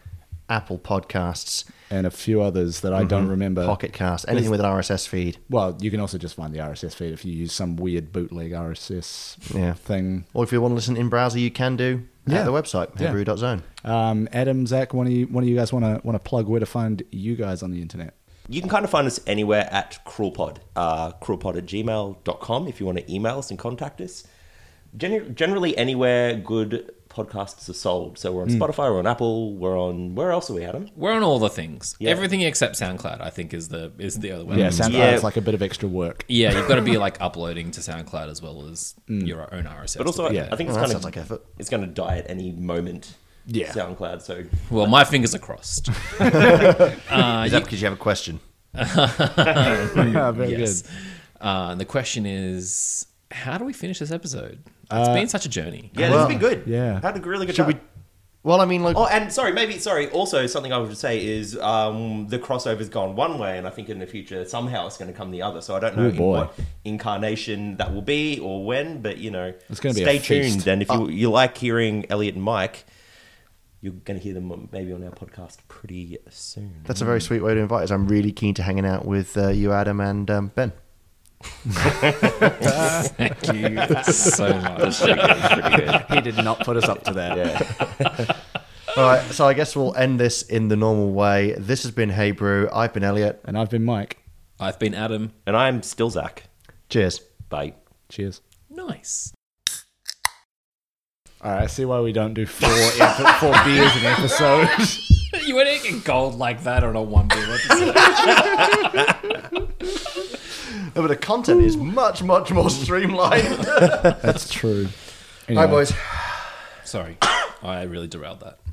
Speaker 1: Apple Podcasts,
Speaker 5: And a few others that I don't remember.
Speaker 1: Mm-hmm. Pocket Cast, anything with an RSS feed,
Speaker 5: Well, you can also just find the RSS feed if you use some weird bootleg RSS
Speaker 1: Yeah.
Speaker 5: thing.
Speaker 1: or if you want to listen in browser, you can do
Speaker 5: Yeah.
Speaker 1: at the website,
Speaker 5: Yeah.
Speaker 1: hebrew.zone.
Speaker 5: Um, Adam, Zach, one of you, one of you guys want to want to plug where to find you guys on the internet?
Speaker 3: You can kind of find us anywhere at cruelpod, uh, cruelpod at gmail.com if you want to email us and contact us. Gen- generally, anywhere good podcasts are sold. So we're
Speaker 1: Hmm.
Speaker 3: on Spotify, we're on Apple, we're on. Where else are we, Adam?
Speaker 4: We're on all the things.
Speaker 3: Yeah.
Speaker 4: Everything except SoundCloud, I think, is the is the other way.
Speaker 5: Yeah, SoundCloud's
Speaker 3: Yeah.
Speaker 5: Um, like a bit of extra work.
Speaker 4: Yeah, you've got to be like uploading to SoundCloud as well as
Speaker 5: Mm.
Speaker 4: your own RSS.
Speaker 3: But also, I-
Speaker 5: Yeah.
Speaker 3: I think
Speaker 1: Well,
Speaker 3: it's
Speaker 1: that
Speaker 3: kind of
Speaker 1: sounds like effort.
Speaker 3: it's going to die at any moment.
Speaker 5: Yeah.
Speaker 3: SoundCloud. So
Speaker 4: well, my fingers are crossed.
Speaker 1: is that because you have a question?
Speaker 5: Yeah, very
Speaker 4: yes.
Speaker 5: good.
Speaker 4: Uh, and the question is,
Speaker 5: Uh,
Speaker 4: how do we finish this episode? It's been such a journey.
Speaker 3: yeah,
Speaker 1: Well,
Speaker 3: this has been good.
Speaker 5: yeah.
Speaker 3: had a really good
Speaker 1: Should
Speaker 3: time.
Speaker 1: we Well, I mean, like,
Speaker 3: Oh, and sorry, maybe sorry. Also, something I would say is um, the crossover's gone one way, and I think in the future somehow it's going to come the other. So I don't know
Speaker 5: Ooh,
Speaker 3: in
Speaker 5: boy.
Speaker 3: what incarnation that will be or when, but you know,
Speaker 5: It's gonna be a
Speaker 3: stay
Speaker 5: feast. Uh,
Speaker 3: tuned. And if you you like hearing Elliot and Mike, you're going to hear them maybe on our podcast pretty soon.
Speaker 1: that's a very sweet way to invite us. I'm really keen to hanging out with uh, you, Adam, and um, Ben.
Speaker 4: Thank you so much.
Speaker 5: he did not put us up to that.
Speaker 1: All right, so I guess we'll end this in the normal way. This has been Hey Brew. I've been Elliot.
Speaker 5: And I've been Mike.
Speaker 4: I've been Adam.
Speaker 3: And I'm still Zach.
Speaker 1: Cheers.
Speaker 3: Bye.
Speaker 5: Cheers.
Speaker 4: Nice.
Speaker 5: All right, I see why we don't do four epi- four beers an episode.
Speaker 4: You wouldn't get gold like that on a one beer episode.
Speaker 1: No, but the content is much, much more streamlined.
Speaker 5: That's true.
Speaker 1: Hi, boys.
Speaker 4: Sorry, I really derailed that.